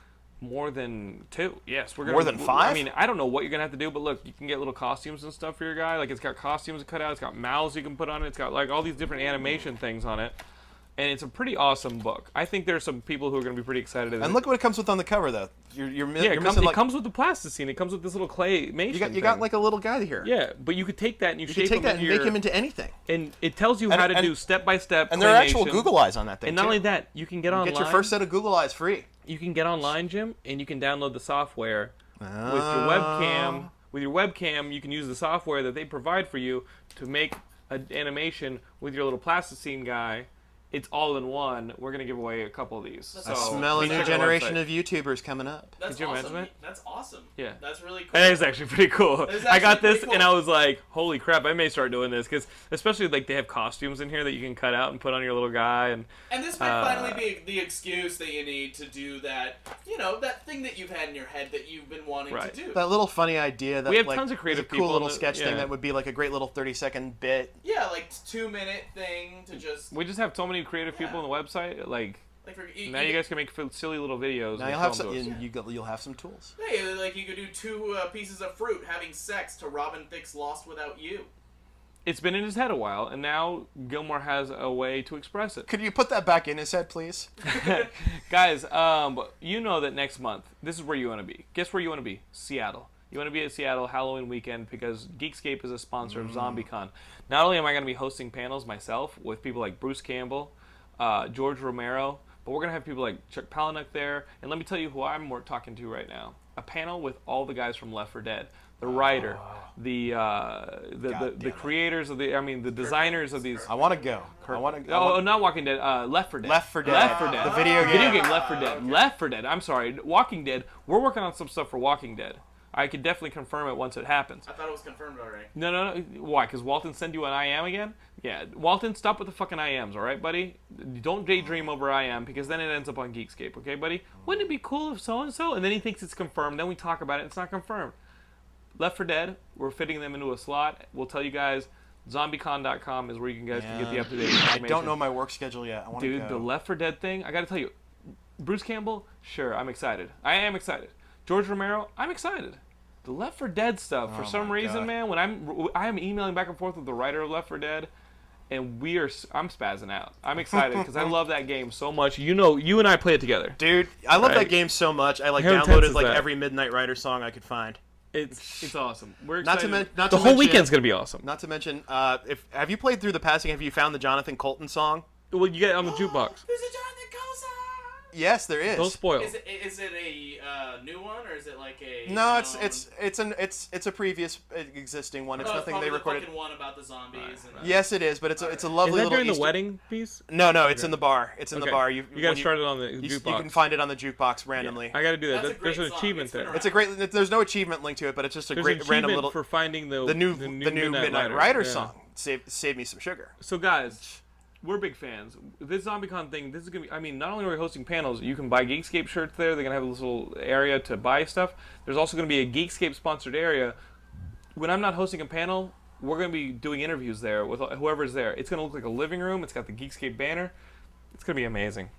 [SPEAKER 1] More than two. Yes, we're gonna,
[SPEAKER 2] More than
[SPEAKER 1] I
[SPEAKER 2] five?
[SPEAKER 1] mean, I don't know what you're gonna have to do, but look, you can get little costumes and stuff for your guy. Like it's got costumes cut out. It's got mouths you can put on it. It's got like all these different animation things on it. And it's a pretty awesome book. I think there's some people who are going to be pretty excited. at it.
[SPEAKER 2] And look what it comes with on the cover though. You're you're, mi-
[SPEAKER 1] yeah,
[SPEAKER 2] you're
[SPEAKER 1] it comes,
[SPEAKER 2] missing
[SPEAKER 1] it
[SPEAKER 2] like
[SPEAKER 1] comes with the plasticine. It comes with this little clay mason.
[SPEAKER 2] you got you got like a little guy here.
[SPEAKER 1] yeah, but you could take that and you,
[SPEAKER 2] You
[SPEAKER 1] shape
[SPEAKER 2] can take
[SPEAKER 1] him
[SPEAKER 2] that and
[SPEAKER 1] into
[SPEAKER 2] make
[SPEAKER 1] your-
[SPEAKER 2] him into anything.
[SPEAKER 1] and it tells you
[SPEAKER 2] And-
[SPEAKER 1] how to
[SPEAKER 2] and-
[SPEAKER 1] do step by step.
[SPEAKER 2] And there are actual
[SPEAKER 1] claymation.
[SPEAKER 2] Google Eyes on that thing.
[SPEAKER 1] And not
[SPEAKER 2] too.
[SPEAKER 1] only that, you can get
[SPEAKER 2] get
[SPEAKER 1] online.
[SPEAKER 2] your first set of Google Eyes free.
[SPEAKER 1] you can get online, Jim, and you can download the software with your
[SPEAKER 2] Ah.
[SPEAKER 1] webcam. With your webcam, you can use the software that they provide for you to make an animation with your little plasticine guy. It's all in one. We're gonna give away a couple of these.
[SPEAKER 3] That's
[SPEAKER 1] so,
[SPEAKER 2] I
[SPEAKER 3] Oh,
[SPEAKER 2] smell a
[SPEAKER 1] please
[SPEAKER 2] new
[SPEAKER 1] check the
[SPEAKER 2] generation
[SPEAKER 1] website.
[SPEAKER 2] of YouTubers coming up.
[SPEAKER 3] That's
[SPEAKER 1] Could you
[SPEAKER 3] awesome.
[SPEAKER 1] imagine that?
[SPEAKER 3] That's awesome.
[SPEAKER 1] Yeah.
[SPEAKER 3] That's really cool.
[SPEAKER 1] That is actually pretty cool.
[SPEAKER 3] is
[SPEAKER 1] I got
[SPEAKER 3] actually
[SPEAKER 1] this
[SPEAKER 3] pretty
[SPEAKER 1] and I
[SPEAKER 3] cool.
[SPEAKER 1] was like, "Holy crap! I may start doing this because, especially like they have costumes in here that you can cut out and put on your little guy." And
[SPEAKER 3] and this might
[SPEAKER 1] uh,
[SPEAKER 3] finally be the excuse that you need to do that, you know, that thing that you've had in your head that you've been wanting
[SPEAKER 1] Right.
[SPEAKER 3] to do.
[SPEAKER 2] That little funny idea that
[SPEAKER 1] We have
[SPEAKER 2] like,
[SPEAKER 1] tons of
[SPEAKER 2] is
[SPEAKER 1] creative
[SPEAKER 2] a
[SPEAKER 1] people
[SPEAKER 2] cool little
[SPEAKER 1] that-
[SPEAKER 2] sketch
[SPEAKER 1] yeah.
[SPEAKER 2] thing that would be like a great little thirty second bit.
[SPEAKER 3] yeah, like two minute thing to just
[SPEAKER 1] we just have so many creative people on
[SPEAKER 3] Yeah.
[SPEAKER 1] the website. Like
[SPEAKER 3] like for,
[SPEAKER 1] now, you guys can make f- silly little videos.
[SPEAKER 2] Now
[SPEAKER 1] and
[SPEAKER 2] you'll have
[SPEAKER 1] film
[SPEAKER 2] some,
[SPEAKER 1] to us.
[SPEAKER 2] you, you, go- you'll have some tools.
[SPEAKER 3] Hey, like you could do two uh, pieces of fruit having sex to Robin Thicke's "Lost Without You."
[SPEAKER 1] it's been in his head a while, and now Gilmore has a way to express it. [LAUGHS]
[SPEAKER 2] Could you put that back in his head, please?
[SPEAKER 1] Guys, um, you know that next month, this is where you want to be. Guess where you want to be? Seattle. You want to be at Seattle Halloween weekend because Geekscape is a sponsor of ZombieCon. Not only am I going to be hosting panels myself with people like Bruce Campbell, uh, George Romero, but we're going to have people like Chuck Palahniuk there. And let me tell you who I'm more talking to right now. A panel with all the guys from Left 4 Dead. The writer, the, uh, the, the,
[SPEAKER 2] God damn
[SPEAKER 1] the
[SPEAKER 2] it.
[SPEAKER 1] creators of the, I mean, the designers of these.
[SPEAKER 2] I want to go. I want to.
[SPEAKER 1] Oh, not Walking Dead. Uh, Left 4 Dead.
[SPEAKER 2] Left 4 Dead.
[SPEAKER 1] Left 4 Dead.
[SPEAKER 2] The video game. Oh,
[SPEAKER 1] Video game Left 4 Dead. Left 4 Dead. I'm sorry. Walking Dead. We're working on some stuff for Walking Dead. I could definitely confirm it once it happens.
[SPEAKER 3] I thought it was confirmed already.
[SPEAKER 1] No, no, no. Why? Because Walton send you an I am again? Yeah. Walton, stop with the fucking I ams, all right, buddy? Don't daydream over I am because then it ends up on Geekscape, okay, buddy? Wouldn't it be cool if so and so? And then he thinks it's confirmed. Then we talk about it. It's not confirmed. Left for Dead, we're fitting them into a slot. We'll tell you guys. ZombieCon.com is where you can guys can get the up to date
[SPEAKER 2] I
[SPEAKER 1] information.
[SPEAKER 2] don't know my work schedule yet. I want to
[SPEAKER 1] Dude,
[SPEAKER 2] go.
[SPEAKER 1] the Left for Dead thing, I gotta tell you, Bruce Campbell, sure, I'm excited. I am excited. George Romero, I'm excited. The Left for Dead stuff, for
[SPEAKER 2] Oh
[SPEAKER 1] some
[SPEAKER 2] my
[SPEAKER 1] reason,
[SPEAKER 2] God.
[SPEAKER 1] man, when I'm I am emailing back and forth with the writer of Left for Dead, and we are. s- I'm spazzing out. I'm excited because
[SPEAKER 2] [LAUGHS]
[SPEAKER 1] I love that game so much. You know, you and I play it together.
[SPEAKER 2] Dude, I love
[SPEAKER 1] Right.
[SPEAKER 2] that game so much. I like
[SPEAKER 1] How intense
[SPEAKER 2] downloaded
[SPEAKER 1] is
[SPEAKER 2] like
[SPEAKER 1] that?
[SPEAKER 2] every Midnight Rider song I could find.
[SPEAKER 1] It's it's awesome. We're
[SPEAKER 2] Not
[SPEAKER 1] excited.
[SPEAKER 2] to, men- not
[SPEAKER 1] the
[SPEAKER 2] to
[SPEAKER 1] whole
[SPEAKER 2] mention-
[SPEAKER 1] weekend's gonna be awesome.
[SPEAKER 2] Not to mention, uh, if have you played through the passing? Have you found the Jonathan Colton song?
[SPEAKER 1] Well, you get it on
[SPEAKER 2] [GASPS]
[SPEAKER 1] the
[SPEAKER 3] [GASPS]
[SPEAKER 1] jukebox.
[SPEAKER 3] There's a Jonathan Cosa.
[SPEAKER 2] Yes, there is.
[SPEAKER 1] Don't spoil.
[SPEAKER 3] Is it is it a uh, new one or is it like a?
[SPEAKER 2] No, it's
[SPEAKER 3] known-
[SPEAKER 2] it's it's an it's it's a previous uh, existing one. It's
[SPEAKER 3] Oh,
[SPEAKER 2] nothing
[SPEAKER 3] probably
[SPEAKER 2] they
[SPEAKER 3] the
[SPEAKER 2] recorded.
[SPEAKER 3] fucking one about the zombies. and,
[SPEAKER 2] Yes, it is, but it's a, it's a lovely
[SPEAKER 1] Is that
[SPEAKER 2] little.
[SPEAKER 1] during the
[SPEAKER 2] Easter-
[SPEAKER 1] wedding piece?
[SPEAKER 2] No, no, it's in the bar. It's in
[SPEAKER 1] Okay.
[SPEAKER 2] the bar. You,
[SPEAKER 1] you gotta
[SPEAKER 2] when
[SPEAKER 1] start it on the
[SPEAKER 2] You, you
[SPEAKER 1] jukebox.
[SPEAKER 2] can find it on the jukebox randomly.
[SPEAKER 1] I gotta do that.
[SPEAKER 3] That's a
[SPEAKER 1] There- There's
[SPEAKER 3] great
[SPEAKER 1] an
[SPEAKER 3] song.
[SPEAKER 1] achievement
[SPEAKER 3] It's been
[SPEAKER 1] there.
[SPEAKER 3] around.
[SPEAKER 2] it's a great. There's no achievement linked to it, but it's just a
[SPEAKER 1] There's an
[SPEAKER 2] great
[SPEAKER 1] achievement
[SPEAKER 2] random little
[SPEAKER 1] for finding the
[SPEAKER 2] the new
[SPEAKER 1] the new,
[SPEAKER 2] Midnight, Rider,
[SPEAKER 1] yeah.
[SPEAKER 2] song. Save save me some sugar.
[SPEAKER 1] So guys, we're big fans. This ZombieCon thing, this is gonna be. I mean, not only are we hosting panels, you can buy Geekscape shirts there. They're gonna have this little area to buy stuff. There's also gonna be a Geekscape sponsored area. When I'm not hosting a panel, we're gonna be doing interviews there with whoever's there. It's gonna look like a living room. It's got the Geekscape banner. It's gonna be amazing.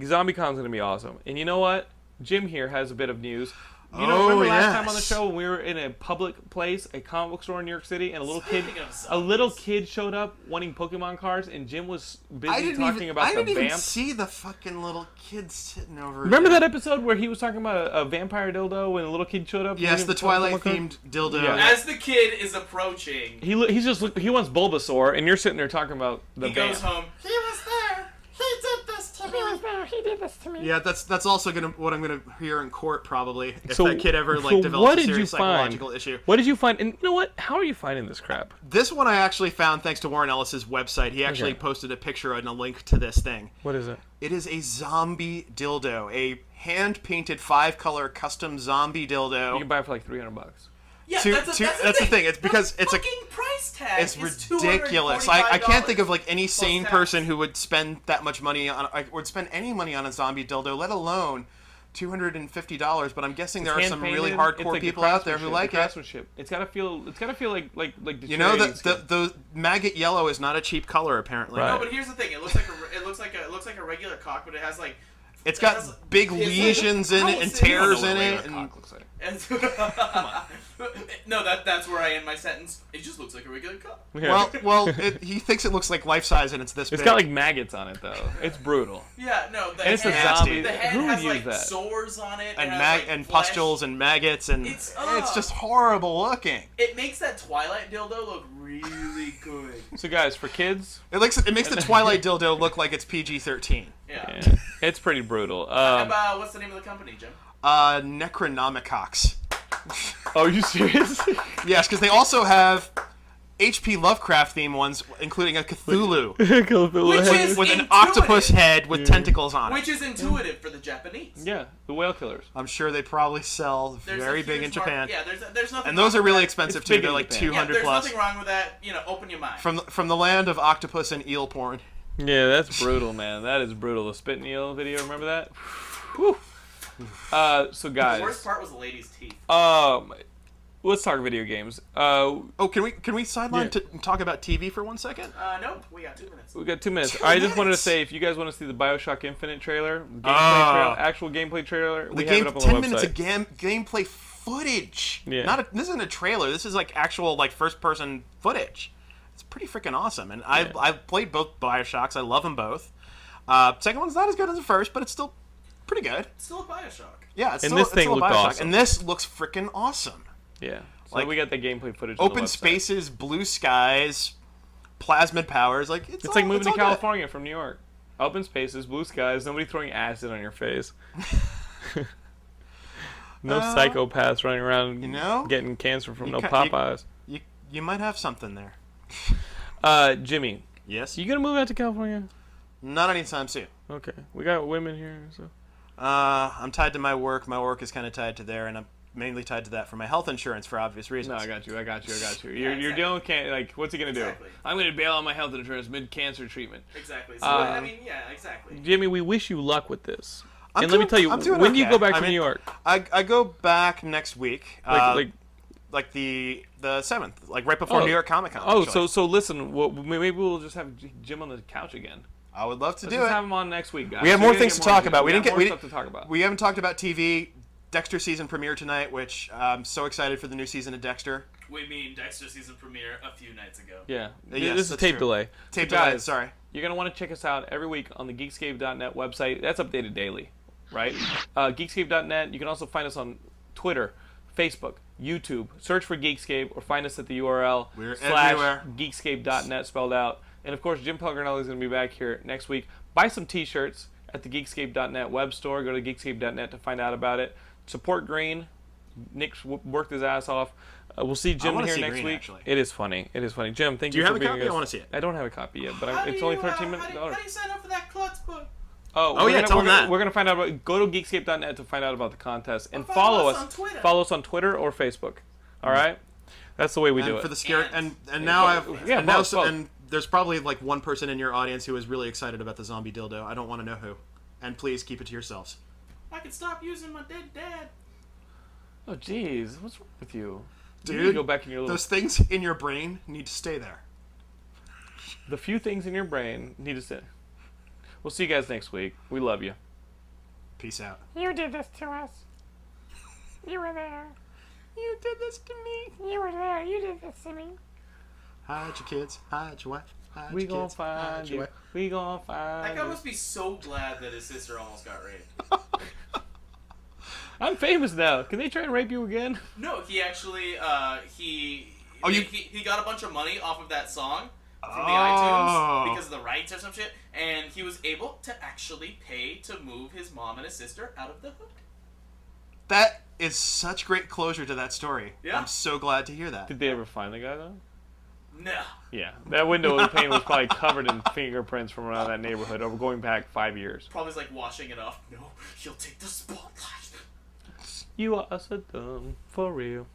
[SPEAKER 1] ZombieCon's gonna be awesome. And you know what? Jim here has a bit of news. You know,
[SPEAKER 2] Oh,
[SPEAKER 1] remember last time on the
[SPEAKER 2] yes.
[SPEAKER 1] show when we were in a public place, a comic book store in New York City, and a little kid,
[SPEAKER 3] Speaking of
[SPEAKER 1] a little
[SPEAKER 3] zombies.
[SPEAKER 1] kid showed up wanting Pokemon cards, and Jim was busy talking about the vamp.
[SPEAKER 2] see the fucking little kid sitting over.
[SPEAKER 1] Remember that episode where he was talking about a, a vampire dildo, and a little kid showed up? and
[SPEAKER 2] Yes,
[SPEAKER 1] gave
[SPEAKER 2] the
[SPEAKER 1] him Pokemon
[SPEAKER 2] Twilight
[SPEAKER 1] cards?
[SPEAKER 2] themed dildo.
[SPEAKER 1] Yeah.
[SPEAKER 3] As the kid is approaching,
[SPEAKER 1] He lo- he's just look- he wants Bulbasaur, and you're sitting there talking about the
[SPEAKER 3] he goes
[SPEAKER 1] vamp.
[SPEAKER 3] home. He was there. He did this to me.
[SPEAKER 2] Yeah, that's that's also gonna what I'm gonna hear in court probably if
[SPEAKER 1] So-
[SPEAKER 2] that kid ever like
[SPEAKER 1] so
[SPEAKER 2] develops
[SPEAKER 1] what
[SPEAKER 2] a
[SPEAKER 1] did you
[SPEAKER 2] serious
[SPEAKER 1] find?
[SPEAKER 2] psychological issue.
[SPEAKER 1] What did you find? And you know what? How are you finding this crap?
[SPEAKER 2] This one I actually found thanks to Warren Ellis's website. He actually
[SPEAKER 1] Okay.
[SPEAKER 2] posted a picture and a link to this thing.
[SPEAKER 1] What is it?
[SPEAKER 2] It is a zombie dildo, a hand painted five color custom zombie
[SPEAKER 1] You
[SPEAKER 2] dildo.
[SPEAKER 1] can buy it for like 300 bucks.
[SPEAKER 3] Yeah,
[SPEAKER 2] Two-
[SPEAKER 3] that's, a,
[SPEAKER 2] two-
[SPEAKER 3] that's,
[SPEAKER 2] that's
[SPEAKER 3] the
[SPEAKER 2] the
[SPEAKER 3] thing.
[SPEAKER 2] thing, it's
[SPEAKER 3] The
[SPEAKER 2] because it's a-
[SPEAKER 3] fucking price tag.
[SPEAKER 2] It's
[SPEAKER 3] is
[SPEAKER 2] ridiculous. I, I can't think of like any sane
[SPEAKER 3] tax.
[SPEAKER 2] person who would spend that much money on like, would spend any money on a zombie dildo, let alone two hundred and fifty dollars. But I'm guessing there are some really
[SPEAKER 1] Hand-painted. It's
[SPEAKER 2] hardcore
[SPEAKER 1] like the
[SPEAKER 2] people out there who
[SPEAKER 1] craftsmanship,
[SPEAKER 2] like
[SPEAKER 1] the
[SPEAKER 2] it.
[SPEAKER 1] craftsmanship. It's gotta feel. It's gotta feel like like like.
[SPEAKER 2] You know
[SPEAKER 1] Detroit.
[SPEAKER 2] that the, the maggot yellow is not a cheap color apparently.
[SPEAKER 1] Right.
[SPEAKER 3] No, but here's the thing. It looks like a, re- it looks like a, it looks like a regular cock, but it has like.
[SPEAKER 2] It's
[SPEAKER 3] it has-
[SPEAKER 2] got big
[SPEAKER 3] it's like-
[SPEAKER 2] lesions in it and
[SPEAKER 3] I don't know
[SPEAKER 2] tears
[SPEAKER 3] [LAUGHS] what
[SPEAKER 2] in it. And
[SPEAKER 3] it's- no, that that's where I end my sentence. It just looks like a regular cock.
[SPEAKER 2] well,
[SPEAKER 1] [LAUGHS]
[SPEAKER 2] well, it, he thinks it looks like life size and it's this
[SPEAKER 1] It's
[SPEAKER 2] big.
[SPEAKER 1] got like maggots on it though. It's brutal.
[SPEAKER 3] Yeah, no. The
[SPEAKER 1] And it's a
[SPEAKER 3] head,
[SPEAKER 2] zombie.
[SPEAKER 3] The head
[SPEAKER 1] Who would
[SPEAKER 3] has
[SPEAKER 1] use
[SPEAKER 3] like
[SPEAKER 1] that?
[SPEAKER 3] sores on it.
[SPEAKER 2] and
[SPEAKER 3] it has,
[SPEAKER 2] mag
[SPEAKER 3] like,
[SPEAKER 2] and
[SPEAKER 3] flesh.
[SPEAKER 2] pustules and maggots and
[SPEAKER 3] It's-
[SPEAKER 2] it's,
[SPEAKER 3] ugh.
[SPEAKER 2] just horrible looking.
[SPEAKER 3] It makes that Twilight dildo look really good.
[SPEAKER 1] So guys, for kids,
[SPEAKER 2] It looks it
[SPEAKER 1] [LAUGHS]
[SPEAKER 2] makes the Twilight dildo look like it's PG-13.
[SPEAKER 3] Yeah.
[SPEAKER 1] eh, it's pretty brutal. [LAUGHS] Um,
[SPEAKER 3] Uh, what's the name of the company, Jim?
[SPEAKER 2] Uh, Necronomicox.
[SPEAKER 1] oh, are you [LAUGHS] serious?
[SPEAKER 2] Yes, because they also have H.P. Lovecraft theme ones, including a Cthulhu
[SPEAKER 1] Which
[SPEAKER 3] is-
[SPEAKER 2] with an
[SPEAKER 3] Intuitive.
[SPEAKER 2] octopus head with tentacles on it.
[SPEAKER 3] Which is intuitive for the Japanese.
[SPEAKER 1] yeah, the whale killers.
[SPEAKER 2] I'm sure they probably sell
[SPEAKER 3] There's a
[SPEAKER 2] very big
[SPEAKER 3] huge
[SPEAKER 2] in Japan.
[SPEAKER 3] market- Yeah, there's there's nothing.
[SPEAKER 2] And those are really expensive
[SPEAKER 1] It's
[SPEAKER 2] too.
[SPEAKER 1] big
[SPEAKER 2] They're
[SPEAKER 1] in
[SPEAKER 2] like
[SPEAKER 1] Japan.
[SPEAKER 2] two
[SPEAKER 3] yeah,
[SPEAKER 2] hundred
[SPEAKER 3] there's
[SPEAKER 2] plus.
[SPEAKER 3] nothing wrong with that. You know, open your mind.
[SPEAKER 2] From the, from the land of octopus and eel porn.
[SPEAKER 1] Yeah, that's brutal, man. That is brutal. The spit and eel video, remember that? Whew. Uh, so
[SPEAKER 3] the worst
[SPEAKER 1] guys,
[SPEAKER 3] part was the lady's teeth.
[SPEAKER 2] Uh,
[SPEAKER 1] um, let's talk video games. Uh,
[SPEAKER 2] Oh, can we can we sideline
[SPEAKER 1] Yeah.
[SPEAKER 2] to talk about TV for one second?
[SPEAKER 3] Uh, nope, we got two minutes.
[SPEAKER 1] We got two minutes.
[SPEAKER 2] Two
[SPEAKER 1] I just wanted to
[SPEAKER 2] minutes.
[SPEAKER 1] say, if you guys want to see the Bioshock Infinite trailer, gameplay
[SPEAKER 2] Ah.
[SPEAKER 1] trailer actual gameplay trailer,
[SPEAKER 2] The
[SPEAKER 1] we
[SPEAKER 2] game
[SPEAKER 1] have it up on
[SPEAKER 2] ten
[SPEAKER 1] the
[SPEAKER 2] minutes
[SPEAKER 1] website.
[SPEAKER 2] of game gameplay footage.
[SPEAKER 1] Yeah.
[SPEAKER 2] Not a, this isn't a trailer. This is like actual like first person footage. It's pretty freaking awesome. And
[SPEAKER 1] Yeah.
[SPEAKER 2] I I played both Bioshocks. I love them both. Uh, second one's not as good as the first, but it's still pretty good.
[SPEAKER 3] It's still a Bioshock.
[SPEAKER 2] Yeah, it's
[SPEAKER 1] And
[SPEAKER 2] still,
[SPEAKER 1] this
[SPEAKER 2] it's
[SPEAKER 1] thing
[SPEAKER 2] still a
[SPEAKER 1] looked
[SPEAKER 2] Bioshock.
[SPEAKER 1] awesome.
[SPEAKER 2] And this looks freaking awesome.
[SPEAKER 1] Yeah. So
[SPEAKER 2] Like,
[SPEAKER 1] we got the gameplay footage. on the
[SPEAKER 2] Open
[SPEAKER 1] website.
[SPEAKER 2] spaces, blue skies, plasmid powers. Like it's,
[SPEAKER 1] It's
[SPEAKER 2] all-
[SPEAKER 1] like moving
[SPEAKER 2] all
[SPEAKER 1] to
[SPEAKER 2] good.
[SPEAKER 1] California from New York. Open spaces, blue skies, nobody throwing acid on your face. [LAUGHS] no
[SPEAKER 2] Uh,
[SPEAKER 1] psychopaths running around you
[SPEAKER 2] know,
[SPEAKER 1] getting cancer from no
[SPEAKER 2] ca- you-
[SPEAKER 1] Popeyes.
[SPEAKER 2] You you might have something there.
[SPEAKER 1] Uh, Jimmy,
[SPEAKER 2] Yes.
[SPEAKER 1] you gonna move out to California?
[SPEAKER 2] Not anytime soon.
[SPEAKER 1] Okay, we got women here, so
[SPEAKER 2] Uh, I'm tied to my work. My work is kind of tied to there, and I'm mainly tied to that for my health insurance for obvious reasons.
[SPEAKER 1] No, I got you. I got you. I got you. You're,
[SPEAKER 3] Yeah,
[SPEAKER 1] you're
[SPEAKER 3] exactly.
[SPEAKER 1] dealing with can- like what's he gonna
[SPEAKER 3] Exactly.
[SPEAKER 1] do? I'm gonna bail on my health insurance mid cancer treatment.
[SPEAKER 3] Exactly. So,
[SPEAKER 1] Uh,
[SPEAKER 3] I mean, yeah, exactly.
[SPEAKER 1] Jimmy, we wish you luck with this.
[SPEAKER 2] I'm
[SPEAKER 1] and let
[SPEAKER 2] doing-
[SPEAKER 1] me tell you,
[SPEAKER 2] I'm doing
[SPEAKER 1] when do you
[SPEAKER 2] okay.
[SPEAKER 1] go back
[SPEAKER 2] I
[SPEAKER 1] to
[SPEAKER 2] mean,
[SPEAKER 1] New York?
[SPEAKER 2] I, I go back next week,
[SPEAKER 1] Like,
[SPEAKER 2] uh,
[SPEAKER 1] like
[SPEAKER 2] like the the seventh, like right before
[SPEAKER 1] Oh.
[SPEAKER 2] New York Comic Con.
[SPEAKER 1] oh,
[SPEAKER 2] actually.
[SPEAKER 1] so so listen, well, maybe we'll just have J- Jim on the couch again.
[SPEAKER 2] I would love to
[SPEAKER 1] Let's
[SPEAKER 2] do
[SPEAKER 1] just
[SPEAKER 2] it.
[SPEAKER 1] have him on next week, guys.
[SPEAKER 2] We have
[SPEAKER 1] We're
[SPEAKER 2] more
[SPEAKER 1] gonna
[SPEAKER 2] things
[SPEAKER 1] get
[SPEAKER 2] to talk
[SPEAKER 1] into-
[SPEAKER 2] about. We
[SPEAKER 1] yeah,
[SPEAKER 2] didn't get-
[SPEAKER 1] more
[SPEAKER 2] we
[SPEAKER 1] stuff to
[SPEAKER 2] didn't-
[SPEAKER 1] talk about.
[SPEAKER 2] We haven't talked about TV. Dexter season premiere tonight, which I'm so excited for the new season of Dexter.
[SPEAKER 4] We mean Dexter season premiere a few nights ago.
[SPEAKER 1] Yeah.
[SPEAKER 2] Yes,
[SPEAKER 1] this is
[SPEAKER 2] that's
[SPEAKER 1] tape
[SPEAKER 2] true.
[SPEAKER 1] delay.
[SPEAKER 2] Tape
[SPEAKER 1] So
[SPEAKER 2] delay,
[SPEAKER 1] guys,
[SPEAKER 2] sorry.
[SPEAKER 1] You're going to want to check us out every week on the geekscape.net website. That's updated daily, right? Uh, geekscape.net. You can also find us on Twitter, Facebook, YouTube. Search for Geekscape or find us at the URL
[SPEAKER 2] We're
[SPEAKER 1] slash
[SPEAKER 2] everywhere.
[SPEAKER 1] geekscape.net spelled out. And of course, Jim Pelgrinelli is going to be back here next week. Buy some t shirts at the geekscape.net web store. Go to geekscape.net to find out about it. Support Green. Nick's w- worked his ass off. Uh, we'll see Jim
[SPEAKER 2] wanna
[SPEAKER 1] here
[SPEAKER 2] see
[SPEAKER 1] next
[SPEAKER 2] Green,
[SPEAKER 1] week.
[SPEAKER 2] actually.
[SPEAKER 1] It is funny. It is funny. Jim, thank
[SPEAKER 2] you have
[SPEAKER 1] for
[SPEAKER 2] a
[SPEAKER 1] being
[SPEAKER 2] copy?
[SPEAKER 1] with
[SPEAKER 2] I wanna
[SPEAKER 1] us.
[SPEAKER 2] see it.
[SPEAKER 1] I don't have a copy yet, but
[SPEAKER 3] How
[SPEAKER 1] I'm,
[SPEAKER 3] do
[SPEAKER 1] it's only
[SPEAKER 3] you, uh,
[SPEAKER 1] 13
[SPEAKER 3] how
[SPEAKER 1] minutes.
[SPEAKER 3] do, you- how do you sign up for that klutz book?
[SPEAKER 1] Oh,
[SPEAKER 2] Oh,
[SPEAKER 1] we're
[SPEAKER 2] yeah,
[SPEAKER 1] gonna,
[SPEAKER 2] tell
[SPEAKER 1] we're
[SPEAKER 2] them
[SPEAKER 1] gonna,
[SPEAKER 2] that.
[SPEAKER 1] We're gonna find out. About, go to geekscape.net to find out about the contest and
[SPEAKER 3] Or
[SPEAKER 1] follow,
[SPEAKER 3] follow
[SPEAKER 1] us.
[SPEAKER 3] us on Twitter.
[SPEAKER 1] Follow us on Twitter or Facebook. All right, that's the way we
[SPEAKER 2] and
[SPEAKER 1] do
[SPEAKER 2] for
[SPEAKER 1] it.
[SPEAKER 2] the scare
[SPEAKER 3] And-
[SPEAKER 2] and and, now I've
[SPEAKER 1] yeah,
[SPEAKER 2] and now
[SPEAKER 1] both,
[SPEAKER 2] so-
[SPEAKER 1] both.
[SPEAKER 2] and there's probably like one person in your audience who is really excited about the zombie dildo. I don't want to know who. And please keep it to yourselves.
[SPEAKER 3] I can stop using my dead dad.
[SPEAKER 1] oh, jeez, what's wrong with you? you need to
[SPEAKER 2] Dude,
[SPEAKER 1] go back in your little.
[SPEAKER 2] those things in your brain need to stay there.
[SPEAKER 1] The few things in your brain need to sit. We'll see you guys next week. We love you.
[SPEAKER 2] Peace out.
[SPEAKER 5] You did this to us. You were there.
[SPEAKER 2] You did this to me.
[SPEAKER 5] You were there. You did this to me.
[SPEAKER 2] Hide your kids. Hide your wife. Hide
[SPEAKER 1] We
[SPEAKER 2] your
[SPEAKER 1] gonna
[SPEAKER 2] kids, Ah, hide
[SPEAKER 1] find
[SPEAKER 2] your
[SPEAKER 1] you.
[SPEAKER 2] wife.
[SPEAKER 1] We gonna find
[SPEAKER 3] That guy
[SPEAKER 1] you.
[SPEAKER 3] must be so glad that his sister almost got raped.
[SPEAKER 1] I'm famous now. Can they try and rape you again? [LAUGHS]
[SPEAKER 3] No, he actually uh, he
[SPEAKER 2] Oh, you-
[SPEAKER 3] he, he got a bunch of money off of that song from the
[SPEAKER 2] Oh.
[SPEAKER 3] iTunes because of the rights or some shit, and he was able to actually pay to move his mom and his sister out of the hood.
[SPEAKER 2] That is such great closure to that story.
[SPEAKER 3] Yeah.
[SPEAKER 2] I'm so glad to hear that.
[SPEAKER 1] Did they ever find the guy though?
[SPEAKER 3] No,
[SPEAKER 1] Yeah, that window of pain was probably covered in fingerprints from around that neighborhood over going back five years.
[SPEAKER 3] probably like washing it off. No, he'll take the spotlight.
[SPEAKER 1] You are so dumb, for real.